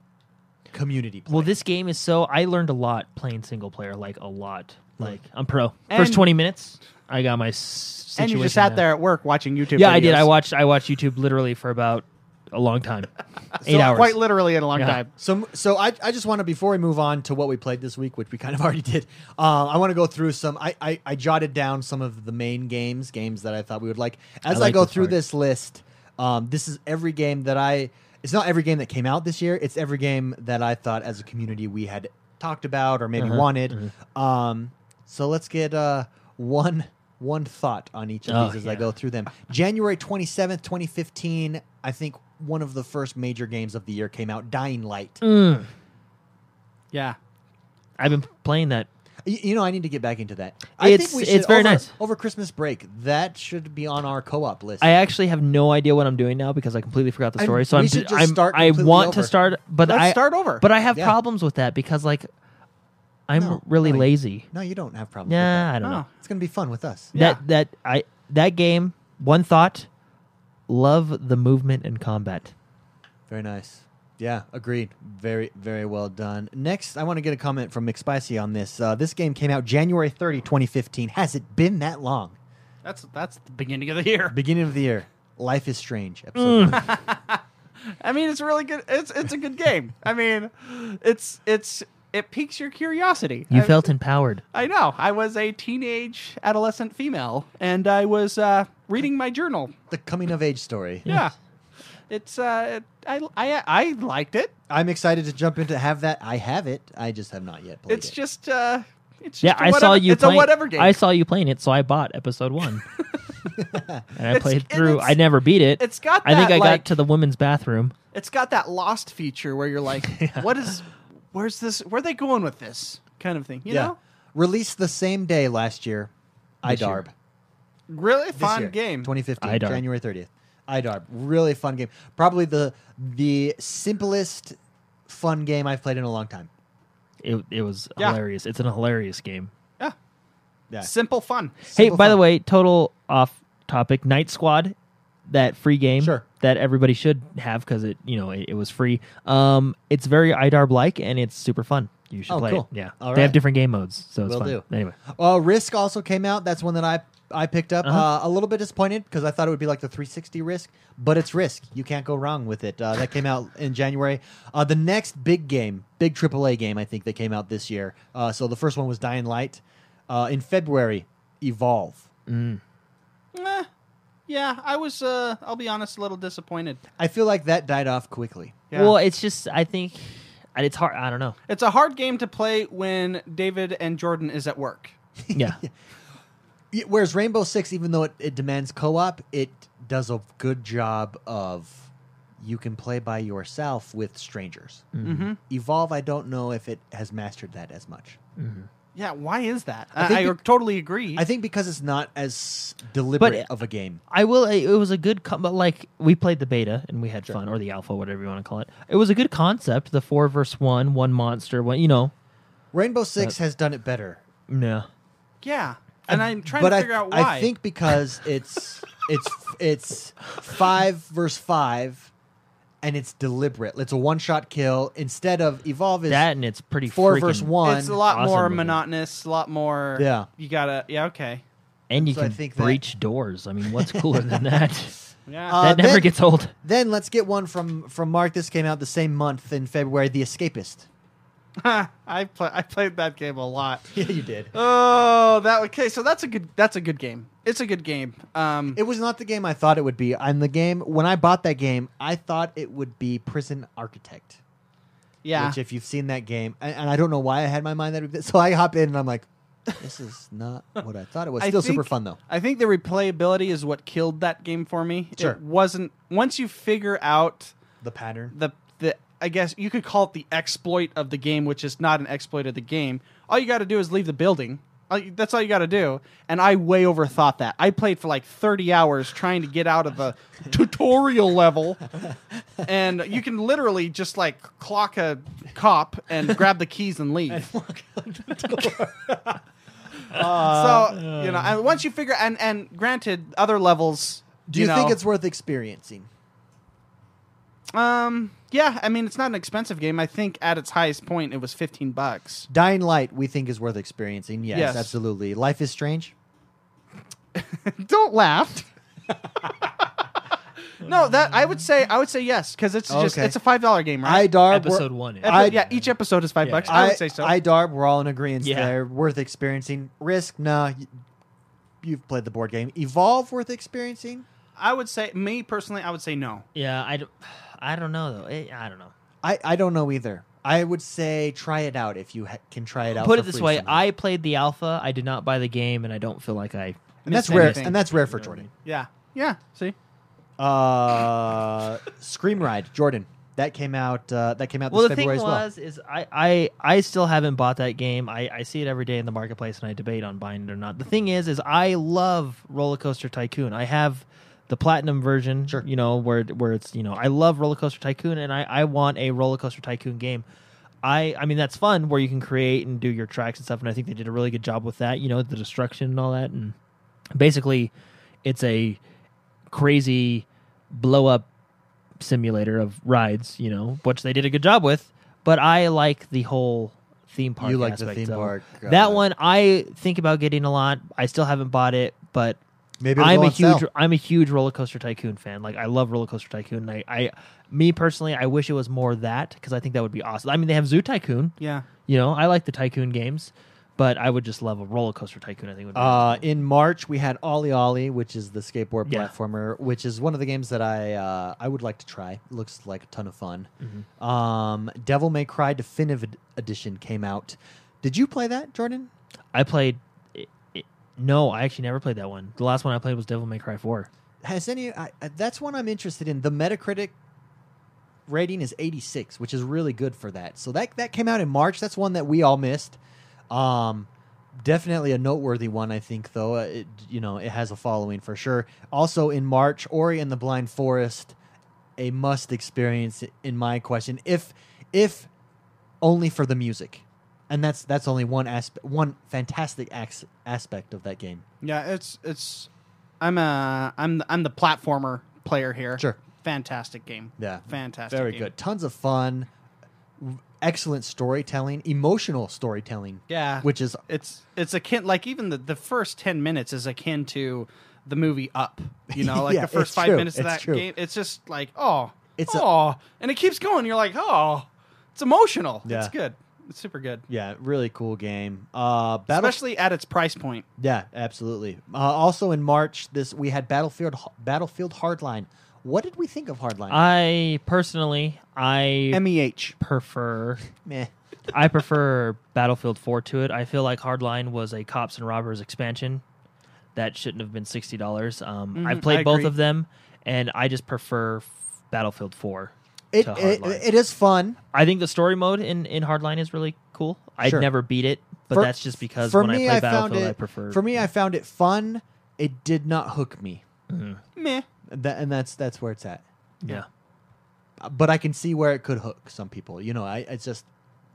[SPEAKER 1] community play.
[SPEAKER 4] Well, this game is so I learned a lot playing single player, like a lot. Like I'm pro.
[SPEAKER 2] Hmm. And-
[SPEAKER 4] First twenty minutes, I got my. s-
[SPEAKER 2] And you just
[SPEAKER 4] situation
[SPEAKER 2] sat
[SPEAKER 4] down.
[SPEAKER 2] there at work watching YouTube.
[SPEAKER 4] Yeah, I did.
[SPEAKER 2] videos.
[SPEAKER 4] I watched. I watched YouTube literally for about a long time, eight
[SPEAKER 3] So
[SPEAKER 4] hours.
[SPEAKER 3] Quite literally in a long
[SPEAKER 4] Yeah.
[SPEAKER 3] time.
[SPEAKER 1] So, so I, I just want to before we move on to what we played this week, which we kind of already did. Uh, I want to go through some. I, I, I jotted down some of the main games, games that I thought we would like. As I,
[SPEAKER 4] I like
[SPEAKER 1] go
[SPEAKER 4] this
[SPEAKER 1] through
[SPEAKER 4] part.
[SPEAKER 1] this list, um, this is every game that I. It's not every game that came out this year. It's every game that I thought as a community we had
[SPEAKER 4] Uh-huh. Mm-hmm.
[SPEAKER 1] talked about or maybe wanted. Um, so let's get uh, one one thought on each of
[SPEAKER 4] Oh,
[SPEAKER 1] these as I
[SPEAKER 4] yeah.
[SPEAKER 1] go through them. January 27th, 2015, I think one of the first major games of the year came out, Dying Light.
[SPEAKER 4] Mm.
[SPEAKER 2] Yeah.
[SPEAKER 4] I've been playing that.
[SPEAKER 1] Y- You know, I need to get back into that. I
[SPEAKER 4] It's- it's very
[SPEAKER 1] over,
[SPEAKER 4] nice.
[SPEAKER 1] Over Christmas break, that should be on our co-op list.
[SPEAKER 4] I actually have no idea what I'm doing now because I completely forgot the
[SPEAKER 1] I'm-
[SPEAKER 4] story. so
[SPEAKER 1] we
[SPEAKER 4] I'm,
[SPEAKER 1] should
[SPEAKER 4] ju-
[SPEAKER 1] just
[SPEAKER 4] I'm
[SPEAKER 1] start
[SPEAKER 4] I
[SPEAKER 1] completely
[SPEAKER 4] want
[SPEAKER 1] over.
[SPEAKER 4] to start, but
[SPEAKER 2] Let's
[SPEAKER 4] I
[SPEAKER 2] start over.
[SPEAKER 4] But I have
[SPEAKER 1] Yeah.
[SPEAKER 4] problems with that because like I'm
[SPEAKER 1] No,
[SPEAKER 4] really
[SPEAKER 1] no, you-
[SPEAKER 4] lazy.
[SPEAKER 1] no, you don't have problems.
[SPEAKER 4] Nah,
[SPEAKER 1] with
[SPEAKER 4] I don't
[SPEAKER 2] Oh.
[SPEAKER 4] know.
[SPEAKER 1] that. it's going to be fun with us.
[SPEAKER 2] Yeah.
[SPEAKER 4] That that I that game. One thought: love the movement and combat.
[SPEAKER 1] Very nice. Yeah, agreed. Very, very well done. Next, I want to get a comment from McSpicy on this. Uh, this game came out January 30, 2015. Has it been that long?
[SPEAKER 2] That's that's the beginning of the year.
[SPEAKER 1] Beginning of the year. Life is Strange. Episode
[SPEAKER 2] Mm.
[SPEAKER 1] one.
[SPEAKER 2] I mean, it's really good. It's it's a good game. I mean, it's it's it piques your curiosity.
[SPEAKER 4] You
[SPEAKER 2] I,
[SPEAKER 4] felt empowered.
[SPEAKER 2] I know. I was a teenage adolescent female, and I was uh, reading my journal.
[SPEAKER 1] the coming of age story.
[SPEAKER 2] Yeah, it's uh, it, I I I liked it.
[SPEAKER 1] I'm excited to jump into have that. I have it. I just have not yet played
[SPEAKER 2] It's
[SPEAKER 1] it.
[SPEAKER 2] just uh, it's
[SPEAKER 4] Yeah,
[SPEAKER 2] just a
[SPEAKER 4] I saw
[SPEAKER 2] whatever-
[SPEAKER 4] you.
[SPEAKER 2] It's
[SPEAKER 4] playing,
[SPEAKER 2] a whatever game.
[SPEAKER 4] I saw you playing it, so I bought episode one, and I
[SPEAKER 2] It's-
[SPEAKER 4] played
[SPEAKER 2] and
[SPEAKER 4] through.
[SPEAKER 2] it's-
[SPEAKER 4] I never beat it.
[SPEAKER 2] it's got
[SPEAKER 4] I think
[SPEAKER 2] that,
[SPEAKER 4] I
[SPEAKER 2] like-
[SPEAKER 4] got to the women's bathroom.
[SPEAKER 2] it's got that lost feature where you're like, what is, where's this? Where are they going with this kind of thing? You know,
[SPEAKER 1] Released the same day last year.
[SPEAKER 4] This year.
[SPEAKER 1] iDarb.
[SPEAKER 2] really
[SPEAKER 1] This
[SPEAKER 2] fun
[SPEAKER 1] year,
[SPEAKER 2] game.
[SPEAKER 1] 2015,
[SPEAKER 4] iDarb.
[SPEAKER 1] January 30th. iDarb. Really fun game. Probably the the simplest fun game I've played in a long time.
[SPEAKER 4] It it was
[SPEAKER 2] Yeah.
[SPEAKER 4] hilarious. It's an hilarious game.
[SPEAKER 2] yeah.
[SPEAKER 1] Yeah.
[SPEAKER 2] simple fun.
[SPEAKER 4] hey,
[SPEAKER 1] Simple
[SPEAKER 4] by the
[SPEAKER 1] fun.
[SPEAKER 4] way, total off topic. Night Squad, that free game
[SPEAKER 1] Sure.
[SPEAKER 4] that everybody should have because it you know it, it was free. Um, it's very IDARB like and it's super fun. You should
[SPEAKER 1] Oh,
[SPEAKER 4] play
[SPEAKER 1] cool.
[SPEAKER 4] it. Yeah,
[SPEAKER 1] All
[SPEAKER 4] they have
[SPEAKER 1] right.
[SPEAKER 4] different game modes, so it's
[SPEAKER 1] Will
[SPEAKER 4] fun.
[SPEAKER 1] do.
[SPEAKER 4] Anyway,
[SPEAKER 1] Uh, Risk also came out. That's one that I I picked up. uh a little bit disappointed because I thought it would be like the 360 Risk, but it's Risk. You can't go wrong with it. Uh, that came out in January. Uh, the next big game, big AAA game, I think that came out this year. Uh, so the first one was Dying Light. Uh, in February, Evolve.
[SPEAKER 2] Eh, yeah, I was. Uh, I'll be honest, a little disappointed.
[SPEAKER 1] I feel like that died off quickly.
[SPEAKER 2] Yeah.
[SPEAKER 4] well, it's just I think and it's hard. I don't know.
[SPEAKER 2] it's a hard game to play when David and Jordan is at work.
[SPEAKER 4] Yeah,
[SPEAKER 1] Y- Whereas Rainbow Six, even though it, it demands co op, it does a good job of you can play by yourself with strangers.
[SPEAKER 2] Mm-hmm.
[SPEAKER 1] Evolve, I don't know if it has mastered that as much.
[SPEAKER 2] Yeah, why is that?
[SPEAKER 1] I
[SPEAKER 2] I,
[SPEAKER 1] think
[SPEAKER 2] I
[SPEAKER 1] be-
[SPEAKER 2] totally agree.
[SPEAKER 1] I think because it's not as deliberate
[SPEAKER 4] But-
[SPEAKER 1] of a game.
[SPEAKER 4] I will. It was a good, com- but like we played the beta and we had fun, or the alpha, whatever you want to call it. It was a good concept. The four versus one, one monster, one. You know,
[SPEAKER 1] Rainbow Six has done it better,
[SPEAKER 4] no.
[SPEAKER 2] yeah, and I'm trying
[SPEAKER 1] but
[SPEAKER 2] to
[SPEAKER 1] I,
[SPEAKER 2] figure out why.
[SPEAKER 1] I think because it's it's it's five versus five, and it's deliberate. It's a one shot kill instead of evolve is
[SPEAKER 4] That and it's pretty
[SPEAKER 1] four
[SPEAKER 4] freaking,
[SPEAKER 1] versus one.
[SPEAKER 2] it's a lot
[SPEAKER 4] awesome
[SPEAKER 2] more
[SPEAKER 4] looking.
[SPEAKER 2] monotonous. A lot more.
[SPEAKER 1] Yeah.
[SPEAKER 2] you gotta. Yeah, okay.
[SPEAKER 4] and you
[SPEAKER 1] So I
[SPEAKER 4] can
[SPEAKER 1] think that-
[SPEAKER 4] breach doors. I mean, what's cooler than that?
[SPEAKER 2] Yeah.
[SPEAKER 1] Uh,
[SPEAKER 4] that never
[SPEAKER 1] then-
[SPEAKER 4] gets old.
[SPEAKER 1] Then let's get one from from Mark. This came out the same month in February. The Escapist. Uh,
[SPEAKER 2] I play, I played that game a lot.
[SPEAKER 1] yeah, you did.
[SPEAKER 2] Oh, that okay. So that's a good. That's a good game. It's a good game. Um,
[SPEAKER 1] It was not the game I thought it would be. And the game when I bought that game, I thought it would be Prison Architect.
[SPEAKER 2] yeah.
[SPEAKER 1] Which, if you've seen that game, and, and I don't know why I had my mind that, so I hop in and I'm like, this is not what I thought it was.
[SPEAKER 2] I
[SPEAKER 1] Still
[SPEAKER 2] think-
[SPEAKER 1] super fun though.
[SPEAKER 2] I think the replayability is what killed that game for me.
[SPEAKER 1] Sure.
[SPEAKER 2] It wasn't once you figure out
[SPEAKER 1] The pattern.
[SPEAKER 2] the the I guess you could call it the exploit of the game, which is not an exploit of the game. All you got to do is leave the building. All you- That's all you got to do. And I way overthought that. I played for like 30 hours trying to get out of the tutorial level. And you can literally just like clock a cop and grab the keys and leave. so, you know, and once you figure and and granted other levels
[SPEAKER 1] Do you, think
[SPEAKER 2] know-
[SPEAKER 1] it's worth experiencing?
[SPEAKER 2] Um. Yeah. I mean, it's not an expensive game. I think at its highest point, it was fifteen bucks.
[SPEAKER 1] Dying Light, we think is worth experiencing. Yes,
[SPEAKER 2] Yes.
[SPEAKER 1] absolutely. Life is Strange.
[SPEAKER 2] Don't laugh. no, that I would say I would say yes because it's just
[SPEAKER 1] Okay.
[SPEAKER 2] it's a five dollar game, right?
[SPEAKER 1] iDarb.
[SPEAKER 4] Episode
[SPEAKER 1] we're-
[SPEAKER 4] one. is-
[SPEAKER 2] Epi-
[SPEAKER 1] I-
[SPEAKER 2] yeah, each episode is five
[SPEAKER 4] Yeah.
[SPEAKER 2] bucks. I,
[SPEAKER 1] I,
[SPEAKER 2] would say so.
[SPEAKER 1] iDarb. We're all in agreement
[SPEAKER 4] Yeah.
[SPEAKER 1] there. Worth experiencing. Risk. Nah. y- You've played the board game. Evolve. Worth experiencing.
[SPEAKER 2] I would say me personally, I would say no.
[SPEAKER 4] Yeah, I don't, I don't know though. It, I don't know.
[SPEAKER 1] I, I don't know either. I would say try it out if you ha- can try it out.
[SPEAKER 4] Put
[SPEAKER 1] for
[SPEAKER 4] it this
[SPEAKER 1] free
[SPEAKER 4] way:
[SPEAKER 1] someday.
[SPEAKER 4] I played the alpha. I did not buy the game, and I don't feel like I
[SPEAKER 1] and that's
[SPEAKER 2] miss
[SPEAKER 1] rare.
[SPEAKER 2] anything.
[SPEAKER 1] And that's rare for Jordan.
[SPEAKER 2] yeah, yeah. See,
[SPEAKER 1] Uh, Scream Ride, Jordan. That came out. Uh, that came out
[SPEAKER 4] Well,
[SPEAKER 1] this
[SPEAKER 4] the thing
[SPEAKER 1] February as well.
[SPEAKER 4] was, is I, I I still haven't bought that game. I, I see it every day in the marketplace, and I debate on buying it or not. The thing is, is I love Roller Coaster Tycoon. I have the platinum version,
[SPEAKER 1] Sure.
[SPEAKER 4] you know, where where it's you know I love Roller Coaster Tycoon, and I, I want a Roller Coaster Tycoon game. I I mean that's fun where you can create and do your tracks and stuff, and I think they did a really good job with that. You know, the destruction and all that, and basically, it's a crazy blow up simulator of rides, you know, which they did a good job with. But I like the whole theme park.
[SPEAKER 1] You like the
[SPEAKER 4] aspect
[SPEAKER 1] theme
[SPEAKER 4] of it.
[SPEAKER 1] park, uh,
[SPEAKER 4] that one I think about getting a lot. I still haven't bought it, but
[SPEAKER 1] Maybe it'll
[SPEAKER 4] I'm
[SPEAKER 1] go
[SPEAKER 4] a
[SPEAKER 1] on
[SPEAKER 4] huge
[SPEAKER 1] sale.
[SPEAKER 4] I'm a huge roller coaster tycoon fan. Like I love roller coaster tycoon. And I, I me personally, I wish it was more that because I think that would be awesome. I mean, they have Zoo Tycoon.
[SPEAKER 2] yeah.
[SPEAKER 4] You know, I like the tycoon games, but I would just love a roller coaster tycoon. I think would be
[SPEAKER 1] Uh, in March, we had Ollie Ollie, which is the skateboard
[SPEAKER 4] Yeah.
[SPEAKER 1] platformer, which is one of the games that I uh, I would like to try. Looks like a ton of fun.
[SPEAKER 4] Mm-hmm.
[SPEAKER 1] Um, Devil May Cry Definitive Ed- Edition came out. Did you play that, Jordan?
[SPEAKER 4] I played. It, it, no, I actually never played that one. The last one I played was Devil May Cry Four.
[SPEAKER 1] Has any? I, I- that's one I'm interested in. The Metacritic rating is 86, which is really good for that. So that that came out in March. That's one that we all missed. Um, definitely a noteworthy one, I think. Though Uh, it, you know, it has a following for sure. Also in March, Ori and the Blind Forest, a must experience in my question. If if only for the music, and that's that's only one aspect, one fantastic ax- aspect of that game.
[SPEAKER 2] Yeah, it's it's. I'm a I'm I'm the platformer player here.
[SPEAKER 1] Sure.
[SPEAKER 2] Fantastic game.
[SPEAKER 1] Yeah.
[SPEAKER 2] Fantastic.
[SPEAKER 1] Very
[SPEAKER 2] game.
[SPEAKER 1] good. Tons of fun. w- Excellent storytelling, emotional storytelling.
[SPEAKER 2] Yeah.
[SPEAKER 1] Which is
[SPEAKER 2] It's it's akin like even the the first ten minutes is akin to the movie Up. You know, like
[SPEAKER 1] Yeah,
[SPEAKER 2] the first
[SPEAKER 1] it's
[SPEAKER 2] five
[SPEAKER 1] true,
[SPEAKER 2] minutes of
[SPEAKER 1] it's
[SPEAKER 2] that
[SPEAKER 1] true.
[SPEAKER 2] game. It's just like oh,
[SPEAKER 1] It's
[SPEAKER 2] it's
[SPEAKER 1] a-
[SPEAKER 2] oh, and it keeps going. You're like oh, it's emotional.
[SPEAKER 1] Yeah.
[SPEAKER 2] It's good. It's super good.
[SPEAKER 1] yeah, really cool game. Uh Battle
[SPEAKER 2] Especially at its price point.
[SPEAKER 1] Yeah, absolutely. Uh, also in March this we had Battlefield Battlefield Hardline. What did we think of Hardline?
[SPEAKER 4] I personally, I
[SPEAKER 1] E
[SPEAKER 2] Meh.
[SPEAKER 4] prefer
[SPEAKER 1] Meh.
[SPEAKER 4] I prefer Battlefield 4 to it. I feel like Hardline was a cops and robbers expansion that shouldn't have been sixty dollars. Um,
[SPEAKER 1] Mm-hmm.
[SPEAKER 2] Mhm,
[SPEAKER 4] I've played
[SPEAKER 2] I
[SPEAKER 4] both
[SPEAKER 2] agree.
[SPEAKER 4] of them, and I just prefer f- Battlefield 4
[SPEAKER 1] It,
[SPEAKER 4] to
[SPEAKER 1] it,
[SPEAKER 4] Hardline.
[SPEAKER 1] it is fun.
[SPEAKER 4] I think the story mode in, in Hardline is really cool. I'd
[SPEAKER 1] Sure.
[SPEAKER 4] never beat it, but
[SPEAKER 1] For-
[SPEAKER 4] that's just because
[SPEAKER 1] for
[SPEAKER 4] when
[SPEAKER 1] me,
[SPEAKER 4] I play
[SPEAKER 1] found
[SPEAKER 4] Battlefield,
[SPEAKER 1] it,
[SPEAKER 4] I prefer.
[SPEAKER 1] For me, I found it fun. It did not hook me.
[SPEAKER 2] Meh.
[SPEAKER 1] That, and that's that's where it's at.
[SPEAKER 4] yeah.
[SPEAKER 1] but I can see where it could hook some people. You know, I it's just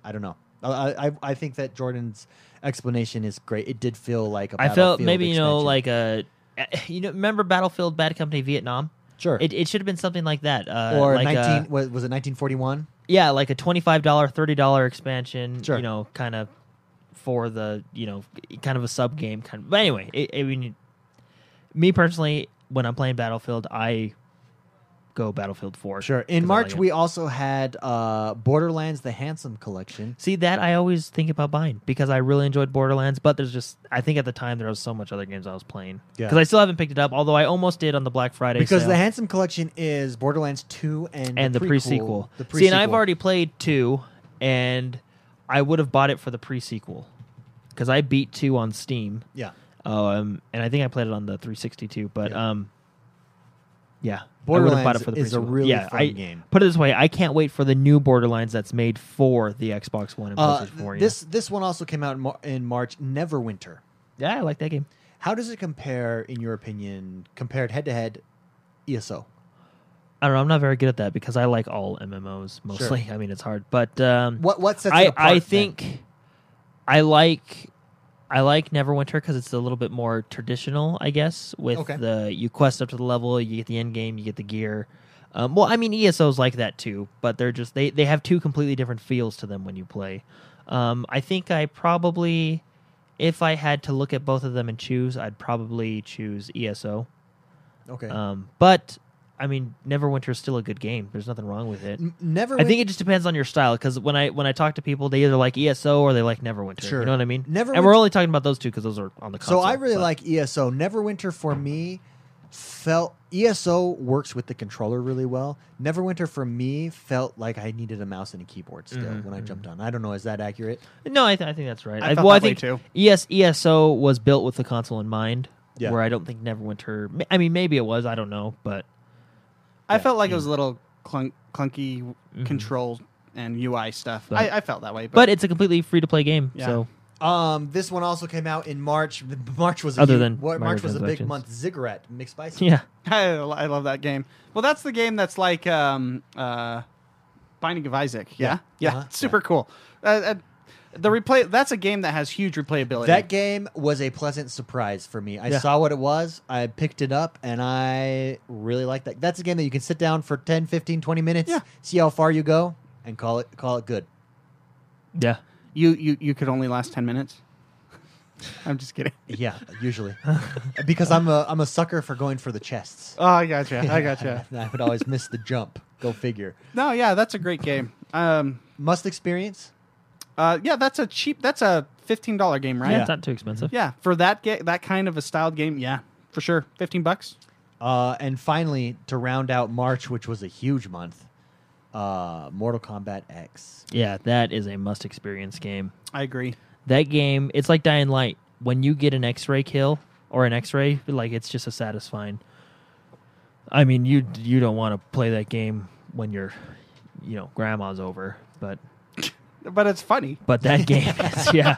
[SPEAKER 1] I don't know. I I, I think that Jordan's explanation is great. It did feel like a
[SPEAKER 4] I felt
[SPEAKER 1] Battlefield
[SPEAKER 4] maybe you know
[SPEAKER 1] expansion.
[SPEAKER 4] like a you know remember Battlefield Bad Company Vietnam.
[SPEAKER 1] sure
[SPEAKER 4] It, it should have been something like that, uh,
[SPEAKER 1] or
[SPEAKER 4] like
[SPEAKER 1] nineteen
[SPEAKER 4] a,
[SPEAKER 1] was, was it nineteen forty one?
[SPEAKER 4] yeah, like a twenty five dollar, thirty dollar expansion.
[SPEAKER 1] Sure.
[SPEAKER 4] You know, kind of for the you know kind of a sub game kind. Of, but anyway, it, it, we need- me personally, when I'm playing Battlefield, I go Battlefield Four.
[SPEAKER 1] Sure. In
[SPEAKER 4] 'cause I
[SPEAKER 1] March
[SPEAKER 4] like it.
[SPEAKER 1] we also had uh, Borderlands: The Handsome Collection.
[SPEAKER 4] See that I always think about buying because I really enjoyed Borderlands, but there's just I think at the time there was so much other games I was playing
[SPEAKER 1] Yeah.
[SPEAKER 4] because I still haven't picked it up. Although I almost did on the Black Friday
[SPEAKER 1] Because
[SPEAKER 4] sale.
[SPEAKER 1] the Handsome Collection is Borderlands two and
[SPEAKER 4] and the pre sequel.
[SPEAKER 1] The pre
[SPEAKER 4] See, and I've already played two, and I would have bought it for the pre sequel because I beat two on Steam.
[SPEAKER 1] yeah.
[SPEAKER 4] Um, and I think I played it on the 362, but
[SPEAKER 1] Yeah.
[SPEAKER 4] um, yeah, I would have bought
[SPEAKER 1] Borderlands
[SPEAKER 4] it for the
[SPEAKER 1] is a
[SPEAKER 4] pre-sequel.
[SPEAKER 1] really
[SPEAKER 4] yeah,
[SPEAKER 1] fun
[SPEAKER 4] I-
[SPEAKER 1] game.
[SPEAKER 4] Put it this way, I can't wait for the new Borderlands that's made for the Xbox One and
[SPEAKER 1] Uh,
[SPEAKER 4] PlayStation 4. yeah.
[SPEAKER 1] this this one also came out in, Mar- in March. Neverwinter.
[SPEAKER 4] yeah, I like that game.
[SPEAKER 1] How does it compare, in your opinion, compared E head to head, ESO?
[SPEAKER 4] I don't know. I'm not very good at that because I like all MMOs mostly. I mean, it's hard, but um,
[SPEAKER 1] What what sets
[SPEAKER 4] I,
[SPEAKER 1] it apart?
[SPEAKER 4] I
[SPEAKER 1] then?
[SPEAKER 4] think I like I like Neverwinter because it's a little bit more traditional, I guess. With
[SPEAKER 1] Okay.
[SPEAKER 4] the you quest up to the level, you get the end game, you get the gear. Um, well, I mean ESO's like that too, but they're just they they have two completely different feels to them when you play. Um, I think I probably, if I had to look at both of them and choose, I'd probably choose E ESO.
[SPEAKER 1] okay.
[SPEAKER 4] Um, but I mean, Neverwinter is still a good game. There's nothing wrong with it.
[SPEAKER 1] N- Never.
[SPEAKER 4] I think it just depends on your style because when I when I talk to people, they either like ESO or they like Neverwinter.
[SPEAKER 1] Sure.
[SPEAKER 4] You know what I mean?
[SPEAKER 1] Neverwinter-
[SPEAKER 4] And we're only talking about those two because those are on the console.
[SPEAKER 1] so. I really
[SPEAKER 4] but-
[SPEAKER 1] like E ESO. Neverwinter for me felt ESO works with the controller really well. Neverwinter for me felt like I needed a mouse and a keyboard still when I jumped on. I don't know. Is that accurate?
[SPEAKER 4] No, I, th- I think E that's right.
[SPEAKER 2] I felt
[SPEAKER 4] well,
[SPEAKER 2] that
[SPEAKER 4] I
[SPEAKER 2] way too.
[SPEAKER 4] think ES ESO was built with the console in mind.
[SPEAKER 1] Yeah.
[SPEAKER 4] where I don't think Neverwinter. ma- I mean, maybe it was. I don't know, but
[SPEAKER 2] I felt like it was
[SPEAKER 1] Mm.
[SPEAKER 2] a little clunk, clunky
[SPEAKER 1] Mm-hmm.
[SPEAKER 2] control and UI stuff.
[SPEAKER 4] But-
[SPEAKER 2] I, I felt that way,
[SPEAKER 4] but
[SPEAKER 2] but,
[SPEAKER 4] it's a completely free to play game.
[SPEAKER 2] Yeah.
[SPEAKER 4] So
[SPEAKER 1] Um, this one also came out in March. March was a
[SPEAKER 4] Other
[SPEAKER 1] huge-
[SPEAKER 4] than
[SPEAKER 1] what, March was a big
[SPEAKER 4] microtransactions.
[SPEAKER 1] month. Ziggurat mixed spicy.
[SPEAKER 4] yeah,
[SPEAKER 2] I, I love that game. Well, that's the game that's like um, uh, Binding of Isaac. Yeah, yeah,
[SPEAKER 1] Uh-huh.
[SPEAKER 2] super cool. Uh, uh, the replay. That's a game that has huge replayability.
[SPEAKER 1] That game was a pleasant surprise for me. I
[SPEAKER 4] Yeah.
[SPEAKER 1] saw what it was, I picked it up, and I really like that. That's a game that you can sit down for 10, 15, 20 minutes,
[SPEAKER 2] Yeah.
[SPEAKER 1] see how far you go, and call it call it good.
[SPEAKER 4] yeah.
[SPEAKER 2] you you you could only last ten minutes. I'm just kidding.
[SPEAKER 1] Yeah, usually. because I'm a I'm a sucker for going for the chests.
[SPEAKER 3] Oh, I gotcha. I gotcha.
[SPEAKER 1] I would always miss the jump. Go figure.
[SPEAKER 2] No, yeah, that's a great game. Um,
[SPEAKER 1] Must experience.
[SPEAKER 2] uh, yeah, that's a cheap. That's a fifteen dollar game, right?
[SPEAKER 4] Yeah, it's not too expensive.
[SPEAKER 2] Yeah, for that ga- that kind of a styled game, yeah, for sure, fifteen bucks.
[SPEAKER 1] Uh, and finally, to round out March, which was a huge month, uh, Mortal Kombat X.
[SPEAKER 4] Yeah, that is a must experience game.
[SPEAKER 2] I agree.
[SPEAKER 4] That game, it's like Dying Light. When you get an X ray kill or an X ray, like it's just a satisfying. I mean, you you don't want to play that game when your, you know, grandma's over, but
[SPEAKER 2] But it's funny.
[SPEAKER 4] but that game is yeah,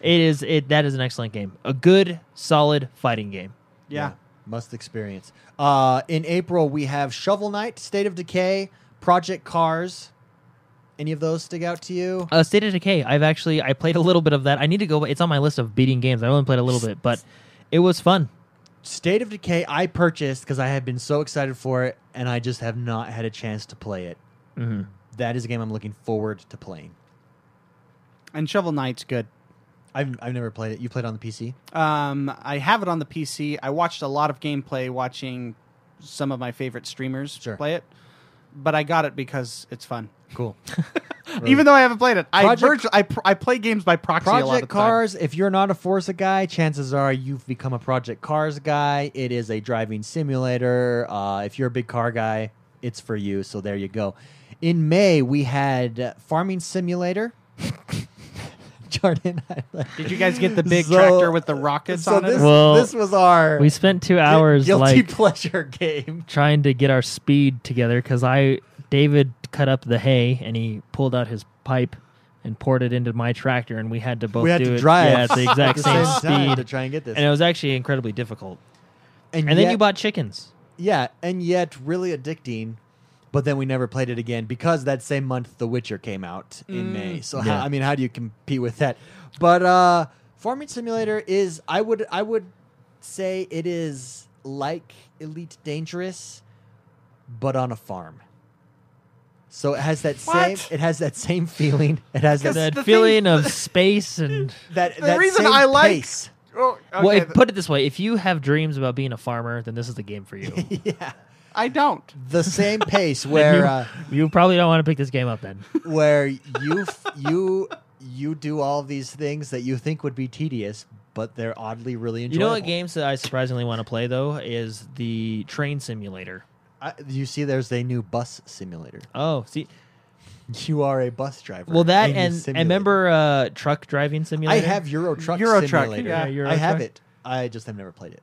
[SPEAKER 4] it is it that is an excellent game, a good solid fighting game.
[SPEAKER 2] Yeah.
[SPEAKER 1] Must experience. Uh, in April, we have Shovel Knight, State of Decay, Project Cars. Any of those stick out to you?
[SPEAKER 4] Uh, State of Decay. I've actually I played a little bit of that. I need to go. It's on my list of beating games. I only played a little bit, but it was fun.
[SPEAKER 1] State of Decay, I purchased because I have been so excited for it, and I just have not had a chance to play it.
[SPEAKER 4] Mm-hmm.
[SPEAKER 1] That is a game I'm looking forward to playing.
[SPEAKER 2] And Shovel Knight's good.
[SPEAKER 1] I've, I've never played it. You played on the PC?
[SPEAKER 2] Um, I have it on the PC. I watched a lot of gameplay watching some of my favorite streamers
[SPEAKER 1] Sure.
[SPEAKER 2] play it. But I got it because it's fun.
[SPEAKER 1] Cool.
[SPEAKER 2] Even though I haven't played it, I,
[SPEAKER 1] Project-
[SPEAKER 2] virtu- I, pr- I play games by proxy a lot of
[SPEAKER 1] Project
[SPEAKER 2] the time.
[SPEAKER 1] Cars, if you're not a Forza guy, chances are you've become a Project Cars guy. It is a driving simulator. Uh, if you're a big car guy, it's for you. So there you go. In May, we had uh, Farming Simulator. Jordan, I like
[SPEAKER 2] Did you guys get the big
[SPEAKER 1] So-
[SPEAKER 2] tractor with the rockets
[SPEAKER 1] so
[SPEAKER 2] on
[SPEAKER 1] this,
[SPEAKER 2] it?
[SPEAKER 4] Well,
[SPEAKER 1] this was our
[SPEAKER 4] We spent two hours
[SPEAKER 1] guilty
[SPEAKER 4] like
[SPEAKER 1] pleasure game.
[SPEAKER 4] trying to get our speed together because I David cut up the hay and he pulled out his pipe and poured it into my tractor and we had to both
[SPEAKER 1] We had
[SPEAKER 4] do
[SPEAKER 1] to
[SPEAKER 4] it
[SPEAKER 1] drive
[SPEAKER 4] yeah, at the exact
[SPEAKER 1] the
[SPEAKER 4] same,
[SPEAKER 1] same time to
[SPEAKER 4] speed
[SPEAKER 1] try and get this.
[SPEAKER 4] and it was actually incredibly difficult.
[SPEAKER 1] And
[SPEAKER 4] And
[SPEAKER 1] yet-
[SPEAKER 4] then you bought chickens.
[SPEAKER 1] Yeah, and yet really addicting. But then we never played it again because that same month The Witcher came out in
[SPEAKER 2] Mm.
[SPEAKER 1] May. So how,
[SPEAKER 4] Yeah.
[SPEAKER 1] I mean, how do you compete with that? But uh Farming Simulator is I would I would say it is like Elite Dangerous but on a farm. So it has that same
[SPEAKER 2] What?
[SPEAKER 1] it has that same feeling. It has that
[SPEAKER 4] That
[SPEAKER 2] the thing-
[SPEAKER 4] feeling of space and
[SPEAKER 1] that,
[SPEAKER 2] the
[SPEAKER 1] that
[SPEAKER 2] reason
[SPEAKER 1] same
[SPEAKER 2] I like-
[SPEAKER 1] pace.
[SPEAKER 2] Oh, okay.
[SPEAKER 4] well, if, put it this way: if you have dreams about being a farmer, then this is the game for you.
[SPEAKER 1] yeah.
[SPEAKER 2] I don't.
[SPEAKER 1] The same pace where uh,
[SPEAKER 4] you probably don't want to pick this game up then.
[SPEAKER 1] where you f- you you do all these things that you think would be tedious, but they're oddly really
[SPEAKER 4] You
[SPEAKER 1] enjoyable.
[SPEAKER 4] know what games that I surprisingly want to play though is the train simulator.
[SPEAKER 1] I, you see, there's a new bus simulator.
[SPEAKER 4] Oh, see,
[SPEAKER 1] You are a bus driver.
[SPEAKER 4] well that
[SPEAKER 1] you
[SPEAKER 4] and and
[SPEAKER 1] simulate.
[SPEAKER 4] remember uh, truck driving
[SPEAKER 1] I
[SPEAKER 4] simulator.
[SPEAKER 1] have Euro Truck
[SPEAKER 2] Euro Truck,
[SPEAKER 1] Simulator.
[SPEAKER 2] yeah.
[SPEAKER 4] Yeah, Euro
[SPEAKER 1] I have
[SPEAKER 4] Truck.
[SPEAKER 1] it. I just have never played it.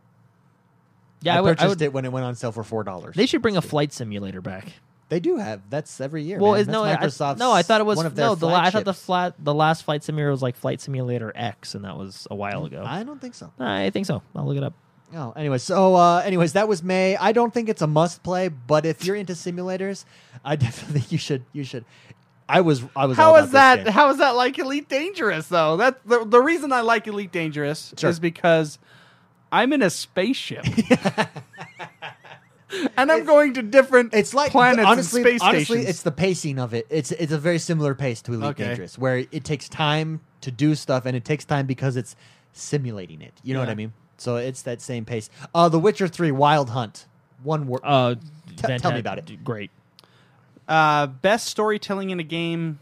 [SPEAKER 4] Yeah,
[SPEAKER 1] I,
[SPEAKER 4] I, would, I
[SPEAKER 1] purchased
[SPEAKER 4] would.
[SPEAKER 1] it when it went on sale for four dollars.
[SPEAKER 4] They should bring a flight simulator back.
[SPEAKER 1] They do have. That's every year.
[SPEAKER 4] Well,
[SPEAKER 1] man.
[SPEAKER 4] is no, I,
[SPEAKER 1] That's Microsoft's
[SPEAKER 4] no, I thought it was
[SPEAKER 1] one of their
[SPEAKER 4] no. The la- I thought the
[SPEAKER 1] flagships.
[SPEAKER 4] flat the last flight simulator was like Flight Simulator X, and that was a while ago.
[SPEAKER 1] I don't think so.
[SPEAKER 4] I think so. I'll look it up.
[SPEAKER 1] Oh, anyway, so uh, anyways, that was May. I don't think it's a must play, but if you're into simulators, I definitely think you should you should. I was I was
[SPEAKER 2] How
[SPEAKER 1] all about
[SPEAKER 2] is
[SPEAKER 1] this
[SPEAKER 2] that?
[SPEAKER 1] game.
[SPEAKER 2] How is that like Elite Dangerous though? That the, the reason I like Elite Dangerous
[SPEAKER 1] Sure.
[SPEAKER 2] is because I'm in a spaceship. And I'm going to different
[SPEAKER 1] It's like
[SPEAKER 2] planets
[SPEAKER 1] honestly,
[SPEAKER 2] and space
[SPEAKER 1] honestly,
[SPEAKER 2] stations.
[SPEAKER 1] it's the pacing of it. It's it's a very similar pace to Elite
[SPEAKER 2] Okay.
[SPEAKER 1] Dangerous, where it takes time to do stuff, and it takes time because it's simulating it. You know what I mean? So it's that same pace. Uh, The Witcher Three: Wild Hunt. One word.
[SPEAKER 4] Uh,
[SPEAKER 1] Te- tell me
[SPEAKER 4] fanta-
[SPEAKER 1] about it.
[SPEAKER 4] Great.
[SPEAKER 2] uh, best storytelling in a game,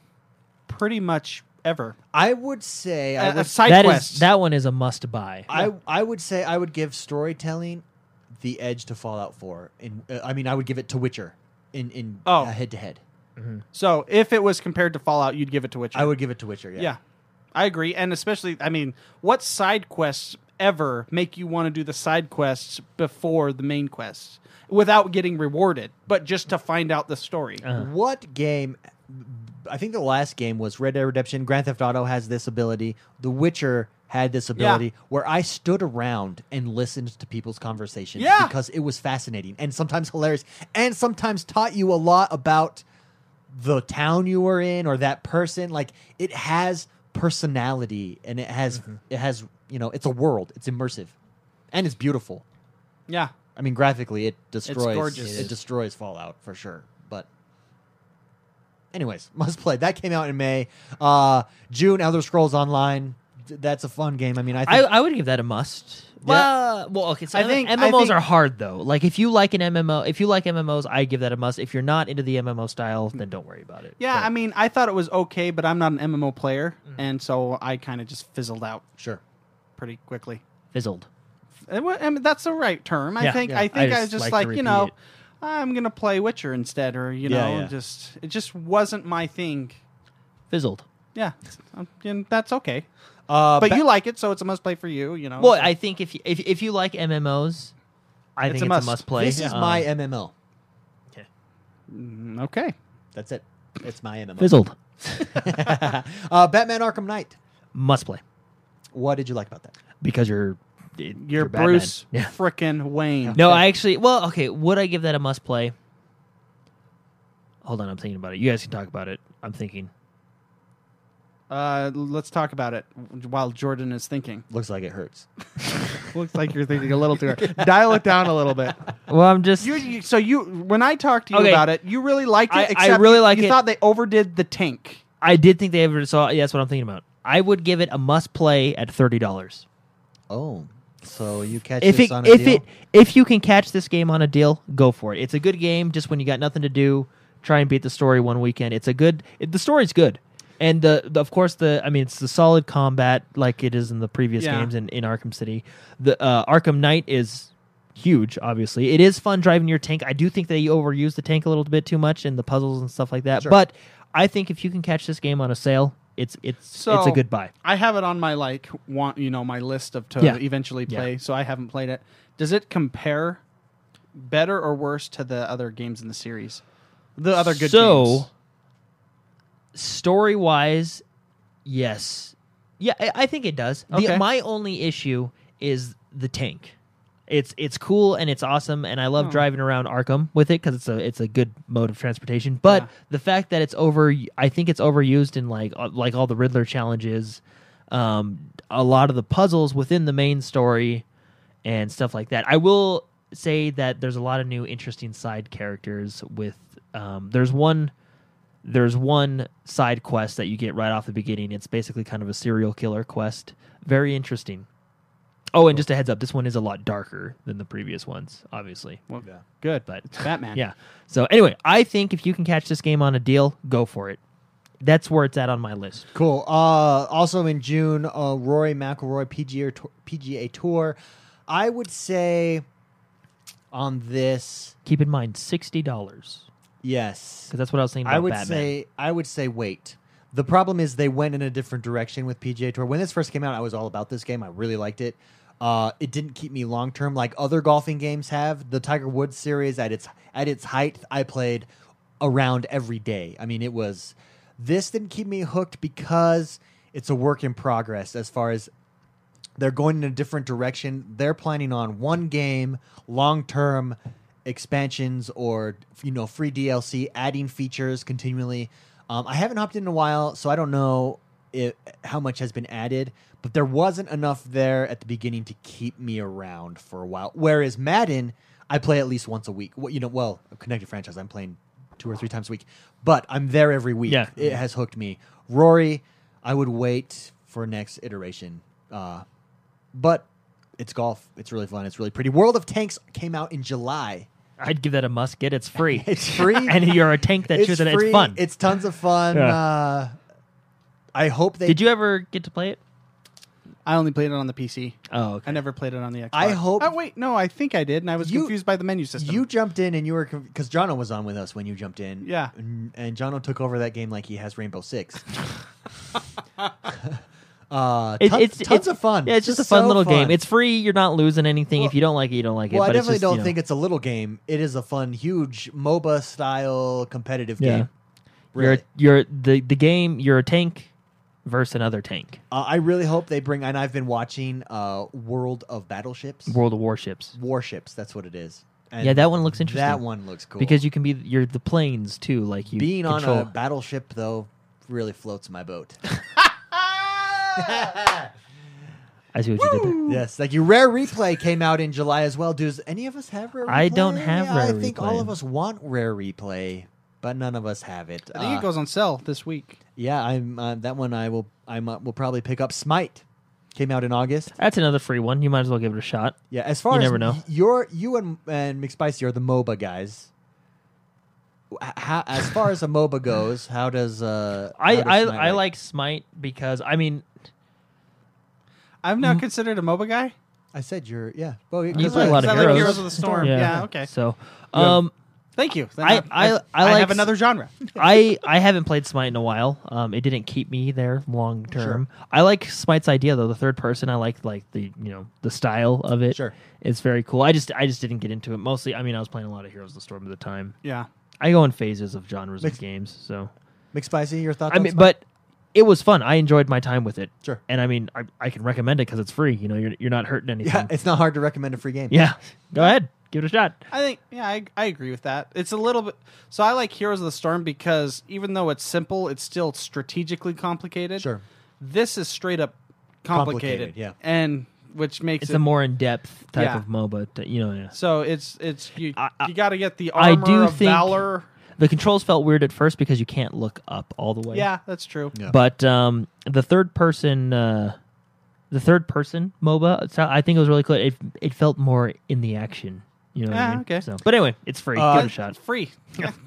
[SPEAKER 2] pretty much ever.
[SPEAKER 1] I would say I
[SPEAKER 2] A, a
[SPEAKER 1] would
[SPEAKER 2] side
[SPEAKER 4] That
[SPEAKER 2] quest.
[SPEAKER 4] is that one is a must buy.
[SPEAKER 1] I I would say I would give storytelling the edge to Fallout 4. In uh, I mean I would give it to Witcher in in uh,
[SPEAKER 2] Oh.
[SPEAKER 1] head to head.
[SPEAKER 2] so if it was compared to Fallout, you'd give it to Witcher.
[SPEAKER 1] I would give it to Witcher. Yeah.
[SPEAKER 2] yeah. I agree, and especially, I mean, what side quests ever make you want to do the side quests before the main quests without getting rewarded, but just to find out the story.
[SPEAKER 4] Uh-huh.
[SPEAKER 1] What game? I think the last game was Red Dead Redemption. Grand Theft Auto has this ability. The Witcher had this ability where I stood around and listened to people's conversations
[SPEAKER 2] Yeah.
[SPEAKER 1] because it was fascinating and sometimes hilarious and sometimes taught you a lot about the town you were in or that person. Like it has personality and it has it has you know it's a world. It's immersive and it's beautiful.
[SPEAKER 2] Yeah.
[SPEAKER 1] I mean, graphically, it destroys.
[SPEAKER 2] gorgeous.
[SPEAKER 1] It,
[SPEAKER 2] It is.
[SPEAKER 1] destroys Fallout for sure. But, anyways, must play. That came out in May. Uh, June, Elder Scrolls Online. Th- That's a fun game. I mean, I
[SPEAKER 4] I,
[SPEAKER 1] think
[SPEAKER 4] I would give that a must. Well, well, okay. So
[SPEAKER 2] I
[SPEAKER 4] M-
[SPEAKER 2] think- I
[SPEAKER 4] MMOs
[SPEAKER 2] think-
[SPEAKER 4] are hard though. Like if you like an MMO, if you like MMOs, I give that a must. If you're not into the MMO style, then don't worry about it.
[SPEAKER 2] Yeah, I mean, I thought it was okay, but I'm not an MMO player,
[SPEAKER 4] Mm-hmm.
[SPEAKER 2] and so I kind of just fizzled out
[SPEAKER 1] sure.
[SPEAKER 2] pretty quickly.
[SPEAKER 4] fizzled.
[SPEAKER 2] It wa- I mean, that's the right term. I
[SPEAKER 4] Yeah,
[SPEAKER 2] think.
[SPEAKER 4] yeah.
[SPEAKER 2] I think
[SPEAKER 4] I
[SPEAKER 2] I, was
[SPEAKER 4] just
[SPEAKER 2] just like,
[SPEAKER 4] like to
[SPEAKER 2] you know,
[SPEAKER 4] repeat it.
[SPEAKER 2] I'm gonna play Witcher instead, or you
[SPEAKER 1] Yeah,
[SPEAKER 2] know,
[SPEAKER 1] yeah.
[SPEAKER 2] just it just wasn't my thing.
[SPEAKER 4] Fizzled.
[SPEAKER 2] Yeah, Um, and that's okay.
[SPEAKER 1] Uh,
[SPEAKER 2] But
[SPEAKER 1] ba-
[SPEAKER 2] you like it, so it's a must play for you. You know.
[SPEAKER 4] Well, I think if you, if if you like MMOs, I
[SPEAKER 2] It's
[SPEAKER 4] think
[SPEAKER 2] a
[SPEAKER 4] it's
[SPEAKER 2] must.
[SPEAKER 4] a must play.
[SPEAKER 1] this is
[SPEAKER 4] Um,
[SPEAKER 1] my MMO.
[SPEAKER 2] Mm, okay.
[SPEAKER 1] That's it. It's my MMO.
[SPEAKER 4] fizzled
[SPEAKER 1] uh, Batman Arkham Knight.
[SPEAKER 4] must play
[SPEAKER 1] What did you like about that?
[SPEAKER 4] because you're you're,
[SPEAKER 2] You're,
[SPEAKER 4] Batman.
[SPEAKER 2] Bruce
[SPEAKER 4] Yeah.
[SPEAKER 2] frickin' Wayne.
[SPEAKER 4] No, I actually. Well, okay. Would I give that a must play? Hold on, I'm thinking about it. You guys can talk about it. I'm thinking.
[SPEAKER 2] Uh, let's talk about it while Jordan is thinking.
[SPEAKER 1] Looks like it hurts.
[SPEAKER 3] Looks like you're thinking a little too hard. Dial it down a little bit.
[SPEAKER 4] Well, I'm just.
[SPEAKER 2] You, you so you when I talked to you
[SPEAKER 4] Okay.
[SPEAKER 2] about it, you really liked it.
[SPEAKER 4] I- I
[SPEAKER 2] except
[SPEAKER 4] really
[SPEAKER 2] you,
[SPEAKER 4] like
[SPEAKER 2] you
[SPEAKER 4] it.
[SPEAKER 2] thought they overdid the tank.
[SPEAKER 4] I did think they ever saw. Yeah, that's what I'm thinking about. I would give it a must play at thirty dollars.
[SPEAKER 1] Oh, so you catch
[SPEAKER 4] If
[SPEAKER 1] this
[SPEAKER 4] it,
[SPEAKER 1] on a
[SPEAKER 4] if
[SPEAKER 1] deal?
[SPEAKER 4] it, if you can catch this game on a deal, go for it. It's a good game. Just when you got nothing to do, try and beat the story one weekend. It's a good. It, the story's good, and the, the of course the I mean it's the solid combat like it is in the previous
[SPEAKER 2] Yeah.
[SPEAKER 4] games in, in Arkham City. The uh, Arkham Knight is huge. Obviously, it is fun driving your tank. I do think they overuse the tank a little bit too much and the puzzles and stuff like that.
[SPEAKER 1] Sure.
[SPEAKER 4] But I think if you can catch this game on a sale, it's it's
[SPEAKER 2] So
[SPEAKER 4] it's a good buy.
[SPEAKER 2] I have it on my like want you know my list of to
[SPEAKER 4] Yeah.
[SPEAKER 2] eventually
[SPEAKER 4] Yeah.
[SPEAKER 2] play. So I haven't played it. Does it compare better or worse to the other games in the series? The other good
[SPEAKER 4] so,
[SPEAKER 2] games.
[SPEAKER 4] story wise, yes, yeah, I, I think it does. The-
[SPEAKER 2] Okay.
[SPEAKER 4] my only issue is the tank. It's it's cool and it's awesome, and I love driving around Arkham with it because it's a it's a good mode of transportation. But
[SPEAKER 2] Yeah.
[SPEAKER 4] the fact that it's over, I think it's overused in like uh, like all the Riddler challenges, um, a lot of the puzzles within the main story, and stuff like that. I will say that there's a lot of new interesting side characters. With um, there's one there's one side quest that you get right off the beginning. It's basically kind of a serial killer quest. Very interesting. Oh, and just a heads up, this one is a lot darker than the previous ones, obviously.
[SPEAKER 2] Well,
[SPEAKER 1] Yeah.
[SPEAKER 2] good,
[SPEAKER 4] But
[SPEAKER 2] Batman.
[SPEAKER 4] yeah. So anyway, I think if you can catch this game on a deal, go for it. That's where it's at on my list.
[SPEAKER 1] Cool. Uh, also in June, uh, Rory McIlroy PGA tour, PGA Tour. I would say on this,
[SPEAKER 4] Keep in mind sixty dollars
[SPEAKER 1] yes,
[SPEAKER 4] because that's what I was thinking about.
[SPEAKER 1] I would
[SPEAKER 4] Batman.
[SPEAKER 1] say I would say wait. The problem is they went in a different direction with PGA Tour. When this first came out, I was all about this game. I really liked it. Uh, it didn't keep me long term like other golfing games have. The Tiger Woods series at its at its height, I played around every day. I mean, it was this didn't keep me hooked because it's a work in progress as far as they're going in a different direction. They're planning on one game, long term expansions or you know free DLC, adding features continually. Um, I haven't hopped in, in a while, so I don't know if, how much has been added. But there wasn't enough there at the beginning to keep me around for a while. Whereas Madden, I play at least once a week. Well, you know, well, connected franchise, I'm playing two or three times a week, but I'm there every week.
[SPEAKER 4] Yeah.
[SPEAKER 1] it has hooked me. Rory, I would wait for next iteration. Uh, but it's golf. It's really fun. It's really pretty. World of Tanks came out in July.
[SPEAKER 4] I'd give that a must get. It's free.
[SPEAKER 1] It's free.
[SPEAKER 4] and you're a tank that shoots. and It's fun.
[SPEAKER 1] It's tons of fun.
[SPEAKER 4] Yeah.
[SPEAKER 1] Uh, I hope they.
[SPEAKER 4] Did you ever get to play it?
[SPEAKER 2] I only played it on the PC.
[SPEAKER 4] Oh,
[SPEAKER 2] I never played it on the Xbox.
[SPEAKER 1] I hope-
[SPEAKER 2] Oh wait, no, I think I did, and I was
[SPEAKER 1] You-
[SPEAKER 2] confused by the menu system.
[SPEAKER 1] You jumped in and you were because Jono was on with us when you jumped in.
[SPEAKER 2] Yeah.
[SPEAKER 1] and, and Jono took over that game like he has Rainbow Six. Uh,
[SPEAKER 4] It-
[SPEAKER 1] ton-
[SPEAKER 4] it's
[SPEAKER 1] tons
[SPEAKER 4] it's-
[SPEAKER 1] of fun.
[SPEAKER 4] Yeah, it's just, a
[SPEAKER 1] so
[SPEAKER 4] fun little game. It's free. You're not losing anything. if
[SPEAKER 1] Well-
[SPEAKER 4] you don't like it, you don't like it.
[SPEAKER 1] well, I
[SPEAKER 4] but it's
[SPEAKER 1] definitely
[SPEAKER 4] just,
[SPEAKER 1] don't
[SPEAKER 4] you know.
[SPEAKER 1] think it's a little game. It is a fun, huge MOBA style competitive
[SPEAKER 4] Yeah.
[SPEAKER 1] game.
[SPEAKER 4] you're
[SPEAKER 1] Really.
[SPEAKER 4] you're the the game. You're a tank versus another tank.
[SPEAKER 1] Uh, I really hope they bring. And I've been watching uh, World of Battleships,
[SPEAKER 4] World of Warships.
[SPEAKER 1] Warships. That's what it is. And
[SPEAKER 4] yeah, that one looks interesting.
[SPEAKER 1] That one looks cool
[SPEAKER 4] because you can be you're the planes too. Like you
[SPEAKER 1] being
[SPEAKER 4] control.
[SPEAKER 1] on a battleship though really floats my boat.
[SPEAKER 4] I see what you did there.
[SPEAKER 1] yes, like your rare replay came out in July as well. Does any of us have rare? Replay?
[SPEAKER 4] I don't have
[SPEAKER 1] I
[SPEAKER 4] Rare
[SPEAKER 1] think
[SPEAKER 4] Replay.
[SPEAKER 1] all of us want rare replay, but none of us have it.
[SPEAKER 2] I think
[SPEAKER 1] Uh,
[SPEAKER 2] it goes on sale this week.
[SPEAKER 1] Yeah, I'm uh, that one. I will. I uh, will probably pick up. Smite came out in August.
[SPEAKER 4] That's another free one. You might as well give it a shot.
[SPEAKER 1] Yeah, as far
[SPEAKER 4] You
[SPEAKER 1] as
[SPEAKER 4] never know.
[SPEAKER 1] y- you're you and and McSpicy are the MOBA guys. H- How, as far as a MOBA goes, how does uh? how
[SPEAKER 4] I
[SPEAKER 1] does
[SPEAKER 4] I,
[SPEAKER 1] Smite
[SPEAKER 4] I like Smite because I mean
[SPEAKER 2] I'm not considered a MOBA guy.
[SPEAKER 1] I said you're yeah. Well,
[SPEAKER 4] you
[SPEAKER 1] because
[SPEAKER 4] play
[SPEAKER 1] I-
[SPEAKER 4] a lot
[SPEAKER 2] Is
[SPEAKER 4] of
[SPEAKER 2] that like
[SPEAKER 4] heroes.
[SPEAKER 2] Heroes of the Storm? Yeah, okay.
[SPEAKER 4] So, um,
[SPEAKER 2] Thank you. Then
[SPEAKER 4] I- I- I like
[SPEAKER 2] have
[SPEAKER 4] s-
[SPEAKER 2] another genre.
[SPEAKER 4] I I haven't played Smite in a while. Um, it didn't keep me there long term. I like Smite's idea though. The third person, I like like the you know the style of it.
[SPEAKER 1] Sure.
[SPEAKER 4] it's very cool. I just I just didn't get into it. Mostly, I mean, I was playing a lot of Heroes of the Storm at the time.
[SPEAKER 2] Yeah.
[SPEAKER 4] I go in phases of genres
[SPEAKER 1] Makes-
[SPEAKER 4] of games. So
[SPEAKER 1] McSpicy, your thoughts?
[SPEAKER 4] I
[SPEAKER 1] on
[SPEAKER 4] mean,
[SPEAKER 1] Smite?
[SPEAKER 4] but it was fun. I enjoyed my time with it.
[SPEAKER 1] Sure.
[SPEAKER 4] And I mean, I, I can recommend it because it's free. You know, you're you're not hurting anything.
[SPEAKER 1] yeah, it's not hard to recommend a free game.
[SPEAKER 4] Yeah. Go ahead, give it a shot.
[SPEAKER 2] I think yeah, I, I agree with that. It's a little bit so I like Heroes of the Storm because even though it's simple, it's still strategically complicated.
[SPEAKER 1] Sure.
[SPEAKER 2] This is straight up complicated.
[SPEAKER 1] Complicated, yeah.
[SPEAKER 2] And which makes
[SPEAKER 4] It's
[SPEAKER 2] it
[SPEAKER 4] a more in depth type
[SPEAKER 2] Yeah.
[SPEAKER 4] of MOBA. t- you know, yeah.
[SPEAKER 2] so it's it's you
[SPEAKER 4] I- I-
[SPEAKER 2] you got to get the armor
[SPEAKER 4] I do
[SPEAKER 2] of
[SPEAKER 4] think-
[SPEAKER 2] valor.
[SPEAKER 4] the controls felt weird at first because you can't look up all the way.
[SPEAKER 2] Yeah, that's true.
[SPEAKER 1] Yeah.
[SPEAKER 4] But um, the third person, uh, the third person MOBA, so I think it was really cool. It it felt more in the action. You know what I
[SPEAKER 2] Ah,
[SPEAKER 4] mean?
[SPEAKER 2] okay.
[SPEAKER 4] So, but anyway, it's free.
[SPEAKER 1] Uh,
[SPEAKER 4] give it a
[SPEAKER 2] It's
[SPEAKER 4] shot.
[SPEAKER 2] Free.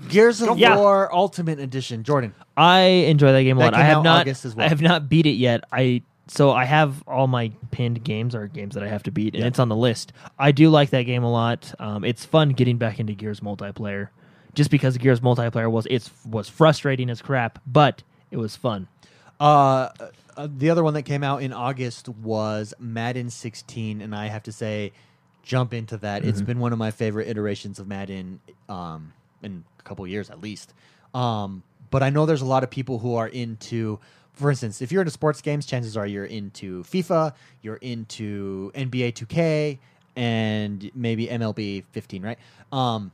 [SPEAKER 1] Gears of
[SPEAKER 4] Yeah.
[SPEAKER 1] War Ultimate Edition. Jordan,
[SPEAKER 4] I enjoy that game a
[SPEAKER 1] That
[SPEAKER 4] lot. I
[SPEAKER 1] came
[SPEAKER 4] have
[SPEAKER 1] out
[SPEAKER 4] not.
[SPEAKER 1] August as well.
[SPEAKER 4] I have not beat it yet. I so I have all my pinned games are games that I have to beat, and
[SPEAKER 1] Yeah.
[SPEAKER 4] it's on the list. I do like that game a lot. Um, it's fun getting back into Gears multiplayer, just because Gears multiplayer was it's was frustrating as crap, but it was fun.
[SPEAKER 1] uh, uh, the other one that came out in August was Madden 16, and I have to say, jump into that. It's been one of my favorite iterations of Madden um, in a couple years at least. Um, but I know there's a lot of people who are into. For instance, if you're into sports games, chances are you're into FIFA, you're into NBA 2K, and maybe MLB 15, right? Um,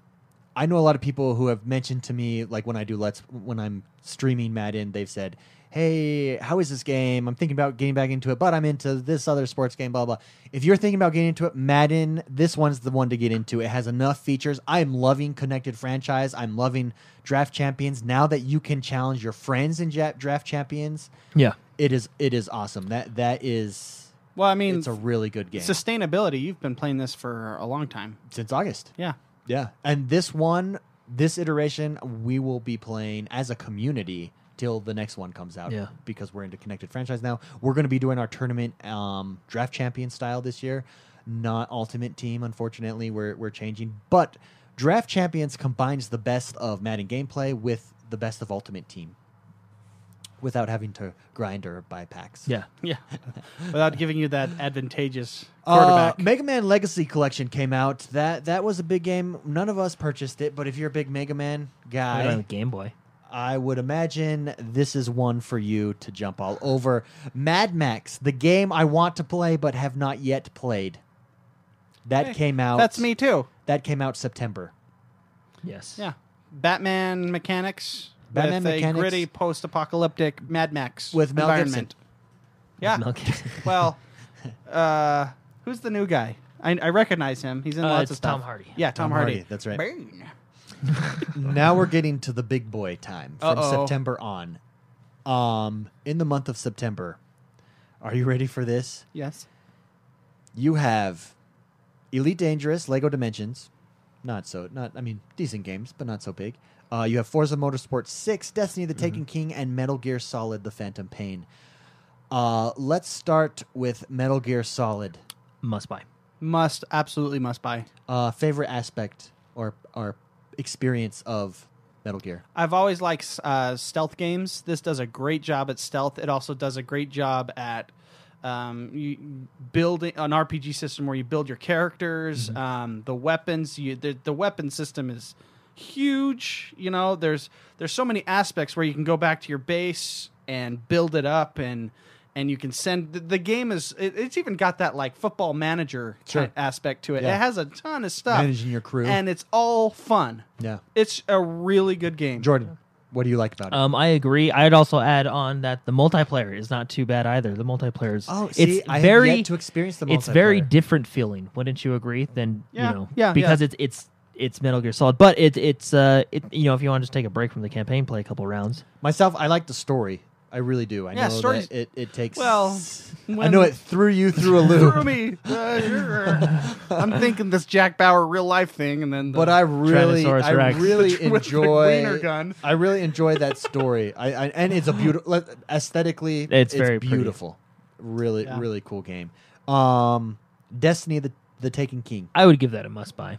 [SPEAKER 1] I know a lot of people who have mentioned to me, like when I do let's when I'm streaming Madden, they've said, "Hey, how is this game? I'm thinking about getting back into it, but I'm into this other sports game." Blah blah. If you're thinking about getting into it, Madden, this one's the one to get into. It has enough features. I'm loving connected franchise. I'm loving draft champions. Now that you can challenge your friends in ja- draft champions,
[SPEAKER 4] Yeah.
[SPEAKER 1] it is it is awesome. That that is
[SPEAKER 2] Well, I mean
[SPEAKER 1] it's a really good game
[SPEAKER 2] sustainability, you've been playing this for a long time.
[SPEAKER 1] since August.
[SPEAKER 2] Yeah.
[SPEAKER 1] Yeah. And this one, this iteration, we will be playing as a community till the next one comes out.
[SPEAKER 4] Yeah.
[SPEAKER 1] Because we're into connected franchise now. We're going to be doing our tournament um, draft champion style this year, not ultimate team. Unfortunately, we're we're changing, but draft champions combines the best of Madden gameplay with the best of ultimate team. Without having to grind or buy packs.
[SPEAKER 4] Yeah.
[SPEAKER 2] Yeah. Without giving you that advantageous
[SPEAKER 1] Uh,
[SPEAKER 2] quarterback.
[SPEAKER 1] Mega Man Legacy Collection came out. That that was a big game. None of us purchased it, but if you're a big Mega Man
[SPEAKER 4] I don't have a
[SPEAKER 1] guy,
[SPEAKER 4] Game Boy.
[SPEAKER 1] I would imagine this is one for you to jump all over. Mad Max, the game I want to play but have not yet played. That
[SPEAKER 2] Hey,
[SPEAKER 1] came out.
[SPEAKER 2] That's me too.
[SPEAKER 1] That came out September.
[SPEAKER 4] Yes.
[SPEAKER 2] Yeah. Batman mechanics.
[SPEAKER 1] Batman
[SPEAKER 2] with
[SPEAKER 1] mechanics.
[SPEAKER 2] A gritty post-apocalyptic Mad Max
[SPEAKER 1] With Mel Gibson.
[SPEAKER 2] environment. Yeah.
[SPEAKER 4] Mel Gibson.
[SPEAKER 2] well, uh, who's the new guy? I, I recognize him. He's in
[SPEAKER 4] Uh,
[SPEAKER 2] lots
[SPEAKER 4] it's
[SPEAKER 2] of stuff.
[SPEAKER 4] Tom Hardy.
[SPEAKER 2] Yeah,
[SPEAKER 1] Tom
[SPEAKER 2] Tom, Hardy.
[SPEAKER 1] Hardy, that's right.
[SPEAKER 2] Burn.
[SPEAKER 1] now we're getting to the big boy time from
[SPEAKER 2] Uh-oh.
[SPEAKER 1] September on. Um, in the month of September, are you ready for this?
[SPEAKER 2] Yes.
[SPEAKER 1] you have Elite Dangerous, Lego Dimensions, not so not I mean decent games, but not so big. Uh, you have Forza Motorsport Six, Destiny: The Taken King, and Metal Gear Solid: The Phantom Pain. Uh, let's start with Metal Gear Solid.
[SPEAKER 4] Must buy.
[SPEAKER 2] Must absolutely must buy.
[SPEAKER 1] Uh, favorite aspect or or experience of Metal Gear.
[SPEAKER 2] I've always liked uh, stealth games. This does a great job at stealth. It also does a great job at um, you building an RPG system where you build your characters,
[SPEAKER 1] Mm-hmm.
[SPEAKER 2] um, the weapons. You, the, the weapon system is huge. You know, there's there's so many aspects where you can go back to your base and build it up and. And you can send the, the game is it, it's even got that like football manager
[SPEAKER 1] Sure.
[SPEAKER 2] aspect to it.
[SPEAKER 1] Yeah.
[SPEAKER 2] It has a ton of stuff
[SPEAKER 1] Managing your crew.
[SPEAKER 2] and it's all fun.
[SPEAKER 1] Yeah.
[SPEAKER 2] It's a really good game.
[SPEAKER 1] Jordan, what do you like about it?
[SPEAKER 4] Um, I agree. I'd also add on that the multiplayer is not too bad either. The multiplayer is
[SPEAKER 1] Oh, see,
[SPEAKER 4] it's
[SPEAKER 1] I have
[SPEAKER 4] very
[SPEAKER 1] yet to experience the
[SPEAKER 4] It's very
[SPEAKER 1] multiplayer.
[SPEAKER 4] different feeling, wouldn't you agree? Than
[SPEAKER 2] Yeah,
[SPEAKER 4] you know,
[SPEAKER 2] yeah,
[SPEAKER 4] because it's it's it's Metal Gear Solid, but it it's uh it, you know if you want to just take a break from the campaign, play a couple rounds.
[SPEAKER 1] Myself, I like the story. I really do. I
[SPEAKER 2] Yeah,
[SPEAKER 1] know
[SPEAKER 2] story's-
[SPEAKER 1] that it, it takes.
[SPEAKER 2] Well,
[SPEAKER 1] I know it threw you through a loop.
[SPEAKER 3] Screw me. Uh, I'm thinking this Jack Bauer real life thing, and then the,
[SPEAKER 1] But I really,
[SPEAKER 4] Tyrannosaurus
[SPEAKER 1] I
[SPEAKER 4] Rex.
[SPEAKER 1] really
[SPEAKER 3] With the wiener
[SPEAKER 1] enjoy.
[SPEAKER 3] gun.
[SPEAKER 1] I really enjoy that story. I, I and it's a beautiful aesthetically.
[SPEAKER 4] It's very pretty.
[SPEAKER 1] beautiful. Really,
[SPEAKER 2] Yeah.
[SPEAKER 1] really cool game. Um, Destiny, the the Taken King.
[SPEAKER 4] I would give that a must buy.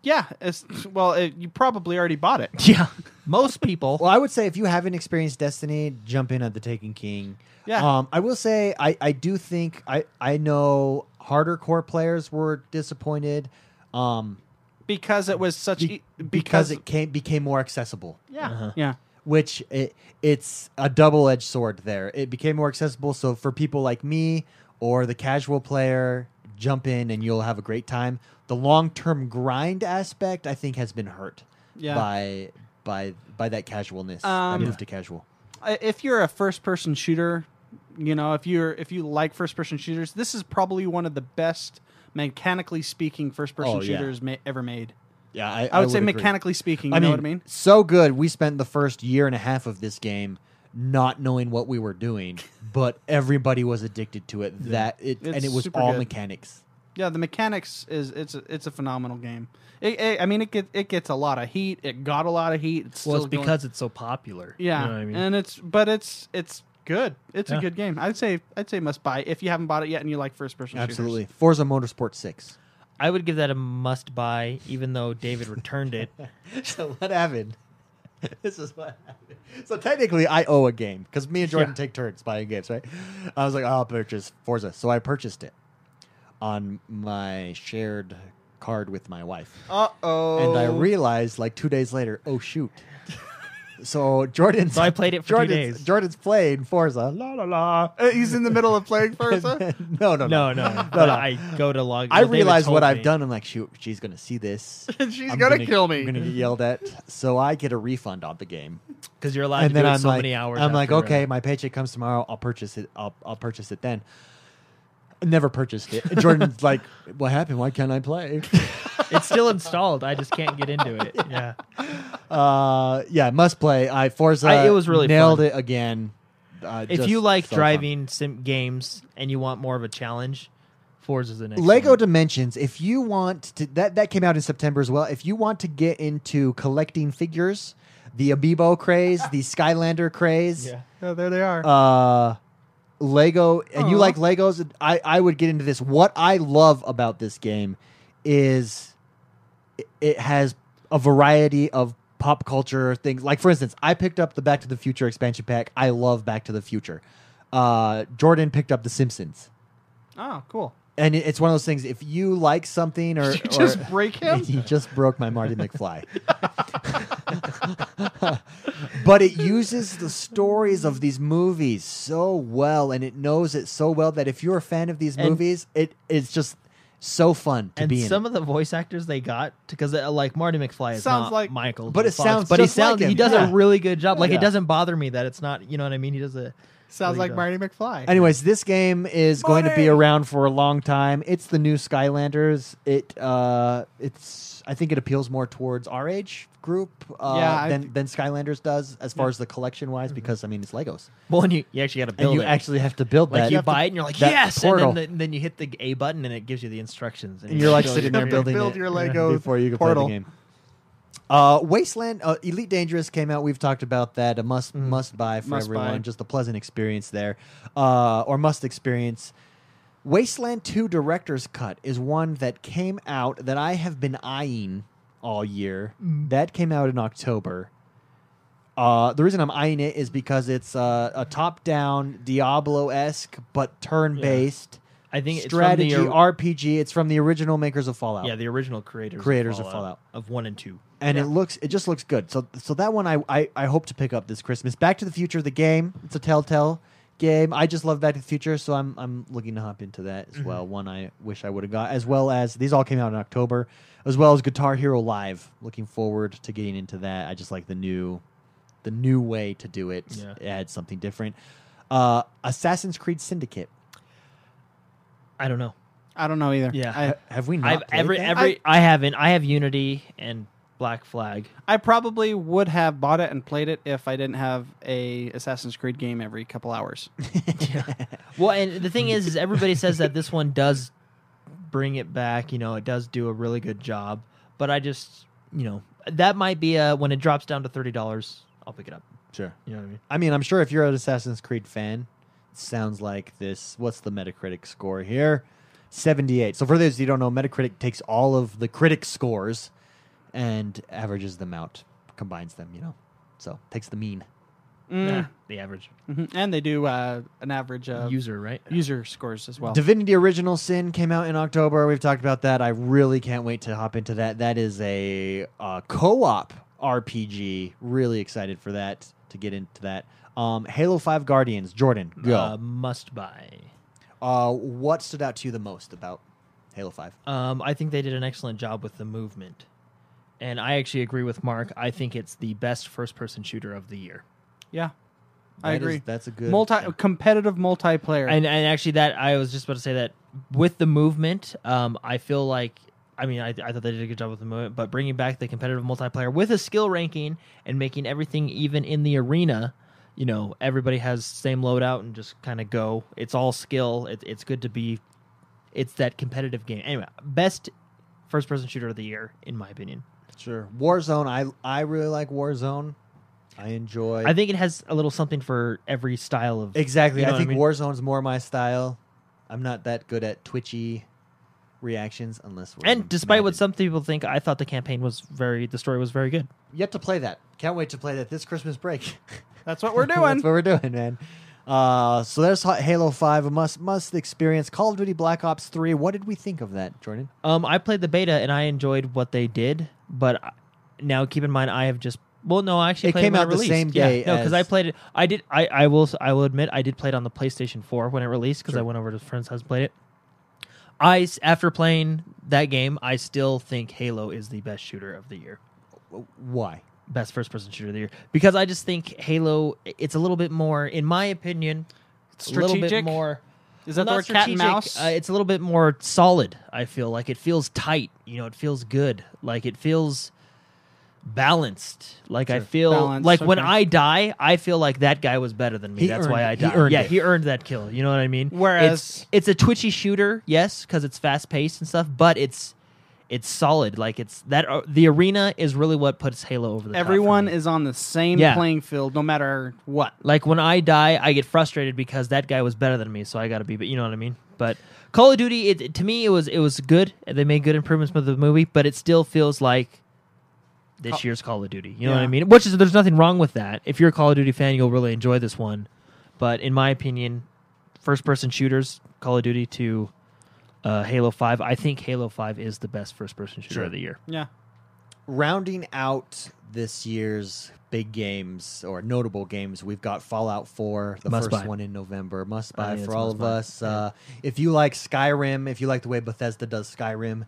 [SPEAKER 2] Yeah, it's, well, it, you probably already bought it.
[SPEAKER 4] Yeah, most people.
[SPEAKER 1] Well, I would say if you haven't experienced Destiny, jump in at the Taken King.
[SPEAKER 2] Yeah.
[SPEAKER 1] Um, I will say I, I do think I I know harder core players were disappointed. Um,
[SPEAKER 2] because it was such
[SPEAKER 1] be-
[SPEAKER 2] e-
[SPEAKER 1] because it came became more accessible.
[SPEAKER 2] yeah
[SPEAKER 4] Uh-huh.
[SPEAKER 2] yeah
[SPEAKER 1] which it, it's a double-edged sword there it became more accessible so for people like me or the casual player jump in and you'll have a great time the long-term grind aspect i think has been hurt
[SPEAKER 2] Yeah.
[SPEAKER 1] by by by that casualness
[SPEAKER 2] Um,
[SPEAKER 1] that move to casual
[SPEAKER 2] I- if you're a first person shooter you know if you're if you like first person shooters this is probably one of the best mechanically speaking first person
[SPEAKER 1] Oh, yeah.
[SPEAKER 2] shooters ma- ever made
[SPEAKER 1] yeah
[SPEAKER 2] i would, say mechanically speaking you know what i mean
[SPEAKER 1] so good we spent the first year and a half of this game not knowing what we were doing but everybody was addicted to it that it and
[SPEAKER 2] It's
[SPEAKER 1] it was
[SPEAKER 2] super
[SPEAKER 1] all
[SPEAKER 2] good.
[SPEAKER 1] mechanics
[SPEAKER 2] yeah the mechanics is it's a, it's a phenomenal game it, it, i mean it, get, it gets a lot of heat it got a lot of heat it's
[SPEAKER 4] Well, it's
[SPEAKER 2] still going-
[SPEAKER 4] because it's so popular.
[SPEAKER 2] yeah
[SPEAKER 4] you know what I mean.
[SPEAKER 2] and it's but it's it's good it's
[SPEAKER 4] Yeah.
[SPEAKER 2] a good game i'd say i'd say must buy if you haven't bought it yet and you like first person
[SPEAKER 1] absolutely forza motorsport 6
[SPEAKER 4] I would give that a must buy, even though David returned it.
[SPEAKER 1] So what happened? This is what happened. So technically, I owe a game because me and Jordan
[SPEAKER 4] Yeah.
[SPEAKER 1] take turns buying games, right? I was like, I'll purchase Forza, so I purchased it on my shared card with my wife,
[SPEAKER 2] uh-oh
[SPEAKER 1] and I
[SPEAKER 4] Oh.
[SPEAKER 1] realized like two days later, oh shoot. So Jordan's
[SPEAKER 4] So I played it for two
[SPEAKER 1] Jordan's,
[SPEAKER 4] days.
[SPEAKER 1] Jordan's playing Forza, la la la.
[SPEAKER 3] Uh, He's in the middle of playing Forza.
[SPEAKER 1] no, no,
[SPEAKER 4] No, no, but I go to log.
[SPEAKER 1] I
[SPEAKER 4] well, David
[SPEAKER 1] realize what
[SPEAKER 4] told
[SPEAKER 1] I've
[SPEAKER 4] me.
[SPEAKER 1] done. I'm like, shoot, she's gonna see this.
[SPEAKER 3] She's gonna kill me.
[SPEAKER 1] I'm gonna get yelled at. So I get a refund on the game,
[SPEAKER 4] because you're allowed to
[SPEAKER 1] and then
[SPEAKER 4] do it
[SPEAKER 1] I'm
[SPEAKER 4] so
[SPEAKER 1] like,
[SPEAKER 4] many hours.
[SPEAKER 1] I'm like,
[SPEAKER 4] after, uh,
[SPEAKER 1] okay, my paycheck comes tomorrow. I'll purchase it. I'll, I'll purchase it then. Never purchased it. And Jordan's like, what happened? Why can't I play?
[SPEAKER 4] it's still installed. I just can't get into it. Yeah.
[SPEAKER 1] Uh, yeah, must play. I Forza.
[SPEAKER 4] I- it was really
[SPEAKER 1] nailed
[SPEAKER 4] fun.
[SPEAKER 1] it again. Uh,
[SPEAKER 4] If
[SPEAKER 1] just
[SPEAKER 4] you like
[SPEAKER 1] so fun.
[SPEAKER 4] driving sim games and you want more of a challenge, Forza is the next.
[SPEAKER 1] Lego
[SPEAKER 4] one.
[SPEAKER 1] Dimensions. If you want to, that that came out in September as well. If you want to get into collecting figures, the Amiibo craze, the Skylander craze,
[SPEAKER 4] Yeah.
[SPEAKER 2] oh there they are
[SPEAKER 1] uh, Lego, and you
[SPEAKER 2] Aw.
[SPEAKER 1] like Legos, I, I would get into this. What I love about this game is it, it has a variety of pop culture things. Like, for instance, I picked up the Back to the Future expansion pack. I love Back to the Future. Uh, Jordan picked up The Simpsons.
[SPEAKER 2] oh cool
[SPEAKER 1] And it- it's one of those things. If you like something, or
[SPEAKER 2] Did you
[SPEAKER 1] or-
[SPEAKER 2] just break him?
[SPEAKER 1] you just broke my Marty McFly. but it uses the stories of these movies so well, and it knows it so well that if you're a fan of these
[SPEAKER 4] And-
[SPEAKER 1] movies, it it's just so fun to
[SPEAKER 4] And
[SPEAKER 1] be in.
[SPEAKER 4] some
[SPEAKER 1] it.
[SPEAKER 4] of the voice actors they got because like Marty McFly is
[SPEAKER 2] Sounds
[SPEAKER 4] not
[SPEAKER 2] like-
[SPEAKER 4] Michael,
[SPEAKER 1] But it
[SPEAKER 4] Fox,
[SPEAKER 1] sounds
[SPEAKER 4] but he
[SPEAKER 1] just like
[SPEAKER 4] sounds
[SPEAKER 1] him.
[SPEAKER 4] he does
[SPEAKER 1] Yeah.
[SPEAKER 4] a really good job. Like
[SPEAKER 1] Yeah.
[SPEAKER 4] it doesn't bother me that it's not. You know what I mean? He does a
[SPEAKER 2] Sounds
[SPEAKER 4] really
[SPEAKER 2] like Marty
[SPEAKER 4] good-
[SPEAKER 2] McFly.
[SPEAKER 1] Anyways, this game is going to be
[SPEAKER 2] Marty!
[SPEAKER 1] around for a long time. It's the new Skylanders. It uh, it's I think it appeals more towards our age group uh,
[SPEAKER 2] Yeah, I-
[SPEAKER 1] than than Skylanders does as far as the collection
[SPEAKER 4] Mm-hmm.
[SPEAKER 1] wise because I mean it's Legos
[SPEAKER 4] Well, and you, you actually got to
[SPEAKER 1] and
[SPEAKER 4] build
[SPEAKER 1] you
[SPEAKER 4] it.
[SPEAKER 1] actually have to build
[SPEAKER 4] like
[SPEAKER 1] that.
[SPEAKER 4] you buy it and you're like
[SPEAKER 1] that
[SPEAKER 4] yes,
[SPEAKER 1] portal.
[SPEAKER 4] and then, the, then you hit the A button and it gives you the instructions.
[SPEAKER 1] and you're like
[SPEAKER 4] shows
[SPEAKER 1] sitting
[SPEAKER 4] you
[SPEAKER 1] there
[SPEAKER 4] everything.
[SPEAKER 1] building
[SPEAKER 3] build
[SPEAKER 1] it
[SPEAKER 3] your Lego
[SPEAKER 1] before you can
[SPEAKER 3] portal.
[SPEAKER 1] play the game. Uh, Wasteland uh, Elite Dangerous came out. We've talked about that. A must must buy for
[SPEAKER 2] Mm. Must
[SPEAKER 1] everyone.
[SPEAKER 2] buy.
[SPEAKER 1] Just a pleasant experience there, uh, or must experience. Wasteland Two Director's Cut is one that came out that I have been eyeing all year.
[SPEAKER 2] Mm.
[SPEAKER 1] That came out in October. Uh, the reason I'm eyeing it is because it's uh, a top-down Diablo-esque but turn-based
[SPEAKER 4] I think
[SPEAKER 1] strategy
[SPEAKER 4] it's from the, or-
[SPEAKER 1] RPG. It's from the original makers of Fallout.
[SPEAKER 4] yeah, the original creators
[SPEAKER 1] Creators of Fallout.
[SPEAKER 4] of one and two.
[SPEAKER 1] and it looks it just looks good. So so that one I, I I hope to pick up this Christmas. Back to the Future, the game. It's a Telltale game. I just love Back to the Future, so I'm I'm looking to hop into that as
[SPEAKER 4] Mm-hmm.
[SPEAKER 1] well. One I wish I would have got, as well as these all came out in October, as well as Guitar Hero Live. Looking forward to getting into that. I just like the new the new way to do it.
[SPEAKER 4] Yeah.
[SPEAKER 1] Add something different. Uh, Assassin's Creed Syndicate.
[SPEAKER 4] I don't know.
[SPEAKER 2] I don't know either.
[SPEAKER 4] Yeah.
[SPEAKER 2] I,
[SPEAKER 1] Ha- have we not?
[SPEAKER 4] I've
[SPEAKER 1] played
[SPEAKER 4] every
[SPEAKER 1] that?
[SPEAKER 4] every I, haven't. I have Unity and Black Flag.
[SPEAKER 2] I probably would have bought it and played it if I didn't have a Assassin's Creed game every couple hours.
[SPEAKER 4] Well, and the thing is, is everybody says that this one does bring it back. You know, it does do a really good job. But I just, you know, that might be a when it drops down to thirty dollars, I'll pick it up.
[SPEAKER 1] sure.
[SPEAKER 4] You know what I mean?
[SPEAKER 1] I mean, I'm sure if you're an Assassin's Creed fan, it sounds like this. What's the Metacritic score here? 78. So for those you don't know, Metacritic takes all of the critic scores and averages them out, combines them, you know. So takes the mean.
[SPEAKER 2] Mm.
[SPEAKER 4] Nah, the average
[SPEAKER 2] Mhm. And they do uh, an average of
[SPEAKER 4] user, right?
[SPEAKER 2] user scores as well.
[SPEAKER 1] Divinity Original Sin came out in October. We've talked about that. I really can't wait to hop into that. That is a uh, co-op RPG. Really excited for that to get into that. Um, Halo 5 Guardians, Jordan, go.
[SPEAKER 4] Uh, must buy.
[SPEAKER 1] Uh, what stood out to you the most about Halo Five?
[SPEAKER 4] Um, I think they did an excellent job with the movement. And I actually agree with Mark. I think it's the best first person shooter of the year.
[SPEAKER 2] yeah, I
[SPEAKER 1] That is-
[SPEAKER 2] agree.
[SPEAKER 1] that's a good
[SPEAKER 2] multi competitive multiplayer.
[SPEAKER 4] And, and actually, that I was just about to say that with the movement, um, I feel like, I mean, I, I thought they did a good job with the movement, but bringing back the competitive multiplayer with a skill ranking and making everything even in the arena, you know, everybody has same loadout and just kind of go. It's all skill. It, it's good to be. It's that competitive game. Anyway, best first person shooter of the year, in my opinion.
[SPEAKER 1] Sure, Warzone. I I really like Warzone. I enjoy.
[SPEAKER 4] I think it has a little something for every style of
[SPEAKER 1] exactly.
[SPEAKER 4] you know
[SPEAKER 1] I
[SPEAKER 4] what
[SPEAKER 1] think
[SPEAKER 4] mean?
[SPEAKER 1] Warzone's more my style. I'm not that good at twitchy reactions unless we're
[SPEAKER 4] And despite what
[SPEAKER 1] united.
[SPEAKER 4] some people think, I thought the campaign was very, the story was very good.
[SPEAKER 1] yet to play that. Can't wait to play that this Christmas break.
[SPEAKER 2] that's what we're
[SPEAKER 1] That's
[SPEAKER 2] doing.
[SPEAKER 1] what we're doing, man. Uh, so there's Ha- Halo Five. A must must experience. Call of Duty Black Ops Three. What did we think of that, Jordan?
[SPEAKER 4] Um, I played the beta and I enjoyed what they did, but I- now keep in mind I have just well, no, I actually
[SPEAKER 1] It
[SPEAKER 4] played
[SPEAKER 1] came
[SPEAKER 4] when
[SPEAKER 1] out the
[SPEAKER 4] released.
[SPEAKER 1] same
[SPEAKER 4] Yeah,
[SPEAKER 1] day
[SPEAKER 4] no, because I
[SPEAKER 1] as-
[SPEAKER 4] played it. I did. I I will. s- I will admit I did play it on the PlayStation Four when it released because I
[SPEAKER 1] Sure.
[SPEAKER 4] went over to a friend's house and played it. I s- after playing that game, I still think Halo is the best shooter of the year.
[SPEAKER 1] W- Why?
[SPEAKER 4] best first person shooter of the year because I just think Halo it's a little bit more in my opinion a little bit
[SPEAKER 2] Strategic?
[SPEAKER 4] more
[SPEAKER 2] Is that
[SPEAKER 4] Well,
[SPEAKER 2] the
[SPEAKER 4] not
[SPEAKER 2] word cat and
[SPEAKER 4] strategic,
[SPEAKER 2] mouse?
[SPEAKER 4] uh, it's a little bit more solid I feel like it feels tight you know it feels good like it feels balanced like I feel
[SPEAKER 2] Balanced,
[SPEAKER 4] like when
[SPEAKER 2] okay.
[SPEAKER 4] I die I feel like that guy was better than me
[SPEAKER 1] He
[SPEAKER 4] that's
[SPEAKER 1] earned
[SPEAKER 4] why
[SPEAKER 1] it.
[SPEAKER 4] I
[SPEAKER 1] He
[SPEAKER 4] died
[SPEAKER 1] earned
[SPEAKER 4] yeah
[SPEAKER 1] it.
[SPEAKER 4] he earned that kill you know what I mean
[SPEAKER 2] Whereas-
[SPEAKER 4] it's, it's a twitchy shooter yes because it's fast paced and stuff but it's it's solid like it's that uh, the arena is really what puts Halo over the top for
[SPEAKER 2] Everyone
[SPEAKER 4] me.
[SPEAKER 2] is on the same
[SPEAKER 4] Yeah.
[SPEAKER 2] playing field, no matter what.
[SPEAKER 4] Like when I die, I get frustrated because that guy was better than me, so I got to be. But you know what I mean. But Call of Duty, it, to me, it was it was good. They made good improvements with the movie, but it still feels like this year's Call of Duty. You know what I
[SPEAKER 2] Yeah.
[SPEAKER 4] mean? Which is there's nothing wrong with that. If you're a Call of Duty fan, you'll really enjoy this one. But in my opinion, first person shooters, Call of Duty to uh, Halo Five, I think Halo Five is the best first person shooter
[SPEAKER 1] Sure.
[SPEAKER 4] of the year.
[SPEAKER 2] Yeah,
[SPEAKER 1] rounding out this year's big games or notable games, we've got Fallout 4, the
[SPEAKER 4] Must
[SPEAKER 1] first
[SPEAKER 4] buy.
[SPEAKER 1] one in November. Must
[SPEAKER 4] I
[SPEAKER 1] buy
[SPEAKER 4] think
[SPEAKER 1] for
[SPEAKER 4] it's
[SPEAKER 1] all
[SPEAKER 4] must
[SPEAKER 1] of
[SPEAKER 4] buy.
[SPEAKER 1] us. Uh, if you like Skyrim, if you like the way Bethesda does Skyrim,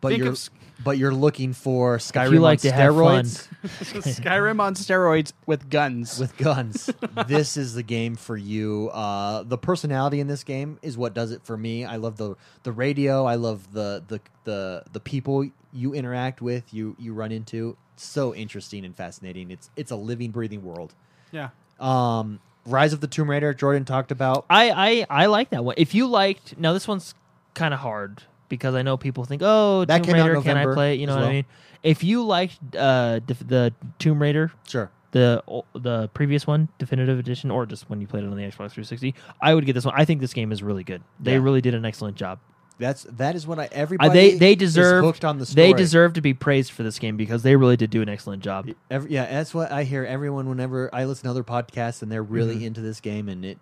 [SPEAKER 1] but
[SPEAKER 2] Think
[SPEAKER 1] you're
[SPEAKER 2] of Sk-
[SPEAKER 1] but you're looking for Skyrim on
[SPEAKER 4] like to have
[SPEAKER 1] steroids
[SPEAKER 2] Skyrim on steroids with guns.
[SPEAKER 1] with guns, this is the game for you. Uh, the personality in this game is what does it for me. I love the the radio. I love the the the the people you interact with, you you run into. So interesting and fascinating. It's it's a living, breathing world.
[SPEAKER 2] yeah,
[SPEAKER 1] Um, Rise of the Tomb Raider. Jordan talked about.
[SPEAKER 4] I I I like that one. If you liked, now this one's kind of hard because I know people think, oh,
[SPEAKER 1] That
[SPEAKER 4] Tomb
[SPEAKER 1] came out in
[SPEAKER 4] Raider, can I
[SPEAKER 1] November
[SPEAKER 4] play? it? You know
[SPEAKER 1] as
[SPEAKER 4] what I
[SPEAKER 1] well.
[SPEAKER 4] mean? If you liked uh, def- the Tomb Raider,
[SPEAKER 1] Sure.
[SPEAKER 4] the the previous one, definitive edition, or just when you played it on the Xbox 360, I would get this one. I think this game is really good. They
[SPEAKER 1] Yeah.
[SPEAKER 4] really did an excellent job.
[SPEAKER 1] That's that is what I
[SPEAKER 4] Uh,
[SPEAKER 1] everybody
[SPEAKER 4] they they
[SPEAKER 1] is
[SPEAKER 4] deserve
[SPEAKER 1] hooked on the story.
[SPEAKER 4] they deserve to be praised for this game because they really did do an excellent job.
[SPEAKER 1] Every, yeah, that's what I hear. Everyone, whenever I listen to other podcasts, and they're really
[SPEAKER 4] Mm-hmm.
[SPEAKER 1] into this game, and it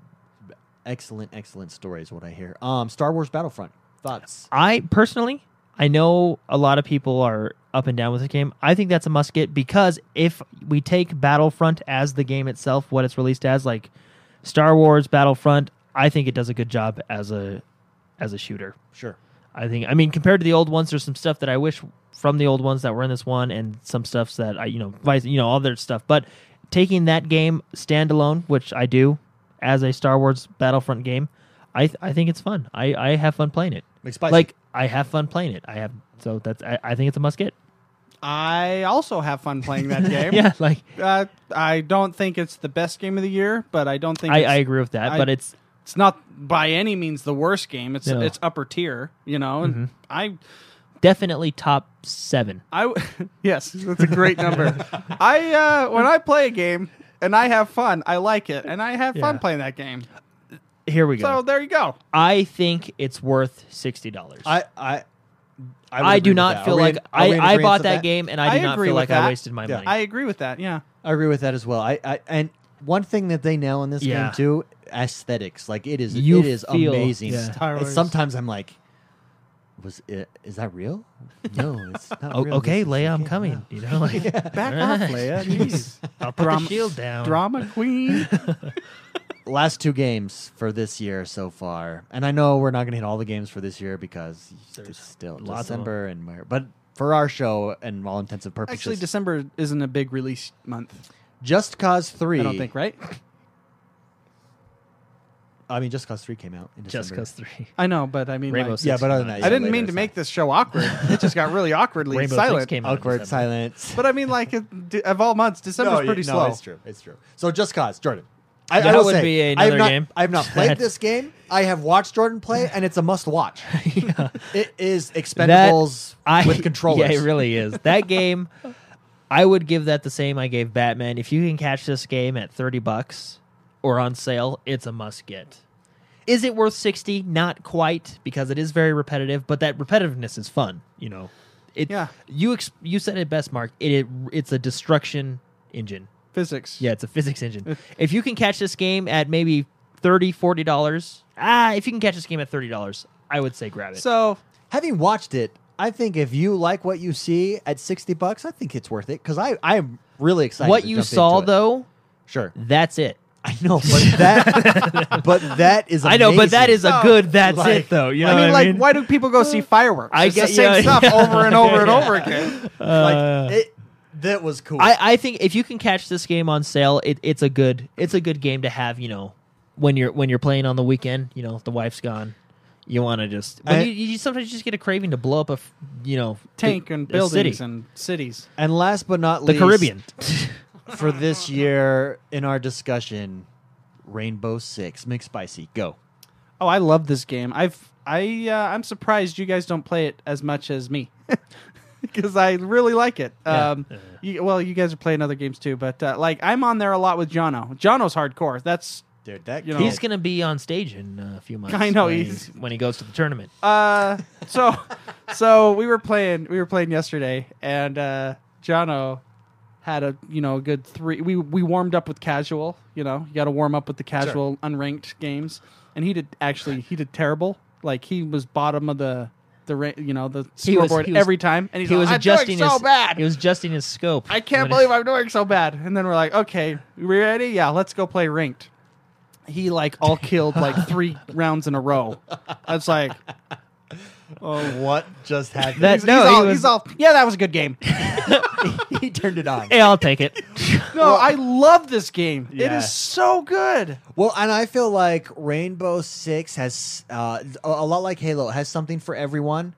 [SPEAKER 1] excellent, excellent story is what I hear. Um, Star Wars Battlefront thoughts?
[SPEAKER 4] I personally, I know a lot of people are up and down with this game. I think that's a must get because if we take Battlefront as the game itself, what it's released as, like Star Wars Battlefront, I think it does a good job as a as a shooter.
[SPEAKER 1] Sure.
[SPEAKER 4] I think. I mean, compared to the old ones, there's some stuff that I wish from the old ones that were in this one, and some stuffs that I, you know, vice, you know, all their stuff. But taking that game standalone, which I do, as a Star Wars Battlefront game, I th- I think it's fun. I I have fun playing it.
[SPEAKER 1] McSpicy.
[SPEAKER 4] Like I have fun playing it. I have so that's I, I think it's a must get.
[SPEAKER 2] I also have fun playing that game.
[SPEAKER 4] Yeah, like
[SPEAKER 2] Uh, I don't think it's the best game of the year, but I don't think
[SPEAKER 4] I,
[SPEAKER 2] it's,
[SPEAKER 4] I agree with that,
[SPEAKER 2] I-
[SPEAKER 4] but it's
[SPEAKER 2] it's not by any means the worst game. It's
[SPEAKER 4] No. Mm-hmm.
[SPEAKER 2] it's upper tier, you know. And I
[SPEAKER 4] definitely top seven.
[SPEAKER 2] I w- yes,
[SPEAKER 3] That's a great number.
[SPEAKER 2] I uh, when I play a game and I have fun, I like it, and I have fun
[SPEAKER 4] Yeah.
[SPEAKER 2] playing that game.
[SPEAKER 4] Here we go.
[SPEAKER 2] So there you go.
[SPEAKER 4] I think it's worth sixty dollars.
[SPEAKER 1] I I I, would
[SPEAKER 4] I
[SPEAKER 1] agree
[SPEAKER 4] do
[SPEAKER 1] with
[SPEAKER 4] not
[SPEAKER 1] that.
[SPEAKER 4] feel
[SPEAKER 1] Are we
[SPEAKER 4] like
[SPEAKER 1] in- are we
[SPEAKER 4] I,
[SPEAKER 1] in
[SPEAKER 4] I
[SPEAKER 1] agreeance
[SPEAKER 4] bought
[SPEAKER 1] with
[SPEAKER 4] that, game and I
[SPEAKER 2] I
[SPEAKER 4] do not
[SPEAKER 2] agree
[SPEAKER 4] feel
[SPEAKER 2] with
[SPEAKER 4] like I
[SPEAKER 2] that.
[SPEAKER 4] wasted my
[SPEAKER 1] Yeah.
[SPEAKER 4] money.
[SPEAKER 2] I agree with that. Yeah.
[SPEAKER 1] I agree with that as well. I, I and one thing that they nail in this
[SPEAKER 4] Yeah.
[SPEAKER 1] game too, aesthetics. Like it is,
[SPEAKER 4] You
[SPEAKER 1] it is
[SPEAKER 4] feel-
[SPEAKER 1] amazing.
[SPEAKER 4] yeah.
[SPEAKER 2] Star
[SPEAKER 1] And
[SPEAKER 2] Wars.
[SPEAKER 1] sometimes I'm like, was it? Is that real? No, it's not.
[SPEAKER 4] O-
[SPEAKER 1] real.
[SPEAKER 4] okay,
[SPEAKER 1] This is
[SPEAKER 4] Leia,
[SPEAKER 1] a
[SPEAKER 4] I'm
[SPEAKER 1] game.
[SPEAKER 4] coming. You know, like
[SPEAKER 2] Back
[SPEAKER 4] All
[SPEAKER 2] off,
[SPEAKER 4] right.
[SPEAKER 2] Leia. Jeez.
[SPEAKER 4] I'll put
[SPEAKER 2] Drama-
[SPEAKER 4] the shield down.
[SPEAKER 2] Drama queen.
[SPEAKER 1] last two games for this year so far, and I know we're not going to hit all the games for this year because
[SPEAKER 4] There's
[SPEAKER 1] it's still
[SPEAKER 4] lots of
[SPEAKER 1] December and we're, but for our show and all intents and purposes,
[SPEAKER 2] Actually, December isn't a big release month.
[SPEAKER 1] Just Cause Three.
[SPEAKER 2] I don't think, right?
[SPEAKER 1] I mean, Just Cause Three came out in December.
[SPEAKER 4] Just Cause Three.
[SPEAKER 2] I know, but I mean,
[SPEAKER 4] Rainbow
[SPEAKER 2] like,
[SPEAKER 4] Six.
[SPEAKER 1] Yeah, but other than that,
[SPEAKER 4] I
[SPEAKER 1] yeah,
[SPEAKER 2] I didn't
[SPEAKER 1] later,
[SPEAKER 2] mean to
[SPEAKER 1] it's
[SPEAKER 2] make this show awkward. it just got really awkwardly
[SPEAKER 4] Rainbow
[SPEAKER 2] silent.
[SPEAKER 4] Six came
[SPEAKER 1] fine.
[SPEAKER 4] out. in
[SPEAKER 1] awkward
[SPEAKER 4] December.
[SPEAKER 1] silence.
[SPEAKER 2] But I mean, like it- d- of all months, December's
[SPEAKER 1] you-
[SPEAKER 2] pretty slow.
[SPEAKER 1] It's true. It's true. So just cause Jordan. I,
[SPEAKER 4] That
[SPEAKER 1] I will
[SPEAKER 4] would
[SPEAKER 1] say,
[SPEAKER 4] be
[SPEAKER 1] I have
[SPEAKER 4] another
[SPEAKER 1] not,
[SPEAKER 4] game.
[SPEAKER 1] I have not played this game. I have watched Jordan play, and it's a must watch. It is Expendables
[SPEAKER 4] I-
[SPEAKER 1] with controllers.
[SPEAKER 4] Yeah, it really is. That game, I would give that the same I gave Batman. If you can catch this game at thirty bucks or on sale, it's a must get. Is it worth sixty? Not quite, because it is very repetitive. But that repetitiveness is fun. You know, it.
[SPEAKER 2] Yeah.
[SPEAKER 4] You ex- you said it best, Mark. It, it it's a destruction engine.
[SPEAKER 2] Physics.
[SPEAKER 4] Yeah, it's a physics engine. if you can catch this game at maybe 30 $40, ah, if you can catch this game at $30, I would say grab it.
[SPEAKER 2] So
[SPEAKER 1] Having watched it, I think if you like what you see at sixty bucks, I think it's worth it because I I am really excited.
[SPEAKER 4] what
[SPEAKER 1] to
[SPEAKER 4] you
[SPEAKER 1] jump into
[SPEAKER 4] saw,
[SPEAKER 1] it.
[SPEAKER 4] though,
[SPEAKER 1] sure,
[SPEAKER 4] that's it.
[SPEAKER 1] I know, but that, but that is
[SPEAKER 4] I know, but that is
[SPEAKER 1] amazing.
[SPEAKER 4] a good that's
[SPEAKER 1] Like-
[SPEAKER 4] it, though. You know
[SPEAKER 2] I mean,
[SPEAKER 4] what
[SPEAKER 2] like, why do people go see fireworks?
[SPEAKER 4] I
[SPEAKER 2] it's
[SPEAKER 4] get-
[SPEAKER 2] the same
[SPEAKER 4] yeah,
[SPEAKER 2] stuff
[SPEAKER 4] yeah.
[SPEAKER 2] over and over and
[SPEAKER 4] Yeah.
[SPEAKER 2] over again.
[SPEAKER 1] like it. That was cool.
[SPEAKER 4] Uh. I, I think if you can catch this game on sale, it, it's a good it's a good game to have. You know, when you're when you're playing on the weekend, you know the wife's gone, you want to just when
[SPEAKER 1] I-
[SPEAKER 4] you, you sometimes just get a craving to blow up a f- you know
[SPEAKER 2] Tank and
[SPEAKER 4] a
[SPEAKER 2] buildings
[SPEAKER 4] city.
[SPEAKER 2] and cities.
[SPEAKER 1] and last but not
[SPEAKER 4] the
[SPEAKER 1] least,
[SPEAKER 4] Caribbean.
[SPEAKER 1] for this year in our discussion Rainbow Six Mix Spicy. Go.
[SPEAKER 2] Oh, I love this game. I've I uh, I'm surprised you guys don't play it as much as me because I really like it.
[SPEAKER 4] Yeah.
[SPEAKER 2] Um, you- well, you guys are playing other games too, but uh, like I'm on there a lot with Jono. Jono's hardcore. That's
[SPEAKER 1] Dude, that
[SPEAKER 2] You know-
[SPEAKER 4] He's gonna be on stage in uh, a few months.
[SPEAKER 2] I know,
[SPEAKER 4] when he-
[SPEAKER 2] he's-
[SPEAKER 4] when he goes to the tournament.
[SPEAKER 2] Uh, so so we were playing we were playing yesterday and uh Jono had a you know a good three we we warmed up with casual, you know. You got to warm up with the casual unranked games and he did actually he did terrible. Like he was bottom of the the ra- you know the
[SPEAKER 4] He was-
[SPEAKER 2] scoreboard
[SPEAKER 4] he was-
[SPEAKER 2] every time and he's
[SPEAKER 4] he
[SPEAKER 2] like,
[SPEAKER 4] was
[SPEAKER 2] "I'm
[SPEAKER 4] adjusting
[SPEAKER 2] doing so
[SPEAKER 4] his
[SPEAKER 2] bad.
[SPEAKER 4] He was adjusting his scope.
[SPEAKER 2] I can't
[SPEAKER 4] when
[SPEAKER 2] believe
[SPEAKER 4] it,
[SPEAKER 2] I'm doing so bad. And then we're like, "Okay, we ready? Yeah, let's go play ranked." He like all killed like 3 rounds in a row. I was like,
[SPEAKER 1] Oh, what just happened?
[SPEAKER 4] That-
[SPEAKER 2] He's,
[SPEAKER 4] no,
[SPEAKER 2] he's
[SPEAKER 4] he
[SPEAKER 2] all,
[SPEAKER 4] was-
[SPEAKER 2] he's all, yeah, that was a good game.
[SPEAKER 1] he turned it on.
[SPEAKER 4] Hey, I'll take it.
[SPEAKER 2] No, I love this game.
[SPEAKER 1] Yeah.
[SPEAKER 2] It is so good.
[SPEAKER 1] Well, and I feel like Rainbow Six has uh, a a lot like Halo has something for everyone,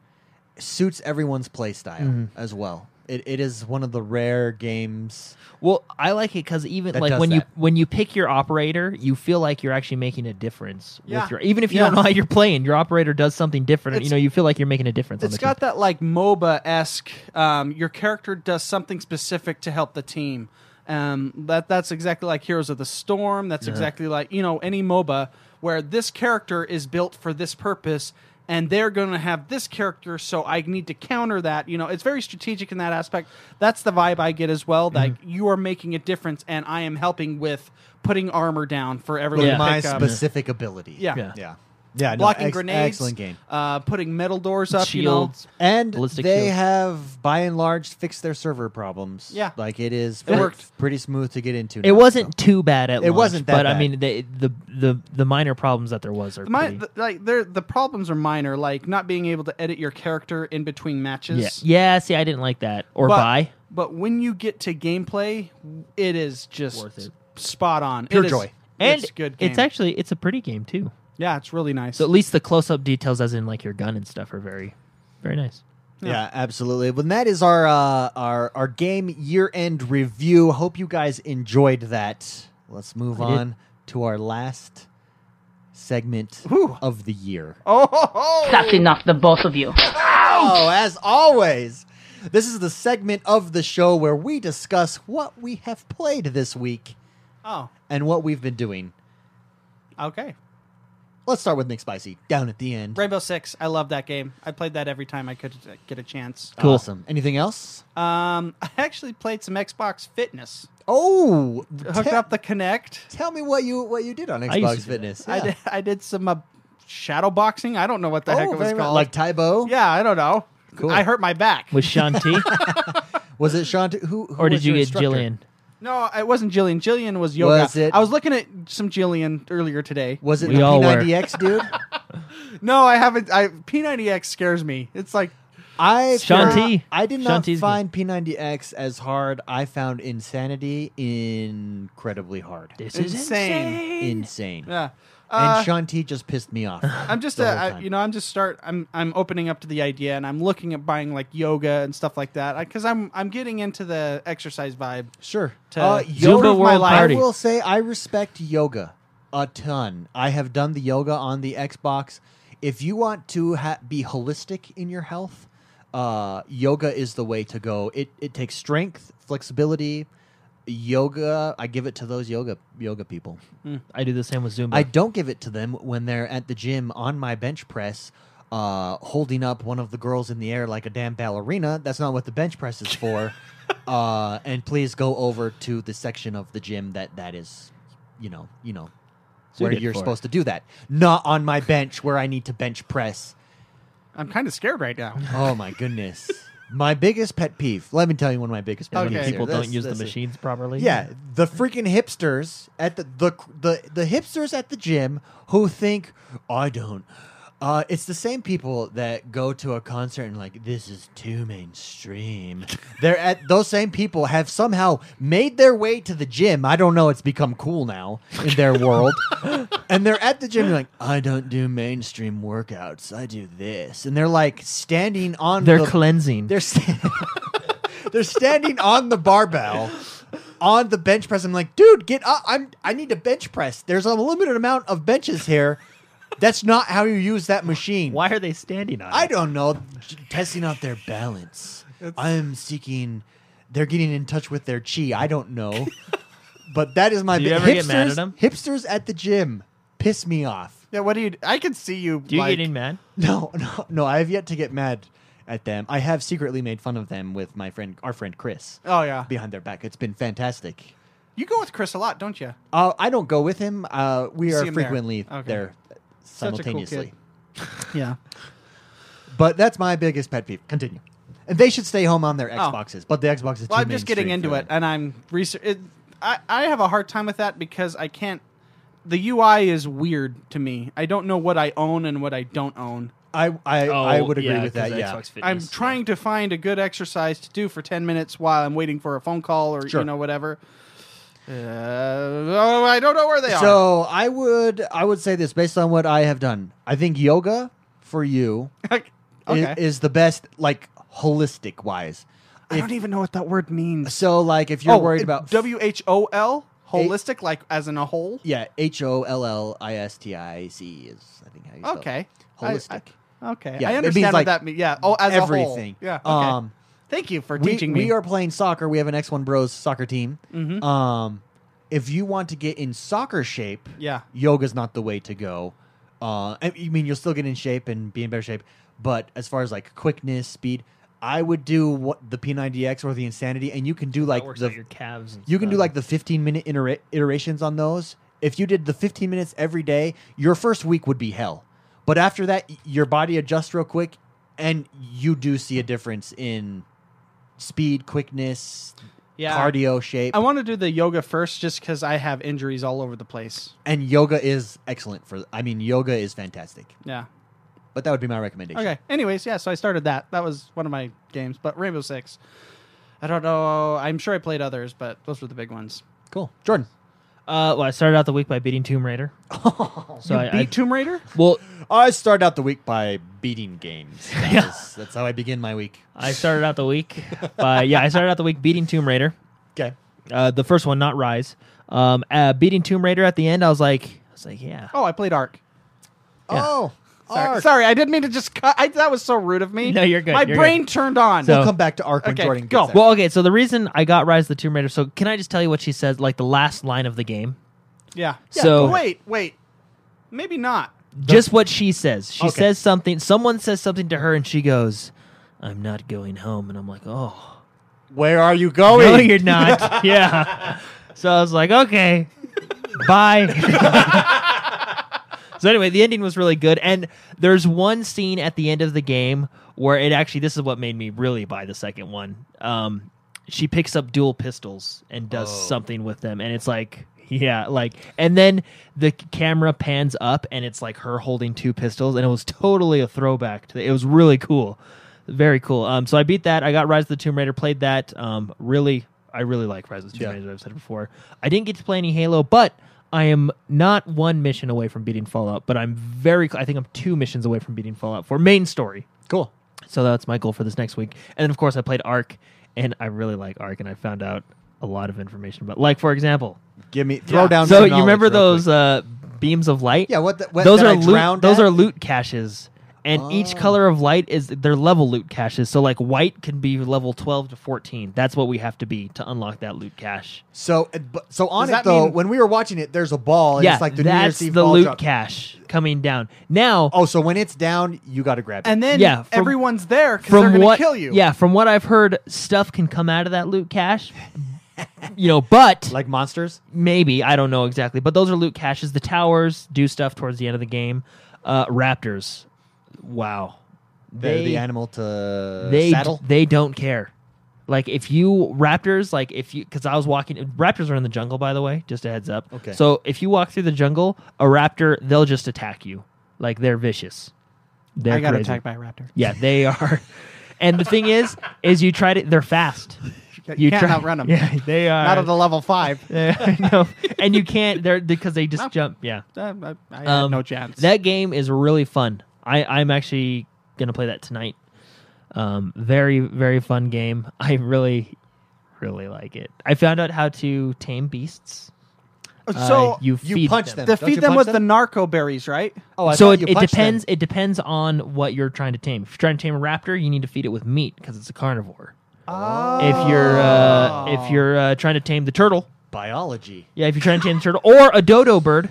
[SPEAKER 1] suits everyone's playstyle as well. It, it is one of the rare games.
[SPEAKER 4] well, I like it because even
[SPEAKER 1] That
[SPEAKER 4] like
[SPEAKER 1] does
[SPEAKER 4] when you
[SPEAKER 1] that.
[SPEAKER 4] when you pick your operator, you feel like you're actually making a difference
[SPEAKER 2] Yeah.
[SPEAKER 4] with your even if you
[SPEAKER 2] Yeah.
[SPEAKER 4] don't know how you're playing. Your operator does something different. you
[SPEAKER 2] It's-
[SPEAKER 4] know, you feel like you're making a difference. on
[SPEAKER 2] It's
[SPEAKER 4] the
[SPEAKER 2] got
[SPEAKER 4] team.
[SPEAKER 2] that like MOBA esque. Um, your character does something specific to help the team. Um, that that's exactly like Heroes of the Storm. That's exactly like you know any MOBA where this character is built for this purpose, and they're going to have this character, so I need to counter that. You know, it's very strategic in that aspect. That's the vibe I get as well. Like you are making a difference, and I am helping with putting armor down for everyone.
[SPEAKER 1] with
[SPEAKER 2] to
[SPEAKER 1] my
[SPEAKER 2] pick up.
[SPEAKER 1] specific ability.
[SPEAKER 2] Yeah.
[SPEAKER 4] Yeah.
[SPEAKER 1] yeah, yeah. no,
[SPEAKER 2] blocking
[SPEAKER 1] ex-
[SPEAKER 2] grenades,
[SPEAKER 1] Excellent game.
[SPEAKER 2] uh, putting metal doors up,
[SPEAKER 4] Shields.
[SPEAKER 1] And
[SPEAKER 4] Ballistic
[SPEAKER 1] they
[SPEAKER 4] shield.
[SPEAKER 1] have, by and large, fixed their server problems.
[SPEAKER 2] Yeah.
[SPEAKER 1] like it is.
[SPEAKER 2] It
[SPEAKER 1] pre-
[SPEAKER 2] worked.
[SPEAKER 1] pretty smooth to get into.
[SPEAKER 4] It
[SPEAKER 1] now,
[SPEAKER 4] wasn't
[SPEAKER 1] so.
[SPEAKER 4] too bad at
[SPEAKER 1] It
[SPEAKER 4] launch,
[SPEAKER 1] wasn't that
[SPEAKER 4] but I
[SPEAKER 1] bad.
[SPEAKER 4] mean the, the the the minor problems that there was are
[SPEAKER 2] The mi-
[SPEAKER 4] pretty,
[SPEAKER 2] the, like they're, the problems are minor, like not being able to edit your character in between matches.
[SPEAKER 4] yeah. yeah, see I didn't like that or
[SPEAKER 2] but,
[SPEAKER 4] buy.
[SPEAKER 2] But when you get to gameplay, it is just
[SPEAKER 4] Worth it.
[SPEAKER 2] spot on.
[SPEAKER 1] Pure
[SPEAKER 2] It is-
[SPEAKER 1] joy.
[SPEAKER 4] And
[SPEAKER 2] it's good. Game.
[SPEAKER 4] it's actually it's a pretty game too.
[SPEAKER 2] yeah, it's really nice.
[SPEAKER 4] So at least the close up details as in like your gun and stuff are very very nice.
[SPEAKER 1] Yeah, absolutely. Well, that is our uh, our our game year end review. Hope you guys enjoyed that. Let's move
[SPEAKER 4] I did.
[SPEAKER 1] on to our last segment of the year.
[SPEAKER 2] oh, ho, ho!
[SPEAKER 5] That's enough, the both of you.
[SPEAKER 1] Oh, as always, this is the segment of the show where we discuss what we have played this week
[SPEAKER 2] oh,
[SPEAKER 1] and what we've been doing.
[SPEAKER 2] okay.
[SPEAKER 1] Let's start with McSpicy down at the end.
[SPEAKER 2] Rainbow Six. I love that game. I played that every time I could uh, get a chance.
[SPEAKER 4] Cool.
[SPEAKER 1] Awesome. Anything else?
[SPEAKER 2] Um, I actually played some Xbox Fitness.
[SPEAKER 1] Oh,
[SPEAKER 2] Hooked
[SPEAKER 1] te-
[SPEAKER 2] up the Kinect.
[SPEAKER 1] Tell me what you what you did on
[SPEAKER 4] I used to
[SPEAKER 1] Xbox
[SPEAKER 4] do that.
[SPEAKER 1] Fitness.
[SPEAKER 2] I
[SPEAKER 1] Yeah.
[SPEAKER 2] did, I did some uh, shadow boxing. I don't know what the
[SPEAKER 1] Oh,
[SPEAKER 2] heck it was
[SPEAKER 1] very much-
[SPEAKER 2] called.
[SPEAKER 1] Like Tybo?
[SPEAKER 2] yeah, I don't know.
[SPEAKER 1] Cool.
[SPEAKER 2] I hurt my back.
[SPEAKER 4] With Sean T
[SPEAKER 1] Was it Sean? T- who, who
[SPEAKER 4] or did
[SPEAKER 1] was
[SPEAKER 4] you
[SPEAKER 1] your
[SPEAKER 4] get
[SPEAKER 1] instructor?
[SPEAKER 4] Jillian?
[SPEAKER 2] No, it wasn't Jillian. Jillian was yoga.
[SPEAKER 1] Was it-
[SPEAKER 2] I was looking at some Jillian earlier today.
[SPEAKER 1] Was it
[SPEAKER 4] We
[SPEAKER 1] the
[SPEAKER 4] all were.
[SPEAKER 1] P90X dude?
[SPEAKER 2] No, I haven't. I P90X scares me. It's like
[SPEAKER 1] I
[SPEAKER 4] Sean
[SPEAKER 1] found-
[SPEAKER 4] T.
[SPEAKER 1] I did
[SPEAKER 4] Sean
[SPEAKER 1] not
[SPEAKER 4] T's good.
[SPEAKER 1] find P90X as hard. I found Insanity incredibly hard.
[SPEAKER 4] This is
[SPEAKER 2] Insane.
[SPEAKER 4] insane.
[SPEAKER 1] Insane.
[SPEAKER 2] yeah. Uh,
[SPEAKER 1] and Sean T just pissed me off.
[SPEAKER 2] I'm just,
[SPEAKER 1] the
[SPEAKER 2] uh,
[SPEAKER 1] whole
[SPEAKER 2] I,
[SPEAKER 1] time.
[SPEAKER 2] you know, I'm just start. I'm I'm opening up to the idea, and I'm looking at buying like yoga and stuff like that because I'm I'm getting into the exercise vibe.
[SPEAKER 1] Sure. Uh,
[SPEAKER 2] to
[SPEAKER 1] yoga-
[SPEAKER 4] Zumba World
[SPEAKER 1] I
[SPEAKER 4] Party.
[SPEAKER 1] will say I respect yoga a ton. I have done the yoga on the Xbox. If you want to ha- be holistic in your health, uh, yoga is the way to go. It it takes strength, flexibility. Yoga, I give it to those yoga yoga people.
[SPEAKER 4] I do the same with Zumba.
[SPEAKER 1] I don't give it to them when they're at the gym on my bench press, uh, holding up one of the girls in the air like a damn ballerina. That's not what the bench press is for. uh, and please go over to the section of the gym that that is, you know, you know, where
[SPEAKER 4] Suited
[SPEAKER 1] you're
[SPEAKER 4] for.
[SPEAKER 1] supposed to do that. Not on my bench where I need to bench press.
[SPEAKER 2] I'm kind of scared right now.
[SPEAKER 1] Oh my goodness. My biggest pet peeve. Let me tell you one of my biggest pet
[SPEAKER 4] when
[SPEAKER 2] Okay.
[SPEAKER 1] peeves.
[SPEAKER 4] people
[SPEAKER 1] here.
[SPEAKER 4] don't
[SPEAKER 1] This-
[SPEAKER 4] use the
[SPEAKER 1] this is-
[SPEAKER 4] machines properly.
[SPEAKER 1] yeah, the freaking hipsters at the the the, the hipsters at the gym who think I don't. Uh, it's the same people that go to a concert and like this is too mainstream. They're at those same people have somehow made their way to the gym. I don't know. It's become cool now in their world, and they're at the gym like I don't do mainstream workouts. I do this, and they're like standing on.
[SPEAKER 4] They're
[SPEAKER 1] the,
[SPEAKER 4] cleansing.
[SPEAKER 1] they're sta- they're standing on the barbell on the bench press. I'm like, dude, get up! I'm I need to bench press. There's a limited amount of benches here. That's not how you use that machine.
[SPEAKER 4] Why are they standing on
[SPEAKER 1] I
[SPEAKER 4] it?
[SPEAKER 1] don't know. J- Testing out their balance. I'm seeking. They're getting in touch with their chi. I don't know, but that is my.
[SPEAKER 4] Do you
[SPEAKER 1] big-
[SPEAKER 4] ever get mad at
[SPEAKER 1] Hipsters-
[SPEAKER 4] them?
[SPEAKER 1] Hipsters at the gym piss me off.
[SPEAKER 2] Yeah, what do you? I can see you.
[SPEAKER 4] Do you
[SPEAKER 2] like,
[SPEAKER 4] get any mad?
[SPEAKER 1] No, no, no. I have yet to get mad at them. I have secretly made fun of them with my friend, our friend Chris,
[SPEAKER 2] Oh yeah,
[SPEAKER 1] behind their back. It's been fantastic.
[SPEAKER 2] you go with Chris a lot, don't you?
[SPEAKER 1] Uh, I don't go with him. Uh, we
[SPEAKER 2] You
[SPEAKER 1] are
[SPEAKER 2] see him there.
[SPEAKER 1] frequently there,
[SPEAKER 2] Okay. Such a cool
[SPEAKER 1] simultaneously.
[SPEAKER 2] Yeah.
[SPEAKER 1] but that's my biggest pet peeve. Continue. And they should stay home on their
[SPEAKER 2] Oh.
[SPEAKER 1] Xboxes, but the Xbox is.
[SPEAKER 2] Well,
[SPEAKER 1] too
[SPEAKER 2] I'm just getting
[SPEAKER 1] mainstream
[SPEAKER 2] into
[SPEAKER 1] for
[SPEAKER 2] it,
[SPEAKER 1] them.
[SPEAKER 2] and I'm research. It, I I have a hard time with that because I can't. The UI is weird to me. I don't know what I own and what I don't own.
[SPEAKER 1] I I,
[SPEAKER 4] Oh,
[SPEAKER 1] I would agree with that. Yeah.
[SPEAKER 2] I'm trying to find a good exercise to do for 10 minutes while I'm waiting for a phone call or
[SPEAKER 1] Sure.
[SPEAKER 2] you know whatever. Uh, oh, I don't know where they are.
[SPEAKER 1] So I would I would say this based on what I have done. I think yoga for you
[SPEAKER 2] okay.
[SPEAKER 1] i- is, the best, like holistic wise.
[SPEAKER 2] I don't even know what that word means. Oh,
[SPEAKER 1] So like if you're worried about
[SPEAKER 2] W H O L holistic like as in a whole.
[SPEAKER 1] yeah H O L L I S T I C E is I think how you spell it.
[SPEAKER 2] Okay. I- I-
[SPEAKER 1] holistic.
[SPEAKER 2] Okay.
[SPEAKER 1] Yeah,
[SPEAKER 2] I
[SPEAKER 1] it means,
[SPEAKER 2] understand what
[SPEAKER 1] like,
[SPEAKER 2] that means. Yeah. Oh, as
[SPEAKER 1] everything.
[SPEAKER 2] A whole. Yeah. Okay.
[SPEAKER 1] Um,
[SPEAKER 2] Thank you for
[SPEAKER 1] we,
[SPEAKER 2] teaching me.
[SPEAKER 1] we are playing soccer. We have an X1 Bros soccer team. Um, if you want to get in soccer shape,
[SPEAKER 2] Yeah.
[SPEAKER 1] yoga's not the way to go. Uh, I you mean, you'll still get in shape and be in better shape, but as far as like quickness, speed, I would do what the P90X or the Insanity, and you can do like
[SPEAKER 4] that works
[SPEAKER 1] the
[SPEAKER 4] out your calves. and
[SPEAKER 1] you can do
[SPEAKER 2] Uh-huh.
[SPEAKER 1] like
[SPEAKER 4] stuff.
[SPEAKER 1] the 15 minute itera- iterations on those. If you did the 15 minutes every day, your first week would be hell. But after that, y- your body adjusts real quick, and you do see a difference in speed, quickness,
[SPEAKER 2] Yeah.
[SPEAKER 1] cardio, shape.
[SPEAKER 2] I want to do the yoga first just because I have injuries all over the place.
[SPEAKER 1] and yoga is excellent for. I mean, yoga is fantastic.
[SPEAKER 2] Yeah.
[SPEAKER 1] But that would be my recommendation.
[SPEAKER 2] Okay. Anyways, yeah, so I started that. That was one of my games, but Rainbow Six. I don't know. I'm sure I played others, but those were the big ones.
[SPEAKER 1] cool, Jordan.
[SPEAKER 4] Uh, well, I started out the week by beating Tomb Raider. so I,
[SPEAKER 2] Beat
[SPEAKER 4] I-
[SPEAKER 2] Tomb Raider?
[SPEAKER 4] well,
[SPEAKER 1] I start out the week by beating games. That is- that's how I begin my week.
[SPEAKER 4] I started out the week by yeah, I started out the week beating Tomb Raider.
[SPEAKER 1] Okay,
[SPEAKER 4] Uh, the first one, not Rise. Um, uh, beating Tomb Raider at the end, I was like, I was like, yeah.
[SPEAKER 2] Oh, I played Ark.
[SPEAKER 1] Oh,
[SPEAKER 2] Sorry,
[SPEAKER 1] Ark.
[SPEAKER 2] Sorry, I didn't mean to just cut. I, that was so rude of me.
[SPEAKER 4] No, you're good,
[SPEAKER 2] My
[SPEAKER 4] you're
[SPEAKER 2] brain
[SPEAKER 4] good.
[SPEAKER 2] turned on.
[SPEAKER 4] So-
[SPEAKER 1] We'll come back to Ark when
[SPEAKER 2] Okay,
[SPEAKER 1] Jordan gets
[SPEAKER 2] go.
[SPEAKER 1] there.
[SPEAKER 4] Well, okay. So the reason I got Rise of the Tomb Raider. So can I just tell you what she says? Like the last line of the game.
[SPEAKER 2] yeah.
[SPEAKER 4] Yeah, So-
[SPEAKER 2] But wait, wait. Maybe not.
[SPEAKER 4] just what she says. She
[SPEAKER 1] Okay.
[SPEAKER 4] says something. Someone says something to her, and she goes, "I'm not going home." And I'm like, "Oh,
[SPEAKER 1] Where are you going?
[SPEAKER 4] no, you're not." yeah. So I was like, "Okay, bye." so anyway, the ending was really good, and there's one scene at the end of the game where it actually. This is what made me really buy the second one. Um, she picks up dual pistols and does something with them, and it's like. Yeah, like, and then the c- camera pans up, and it's like her holding two pistols, and it was totally a throwback. To the, it was really cool, very cool. Um, so I beat that. I got Rise of the Tomb Raider, played that. Um, really, I really like Rise of the Tomb
[SPEAKER 1] Yeah.
[SPEAKER 4] Raider. I've said it before. I didn't get to play any Halo, but I am not one mission away from beating Fallout, but I'm very. I think I'm two missions away from beating Fallout for main story.
[SPEAKER 1] Cool.
[SPEAKER 4] So that's my goal for this next week. And then, of course, I played Ark, and I really like Ark, and I found out a lot of information. But like, for example,
[SPEAKER 1] Give me throw down.
[SPEAKER 4] so
[SPEAKER 1] some
[SPEAKER 4] you
[SPEAKER 1] knowledge
[SPEAKER 4] remember
[SPEAKER 1] real
[SPEAKER 4] those
[SPEAKER 1] quick.
[SPEAKER 4] uh, beams of light?
[SPEAKER 1] Yeah, what the- what-
[SPEAKER 4] those
[SPEAKER 1] that
[SPEAKER 4] are
[SPEAKER 1] I
[SPEAKER 4] loot.
[SPEAKER 1] drowned
[SPEAKER 4] Those
[SPEAKER 1] at?
[SPEAKER 4] are loot caches, and each
[SPEAKER 1] Oh.
[SPEAKER 4] color of light is they're level loot caches. So like white can be level twelve to fourteen. That's what we have to be to unlock that loot cache.
[SPEAKER 1] so uh, but- so on
[SPEAKER 2] Does
[SPEAKER 1] it
[SPEAKER 2] that
[SPEAKER 1] though.
[SPEAKER 2] mean-
[SPEAKER 1] when we were watching it, there's a ball. And
[SPEAKER 4] yeah,
[SPEAKER 1] it's like the New
[SPEAKER 4] that's
[SPEAKER 1] Year's Eve
[SPEAKER 4] the
[SPEAKER 1] ball
[SPEAKER 4] loot
[SPEAKER 1] drop.
[SPEAKER 4] cache coming down now.
[SPEAKER 1] Oh, so when it's down, you got to grab it.
[SPEAKER 2] And then
[SPEAKER 4] Yeah, from-
[SPEAKER 2] everyone's there because they're
[SPEAKER 4] from
[SPEAKER 2] going
[SPEAKER 4] what
[SPEAKER 2] to kill you.
[SPEAKER 4] yeah from what i've heard stuff can come out of that loot cache you know but
[SPEAKER 1] like monsters.
[SPEAKER 4] maybe i don't know exactly but those are loot caches the towers do stuff towards the end of the game uh raptors wow
[SPEAKER 1] They're the animal to
[SPEAKER 4] they
[SPEAKER 1] saddle.
[SPEAKER 4] they don't care like if you raptors like if you because i was walking raptors are in the jungle by the way just a heads up
[SPEAKER 1] Okay.
[SPEAKER 4] so if you walk through the jungle a raptor they'll just attack you like they're vicious they're
[SPEAKER 2] I got
[SPEAKER 4] crazy.
[SPEAKER 2] attacked by a raptor.
[SPEAKER 4] Yeah, they are. And the thing is, is you try to. They're fast.
[SPEAKER 2] You can't outrun 'em.
[SPEAKER 4] Yeah, they are.
[SPEAKER 2] Not at the level five.
[SPEAKER 4] Yeah, I know. and you can't. They're because they just
[SPEAKER 2] No.
[SPEAKER 4] jump. Yeah.
[SPEAKER 2] Uh, I, I had
[SPEAKER 4] Um,
[SPEAKER 2] no chance.
[SPEAKER 4] That game is really fun. I I'm actually gonna play that tonight. Um, very very fun game. I really really like it. I found out how to tame beasts.
[SPEAKER 2] so
[SPEAKER 4] Uh, you
[SPEAKER 1] you
[SPEAKER 4] feed
[SPEAKER 1] punch them.
[SPEAKER 4] them.
[SPEAKER 2] the
[SPEAKER 1] Don't
[SPEAKER 2] feed
[SPEAKER 1] you
[SPEAKER 2] them
[SPEAKER 1] punch
[SPEAKER 2] with the narco berries, right?
[SPEAKER 1] Oh, I
[SPEAKER 4] so
[SPEAKER 1] thought
[SPEAKER 4] it,
[SPEAKER 1] you
[SPEAKER 4] it
[SPEAKER 1] punched them.
[SPEAKER 4] depends. It depends on what you're trying to tame. If you're trying to tame a raptor, you need to feed it with meat because it's a carnivore.
[SPEAKER 2] Ah.
[SPEAKER 4] If you're uh,
[SPEAKER 1] Oh.
[SPEAKER 4] if you're uh, trying to tame the turtle,
[SPEAKER 1] Biology.
[SPEAKER 4] yeah, if you're trying to tame the turtle or a dodo bird,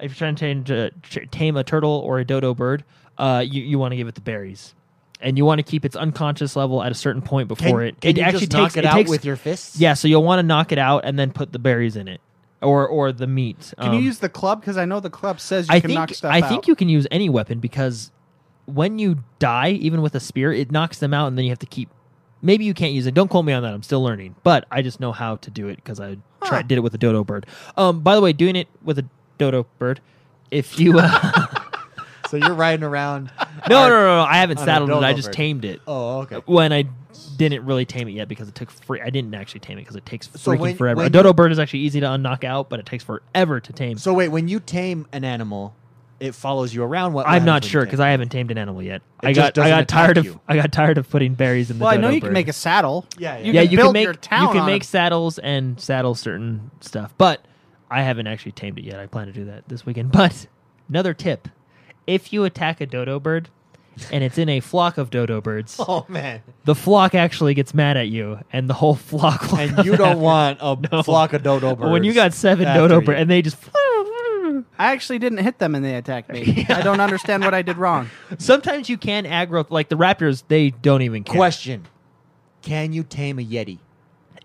[SPEAKER 4] if you're trying to tame, to tr- tame a turtle or a dodo bird, uh, you you want to give it the berries, and you want to keep its unconscious level at a certain point
[SPEAKER 1] Can,
[SPEAKER 4] before it.
[SPEAKER 1] can
[SPEAKER 4] it
[SPEAKER 1] you
[SPEAKER 4] actually
[SPEAKER 1] just
[SPEAKER 4] takes
[SPEAKER 1] knock it,
[SPEAKER 4] it
[SPEAKER 1] out
[SPEAKER 4] takes-
[SPEAKER 1] with your fists?
[SPEAKER 4] yeah. So you'll want to knock it out and then put the berries in it, or or the meat.
[SPEAKER 2] Can you
[SPEAKER 4] Um,
[SPEAKER 2] use the club? Because I know the club says you
[SPEAKER 4] I
[SPEAKER 2] can
[SPEAKER 4] think
[SPEAKER 2] knock stuff
[SPEAKER 4] I
[SPEAKER 2] out.
[SPEAKER 4] think you can use any weapon because when you die, even with a spear, it knocks them out, and then you have to keep. Maybe you can't use it. Don't quote me on that. I'm still learning, but I just know how to do it because I tried, did it with a dodo bird. Um, by the way, doing it with a dodo bird, if you uh,
[SPEAKER 1] So you're riding around.
[SPEAKER 4] no, no no no, I haven't
[SPEAKER 1] On a
[SPEAKER 4] saddled it. I
[SPEAKER 1] dodo
[SPEAKER 4] just
[SPEAKER 1] bird.
[SPEAKER 4] tamed it
[SPEAKER 1] Oh, okay.
[SPEAKER 4] when I didn't really tame it yet because it took free. I didn't actually tame it because it takes freaking
[SPEAKER 1] So when-
[SPEAKER 4] forever.
[SPEAKER 1] when
[SPEAKER 4] a
[SPEAKER 1] you-
[SPEAKER 4] dodo bird is actually easy to unknock out, but it takes forever to tame.
[SPEAKER 1] So wait, when you tame an animal, it follows you around. What?
[SPEAKER 4] I'm not sure because I haven't tamed an animal yet. I
[SPEAKER 1] just
[SPEAKER 4] got I
[SPEAKER 1] doesn't
[SPEAKER 4] got tired
[SPEAKER 1] attack
[SPEAKER 4] of
[SPEAKER 1] you.
[SPEAKER 4] I got tired of putting berries in the.
[SPEAKER 2] Well, I know
[SPEAKER 4] dodo
[SPEAKER 2] you can
[SPEAKER 4] bird.
[SPEAKER 2] make a saddle.
[SPEAKER 1] Yeah, yeah.
[SPEAKER 2] you
[SPEAKER 4] yeah.
[SPEAKER 2] Can
[SPEAKER 4] You
[SPEAKER 2] build
[SPEAKER 4] can make
[SPEAKER 2] your town
[SPEAKER 4] you can
[SPEAKER 2] on
[SPEAKER 4] make
[SPEAKER 2] it.
[SPEAKER 4] saddles and saddle certain stuff, but I haven't actually tamed it yet. I plan to do that this weekend. But another tip: if you attack a dodo bird and it's in a flock of dodo birds,
[SPEAKER 1] Oh man.
[SPEAKER 4] the flock actually gets mad at you, and the whole flock. will
[SPEAKER 1] And
[SPEAKER 4] come
[SPEAKER 1] you don't
[SPEAKER 4] after-
[SPEAKER 1] want a flock of dodo birds.
[SPEAKER 4] when you got seven
[SPEAKER 1] after
[SPEAKER 4] dodo
[SPEAKER 1] you.
[SPEAKER 4] birds and they just
[SPEAKER 2] I actually didn't hit them and they attacked me. I don't understand what I did wrong.
[SPEAKER 4] Sometimes you can aggro, like the Raptors, they don't even care.
[SPEAKER 1] Question: Can you tame a yeti?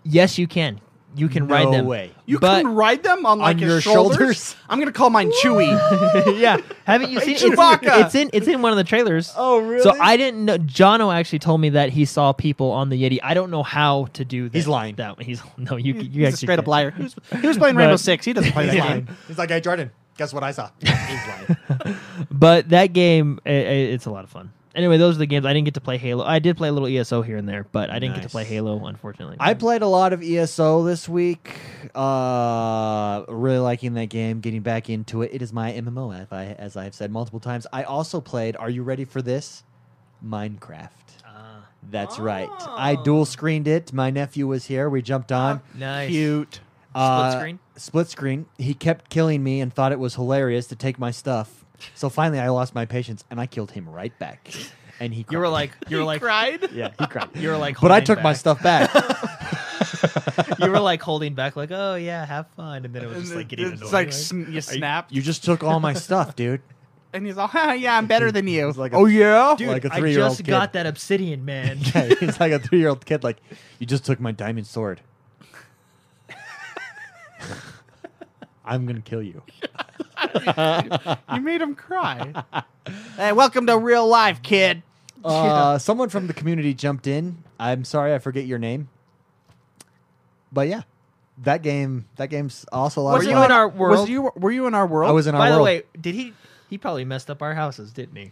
[SPEAKER 4] Yes, you can. You can
[SPEAKER 1] No
[SPEAKER 4] ride them.
[SPEAKER 1] way.
[SPEAKER 2] You
[SPEAKER 4] But-
[SPEAKER 2] couldn't ride them on like
[SPEAKER 1] On
[SPEAKER 2] his
[SPEAKER 1] your
[SPEAKER 2] shoulders?
[SPEAKER 1] shoulders?
[SPEAKER 2] I'm gonna call mine Chewy.
[SPEAKER 4] yeah. Haven't you seen
[SPEAKER 2] Chewbacca.
[SPEAKER 4] It's, it's in it's in one of the trailers.
[SPEAKER 1] Oh, really?
[SPEAKER 4] So I didn't know. Jono actually told me that he saw people on the Yeti. I don't know how to do that.
[SPEAKER 1] He's lying.
[SPEAKER 4] That he's no. You you
[SPEAKER 2] He's a
[SPEAKER 4] actually
[SPEAKER 2] straight up
[SPEAKER 4] can't.
[SPEAKER 2] liar. He was, he was playing Rainbow
[SPEAKER 4] But-
[SPEAKER 2] Six. He doesn't play that game.
[SPEAKER 1] He's like, hey Jordan, guess what I saw? He's lying.
[SPEAKER 4] But that game, i i it's a lot of fun. Anyway, those are the games I didn't get to play Halo. I did play a little ESO here and there, but I didn't get to
[SPEAKER 1] Nice.
[SPEAKER 4] play Halo, unfortunately.
[SPEAKER 1] I played a lot of ESO this week. Uh, really liking that game. Getting back into it. It is my MMO, as I as I've said multiple times. I also played. Are you ready for this? Minecraft.
[SPEAKER 4] Ah,
[SPEAKER 1] That's right. I dual screened it. My nephew was here. We jumped on.
[SPEAKER 4] nice.
[SPEAKER 2] Cute.
[SPEAKER 1] Uh,
[SPEAKER 4] screen?
[SPEAKER 1] Split screen. He kept killing me and thought it was hilarious to take my stuff. So finally, I lost my patience and I killed him right back. And he.
[SPEAKER 4] You were
[SPEAKER 1] cried.
[SPEAKER 4] like you were like
[SPEAKER 2] cried.
[SPEAKER 1] Yeah, he cried.
[SPEAKER 4] you were like.
[SPEAKER 1] But I
[SPEAKER 4] holding
[SPEAKER 1] took my
[SPEAKER 4] back.
[SPEAKER 1] stuff back.
[SPEAKER 4] You were like holding back, like, oh yeah, have fun, and then it was
[SPEAKER 2] And
[SPEAKER 4] just like
[SPEAKER 2] it-
[SPEAKER 4] getting
[SPEAKER 2] it's
[SPEAKER 4] annoying,
[SPEAKER 2] like
[SPEAKER 4] right?
[SPEAKER 2] sn- you snapped,
[SPEAKER 1] You just took all my stuff, dude.
[SPEAKER 2] and he's all, "Ha, "Yeah, I'm better than you."
[SPEAKER 1] It's like a-
[SPEAKER 2] oh yeah,
[SPEAKER 1] Dude, like a
[SPEAKER 4] I
[SPEAKER 1] three-year-old
[SPEAKER 4] just
[SPEAKER 1] kid.
[SPEAKER 4] got that obsidian, man.
[SPEAKER 1] Yeah, he's like a three-year-old kid. Like, you just took my diamond sword. I'm gonna kill you.
[SPEAKER 2] you made him cry. hey, welcome to real life, kid.
[SPEAKER 1] Uh, someone from the community jumped in. I'm sorry, I forget your name. But yeah, that game. That game's also a lot
[SPEAKER 4] Was
[SPEAKER 1] of
[SPEAKER 4] you
[SPEAKER 1] fun.
[SPEAKER 4] in our
[SPEAKER 2] Was
[SPEAKER 4] world?
[SPEAKER 2] you were you in our world?
[SPEAKER 1] I was in our
[SPEAKER 4] By
[SPEAKER 1] world.
[SPEAKER 4] the way, did he? He probably messed up our houses, didn't he?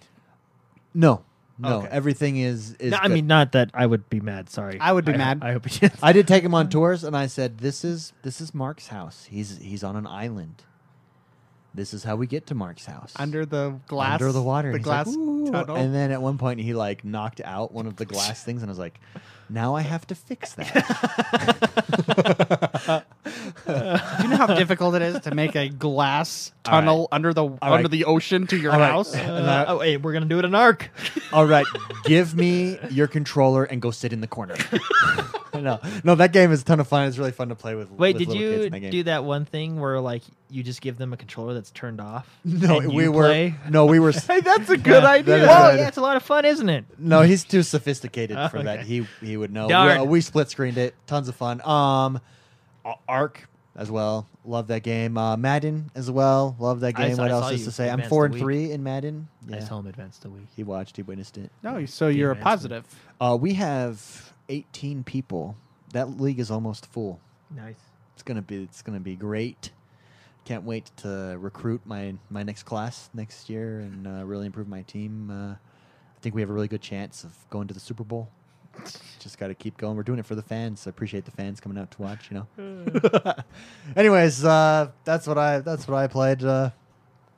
[SPEAKER 1] no, no,
[SPEAKER 4] Okay.
[SPEAKER 1] everything is is.
[SPEAKER 4] No, I
[SPEAKER 1] good.
[SPEAKER 4] mean, not that I would be mad. Sorry,
[SPEAKER 2] I would be
[SPEAKER 4] I,
[SPEAKER 2] mad.
[SPEAKER 4] I hope he Uh, did.
[SPEAKER 1] I did take him on tours, and I said, "This is this is Mark's house. He's he's on an island. This is how we get to Mark's house
[SPEAKER 2] under the glass,
[SPEAKER 1] under the water.
[SPEAKER 2] the
[SPEAKER 1] And he's like,
[SPEAKER 2] glass
[SPEAKER 1] "Ooh."
[SPEAKER 2] tunnel.
[SPEAKER 1] And then at one point, he like knocked out one of the glass things, and I was like, "Now I have to fix that."
[SPEAKER 2] Do you know how difficult it is to make a glass tunnel under the under the ocean to your
[SPEAKER 1] All right.
[SPEAKER 2] house?
[SPEAKER 1] Uh,
[SPEAKER 4] Uh, oh wait, we're gonna do it in Arc.
[SPEAKER 1] All right, give me your controller and go sit in the corner. no, no, that game is a ton of fun. It's really fun to play with.
[SPEAKER 4] Wait,
[SPEAKER 1] with
[SPEAKER 4] did
[SPEAKER 1] little kids
[SPEAKER 4] you
[SPEAKER 1] in that game.
[SPEAKER 4] do that one thing where like you just give them a controller that's turned off?
[SPEAKER 1] No,
[SPEAKER 4] and
[SPEAKER 1] we
[SPEAKER 4] you
[SPEAKER 1] were
[SPEAKER 4] play?
[SPEAKER 1] no, we were.
[SPEAKER 2] hey, that's a good
[SPEAKER 4] Yeah.
[SPEAKER 1] That
[SPEAKER 2] idea.
[SPEAKER 1] is
[SPEAKER 4] Oh
[SPEAKER 1] good.
[SPEAKER 4] yeah, it's a lot of fun, isn't it?
[SPEAKER 1] No, he's too sophisticated
[SPEAKER 4] Oh,
[SPEAKER 1] for that.
[SPEAKER 4] okay.
[SPEAKER 1] He he would know.
[SPEAKER 4] Darn.
[SPEAKER 1] We, split screened it. Tons of fun. Um, A- Ark as well. Love that game. Uh, Madden as well. Love that
[SPEAKER 4] I
[SPEAKER 1] game.
[SPEAKER 4] saw-
[SPEAKER 1] what
[SPEAKER 4] I
[SPEAKER 1] else
[SPEAKER 4] saw
[SPEAKER 1] is
[SPEAKER 4] you
[SPEAKER 1] to say? I'm
[SPEAKER 4] advance
[SPEAKER 1] four
[SPEAKER 4] the
[SPEAKER 1] and
[SPEAKER 4] week.
[SPEAKER 1] three in Madden.
[SPEAKER 4] I
[SPEAKER 1] Yeah.
[SPEAKER 4] just told him advanced a week.
[SPEAKER 1] He watched. He witnessed it.
[SPEAKER 2] No, so you're a positive.
[SPEAKER 4] Advancement.
[SPEAKER 1] Uh, we have 18 people. That league is almost full.
[SPEAKER 4] Nice.
[SPEAKER 1] It's gonna be. It's gonna be great. Can't wait to recruit my my next class next year and uh, really improve my team. Uh, I think we have a really good chance of going to the Super Bowl. Just got to keep going. We're doing it for the fans. I appreciate the fans coming out to watch. You
[SPEAKER 4] Hmm.
[SPEAKER 1] know. Anyways, uh, that's what I that's what I played. Uh,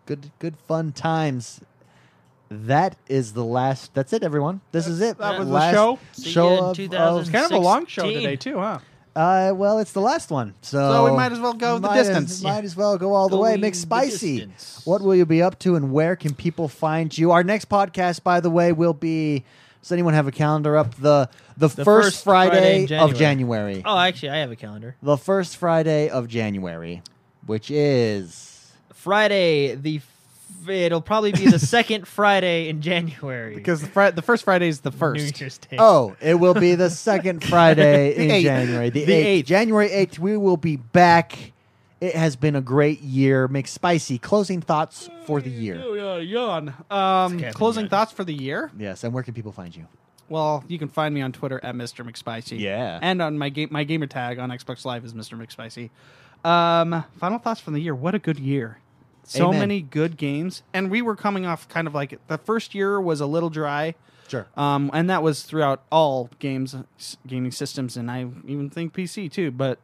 [SPEAKER 1] good good fun times. That is the last. That's it, everyone. This is it.
[SPEAKER 2] that was the
[SPEAKER 1] last
[SPEAKER 2] show?
[SPEAKER 4] See you in
[SPEAKER 1] Show of- of
[SPEAKER 4] 2000.
[SPEAKER 2] Kind of a long show
[SPEAKER 4] 16.
[SPEAKER 2] today too, huh?
[SPEAKER 1] uh, well, it's the last one, so
[SPEAKER 2] So we might as well go the
[SPEAKER 1] might as-
[SPEAKER 2] distance.
[SPEAKER 1] might as well go all the way.
[SPEAKER 4] Going
[SPEAKER 1] Mix
[SPEAKER 4] the
[SPEAKER 1] spicy.
[SPEAKER 4] distance.
[SPEAKER 1] What will you be up to, and where can people find you? Our next podcast, by the way, will be. Does anyone have a calendar up? the The, first,
[SPEAKER 4] first
[SPEAKER 1] Friday,
[SPEAKER 4] Friday in
[SPEAKER 1] of January.
[SPEAKER 4] Oh, actually, I have a calendar.
[SPEAKER 1] The first Friday of January, which is
[SPEAKER 4] Friday, the f- it'll probably be the second Friday in January
[SPEAKER 2] Because the, fri- the first Friday is the
[SPEAKER 4] New
[SPEAKER 2] first.
[SPEAKER 4] Year's Day.
[SPEAKER 1] oh, it will be the second Friday in
[SPEAKER 2] eighth.
[SPEAKER 1] January. The,
[SPEAKER 4] The
[SPEAKER 1] 8th.
[SPEAKER 4] eighth.
[SPEAKER 1] January 8th, we will be back. It has been a great year. Mix spicy closing thoughts for the year.
[SPEAKER 2] Yawn. Um,
[SPEAKER 4] It's okay,
[SPEAKER 2] closing
[SPEAKER 4] yawn.
[SPEAKER 2] thoughts for the year.
[SPEAKER 1] Yes, and where can people find you?
[SPEAKER 2] Well, you can find me on Twitter at Mr. McSpicy.
[SPEAKER 1] Yeah.
[SPEAKER 2] And on my game, my gamer tag on Xbox Live is Mr. McSpicy. Um, final thoughts from the year. What a good year. So
[SPEAKER 1] Amen.
[SPEAKER 2] many good games. And we were coming off kind of like the first year was a little dry.
[SPEAKER 1] Sure.
[SPEAKER 2] Um, and that was throughout all games, s- gaming systems, and I even think PC too. But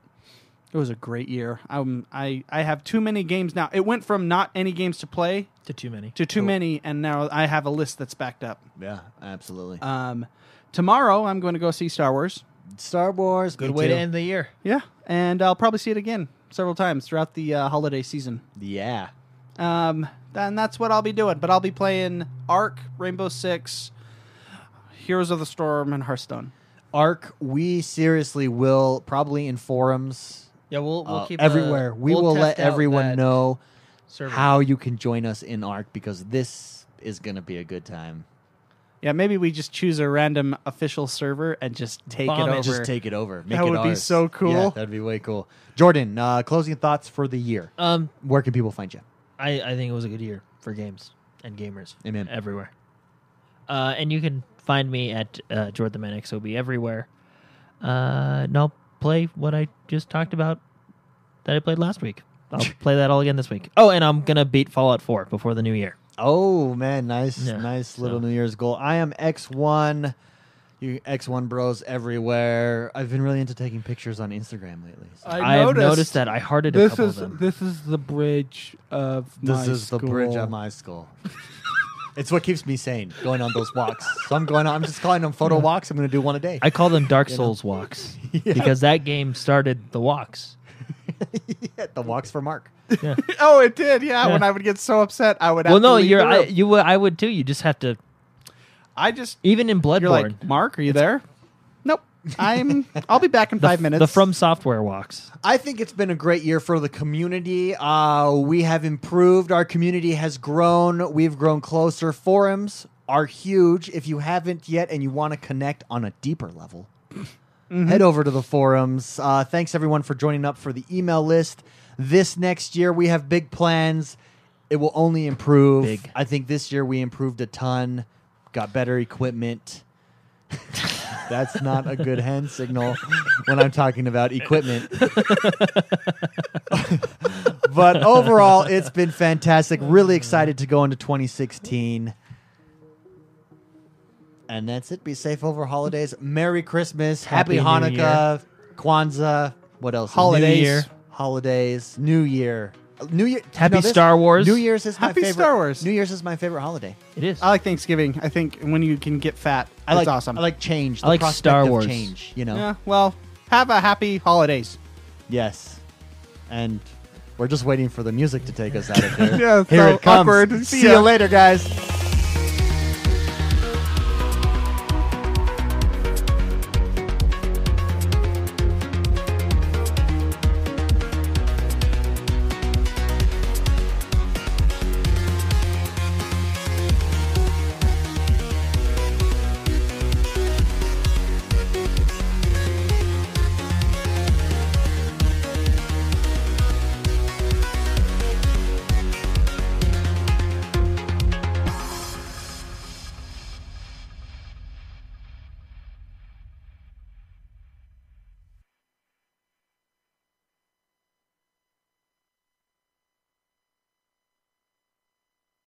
[SPEAKER 2] it was a great year. Um, I I have too many games now. It went from not any games to play
[SPEAKER 4] to too many.
[SPEAKER 2] to
[SPEAKER 1] Oh.
[SPEAKER 2] too many, and now I have a list that's backed up.
[SPEAKER 1] Yeah, absolutely.
[SPEAKER 2] Um, tomorrow I'm going to go see Star Wars.
[SPEAKER 1] Star Wars.
[SPEAKER 4] Good
[SPEAKER 1] me
[SPEAKER 4] way
[SPEAKER 1] too.
[SPEAKER 4] to end the year.
[SPEAKER 2] Yeah, and I'll probably see it again several times throughout the uh, holiday season.
[SPEAKER 1] Yeah.
[SPEAKER 2] Um, and that's what I'll be doing. But I'll be playing Ark, Rainbow Six, Heroes of the Storm, and Hearthstone.
[SPEAKER 1] Arc, we seriously will probably in forums
[SPEAKER 4] Yeah, we'll we'll
[SPEAKER 1] uh,
[SPEAKER 4] keep
[SPEAKER 1] everywhere.
[SPEAKER 4] A,
[SPEAKER 1] we
[SPEAKER 4] we'll
[SPEAKER 1] will
[SPEAKER 4] test
[SPEAKER 1] let
[SPEAKER 4] out
[SPEAKER 1] everyone
[SPEAKER 4] that-
[SPEAKER 1] know
[SPEAKER 4] Survey.
[SPEAKER 1] how you can join us in ARC because this is going to be a good time.
[SPEAKER 2] Yeah, maybe we just choose a random official server and just take
[SPEAKER 4] Bomb
[SPEAKER 2] it
[SPEAKER 4] it,
[SPEAKER 2] over.
[SPEAKER 1] Just take it over. Make
[SPEAKER 2] That
[SPEAKER 1] it
[SPEAKER 2] would be
[SPEAKER 1] ours.
[SPEAKER 2] so
[SPEAKER 1] Yeah,
[SPEAKER 2] cool.
[SPEAKER 1] that'd be way cool. Jordan, uh, closing thoughts for the year.
[SPEAKER 4] Um,
[SPEAKER 1] Where can people find you?
[SPEAKER 4] I, I think it was a good year for games and gamers.
[SPEAKER 1] Amen.
[SPEAKER 4] Everywhere. Uh, and you can find me at uh, Jordan Man XOB everywhere. Uh, and I'll play what I just talked about that I played last week. I'll play that all again this week. Oh, and I'm going to beat Fallout 4 before the new year.
[SPEAKER 1] Oh man, nice,
[SPEAKER 4] Yeah,
[SPEAKER 1] nice
[SPEAKER 4] so-
[SPEAKER 1] little New Year's goal. I am X one, you X one bros everywhere. I've been really into taking pictures on Instagram lately. so-
[SPEAKER 4] I, have noticed that I hearted a
[SPEAKER 5] This
[SPEAKER 4] couple
[SPEAKER 5] is
[SPEAKER 4] of them.
[SPEAKER 5] this is the bridge of
[SPEAKER 1] this
[SPEAKER 5] my
[SPEAKER 1] is the bridge
[SPEAKER 5] school.
[SPEAKER 1] at my school. it's what keeps me sane going on those walks. so I'm going. On, I'm just calling them photo walks. I'm going to do one a day.
[SPEAKER 4] I call them Dark Souls walks because that game started the walks.
[SPEAKER 1] Yeah, the walks for Mark.
[SPEAKER 4] Yeah.
[SPEAKER 2] oh, it did. Yeah,
[SPEAKER 4] Yeah.
[SPEAKER 2] when I would get so upset, I would. Have
[SPEAKER 4] well,
[SPEAKER 2] to
[SPEAKER 4] no,
[SPEAKER 2] leave
[SPEAKER 4] you're
[SPEAKER 2] the
[SPEAKER 4] I,
[SPEAKER 2] room.
[SPEAKER 4] you would I would too. You just have to
[SPEAKER 2] I just
[SPEAKER 4] even in Bloodborne.
[SPEAKER 2] you're like Mark. Are you there? Nope. I'm. I'll be back in
[SPEAKER 4] the,
[SPEAKER 2] five minutes.
[SPEAKER 4] the From Software walks.
[SPEAKER 1] I think it's been a great year for the community. Uh, we have improved. Our community has grown. We've grown closer. Forums are huge. If you haven't yet and you want to connect on a deeper level, head over to the forums. Uh, thanks everyone for joining up for the email list. This next year, we have big plans. It will only improve.
[SPEAKER 4] Big.
[SPEAKER 1] I think this year we improved a ton, got better equipment. That's not a good hand signal when I'm talking about equipment. but overall, it's been fantastic. Really excited to go into 2016. And that's it. Be safe over holidays. Merry Christmas. Happy,
[SPEAKER 4] Happy New
[SPEAKER 1] Hanukkah. Kwanzaa. What else?
[SPEAKER 4] Holidays. New Year.
[SPEAKER 1] Holidays. New Year. New Year.
[SPEAKER 4] Happy Star Wars.
[SPEAKER 1] New Year's is my
[SPEAKER 2] Happy
[SPEAKER 1] favorite.
[SPEAKER 2] Star Wars.
[SPEAKER 1] New Year's is my favorite holiday.
[SPEAKER 4] It is.
[SPEAKER 2] I like Thanksgiving. I think when you can get fat,
[SPEAKER 1] I like
[SPEAKER 2] it's awesome.
[SPEAKER 1] I like change. The
[SPEAKER 4] I like
[SPEAKER 1] prospect
[SPEAKER 4] Star
[SPEAKER 1] of
[SPEAKER 4] Wars.
[SPEAKER 1] Change. You know.
[SPEAKER 2] Yeah. Well, have a happy holidays.
[SPEAKER 1] Yes. And we're just waiting for the music to take us out of here.
[SPEAKER 3] Yeah,
[SPEAKER 1] here
[SPEAKER 3] so
[SPEAKER 1] it comes.
[SPEAKER 3] awkward.
[SPEAKER 1] See,
[SPEAKER 3] See ya.
[SPEAKER 1] you later, guys.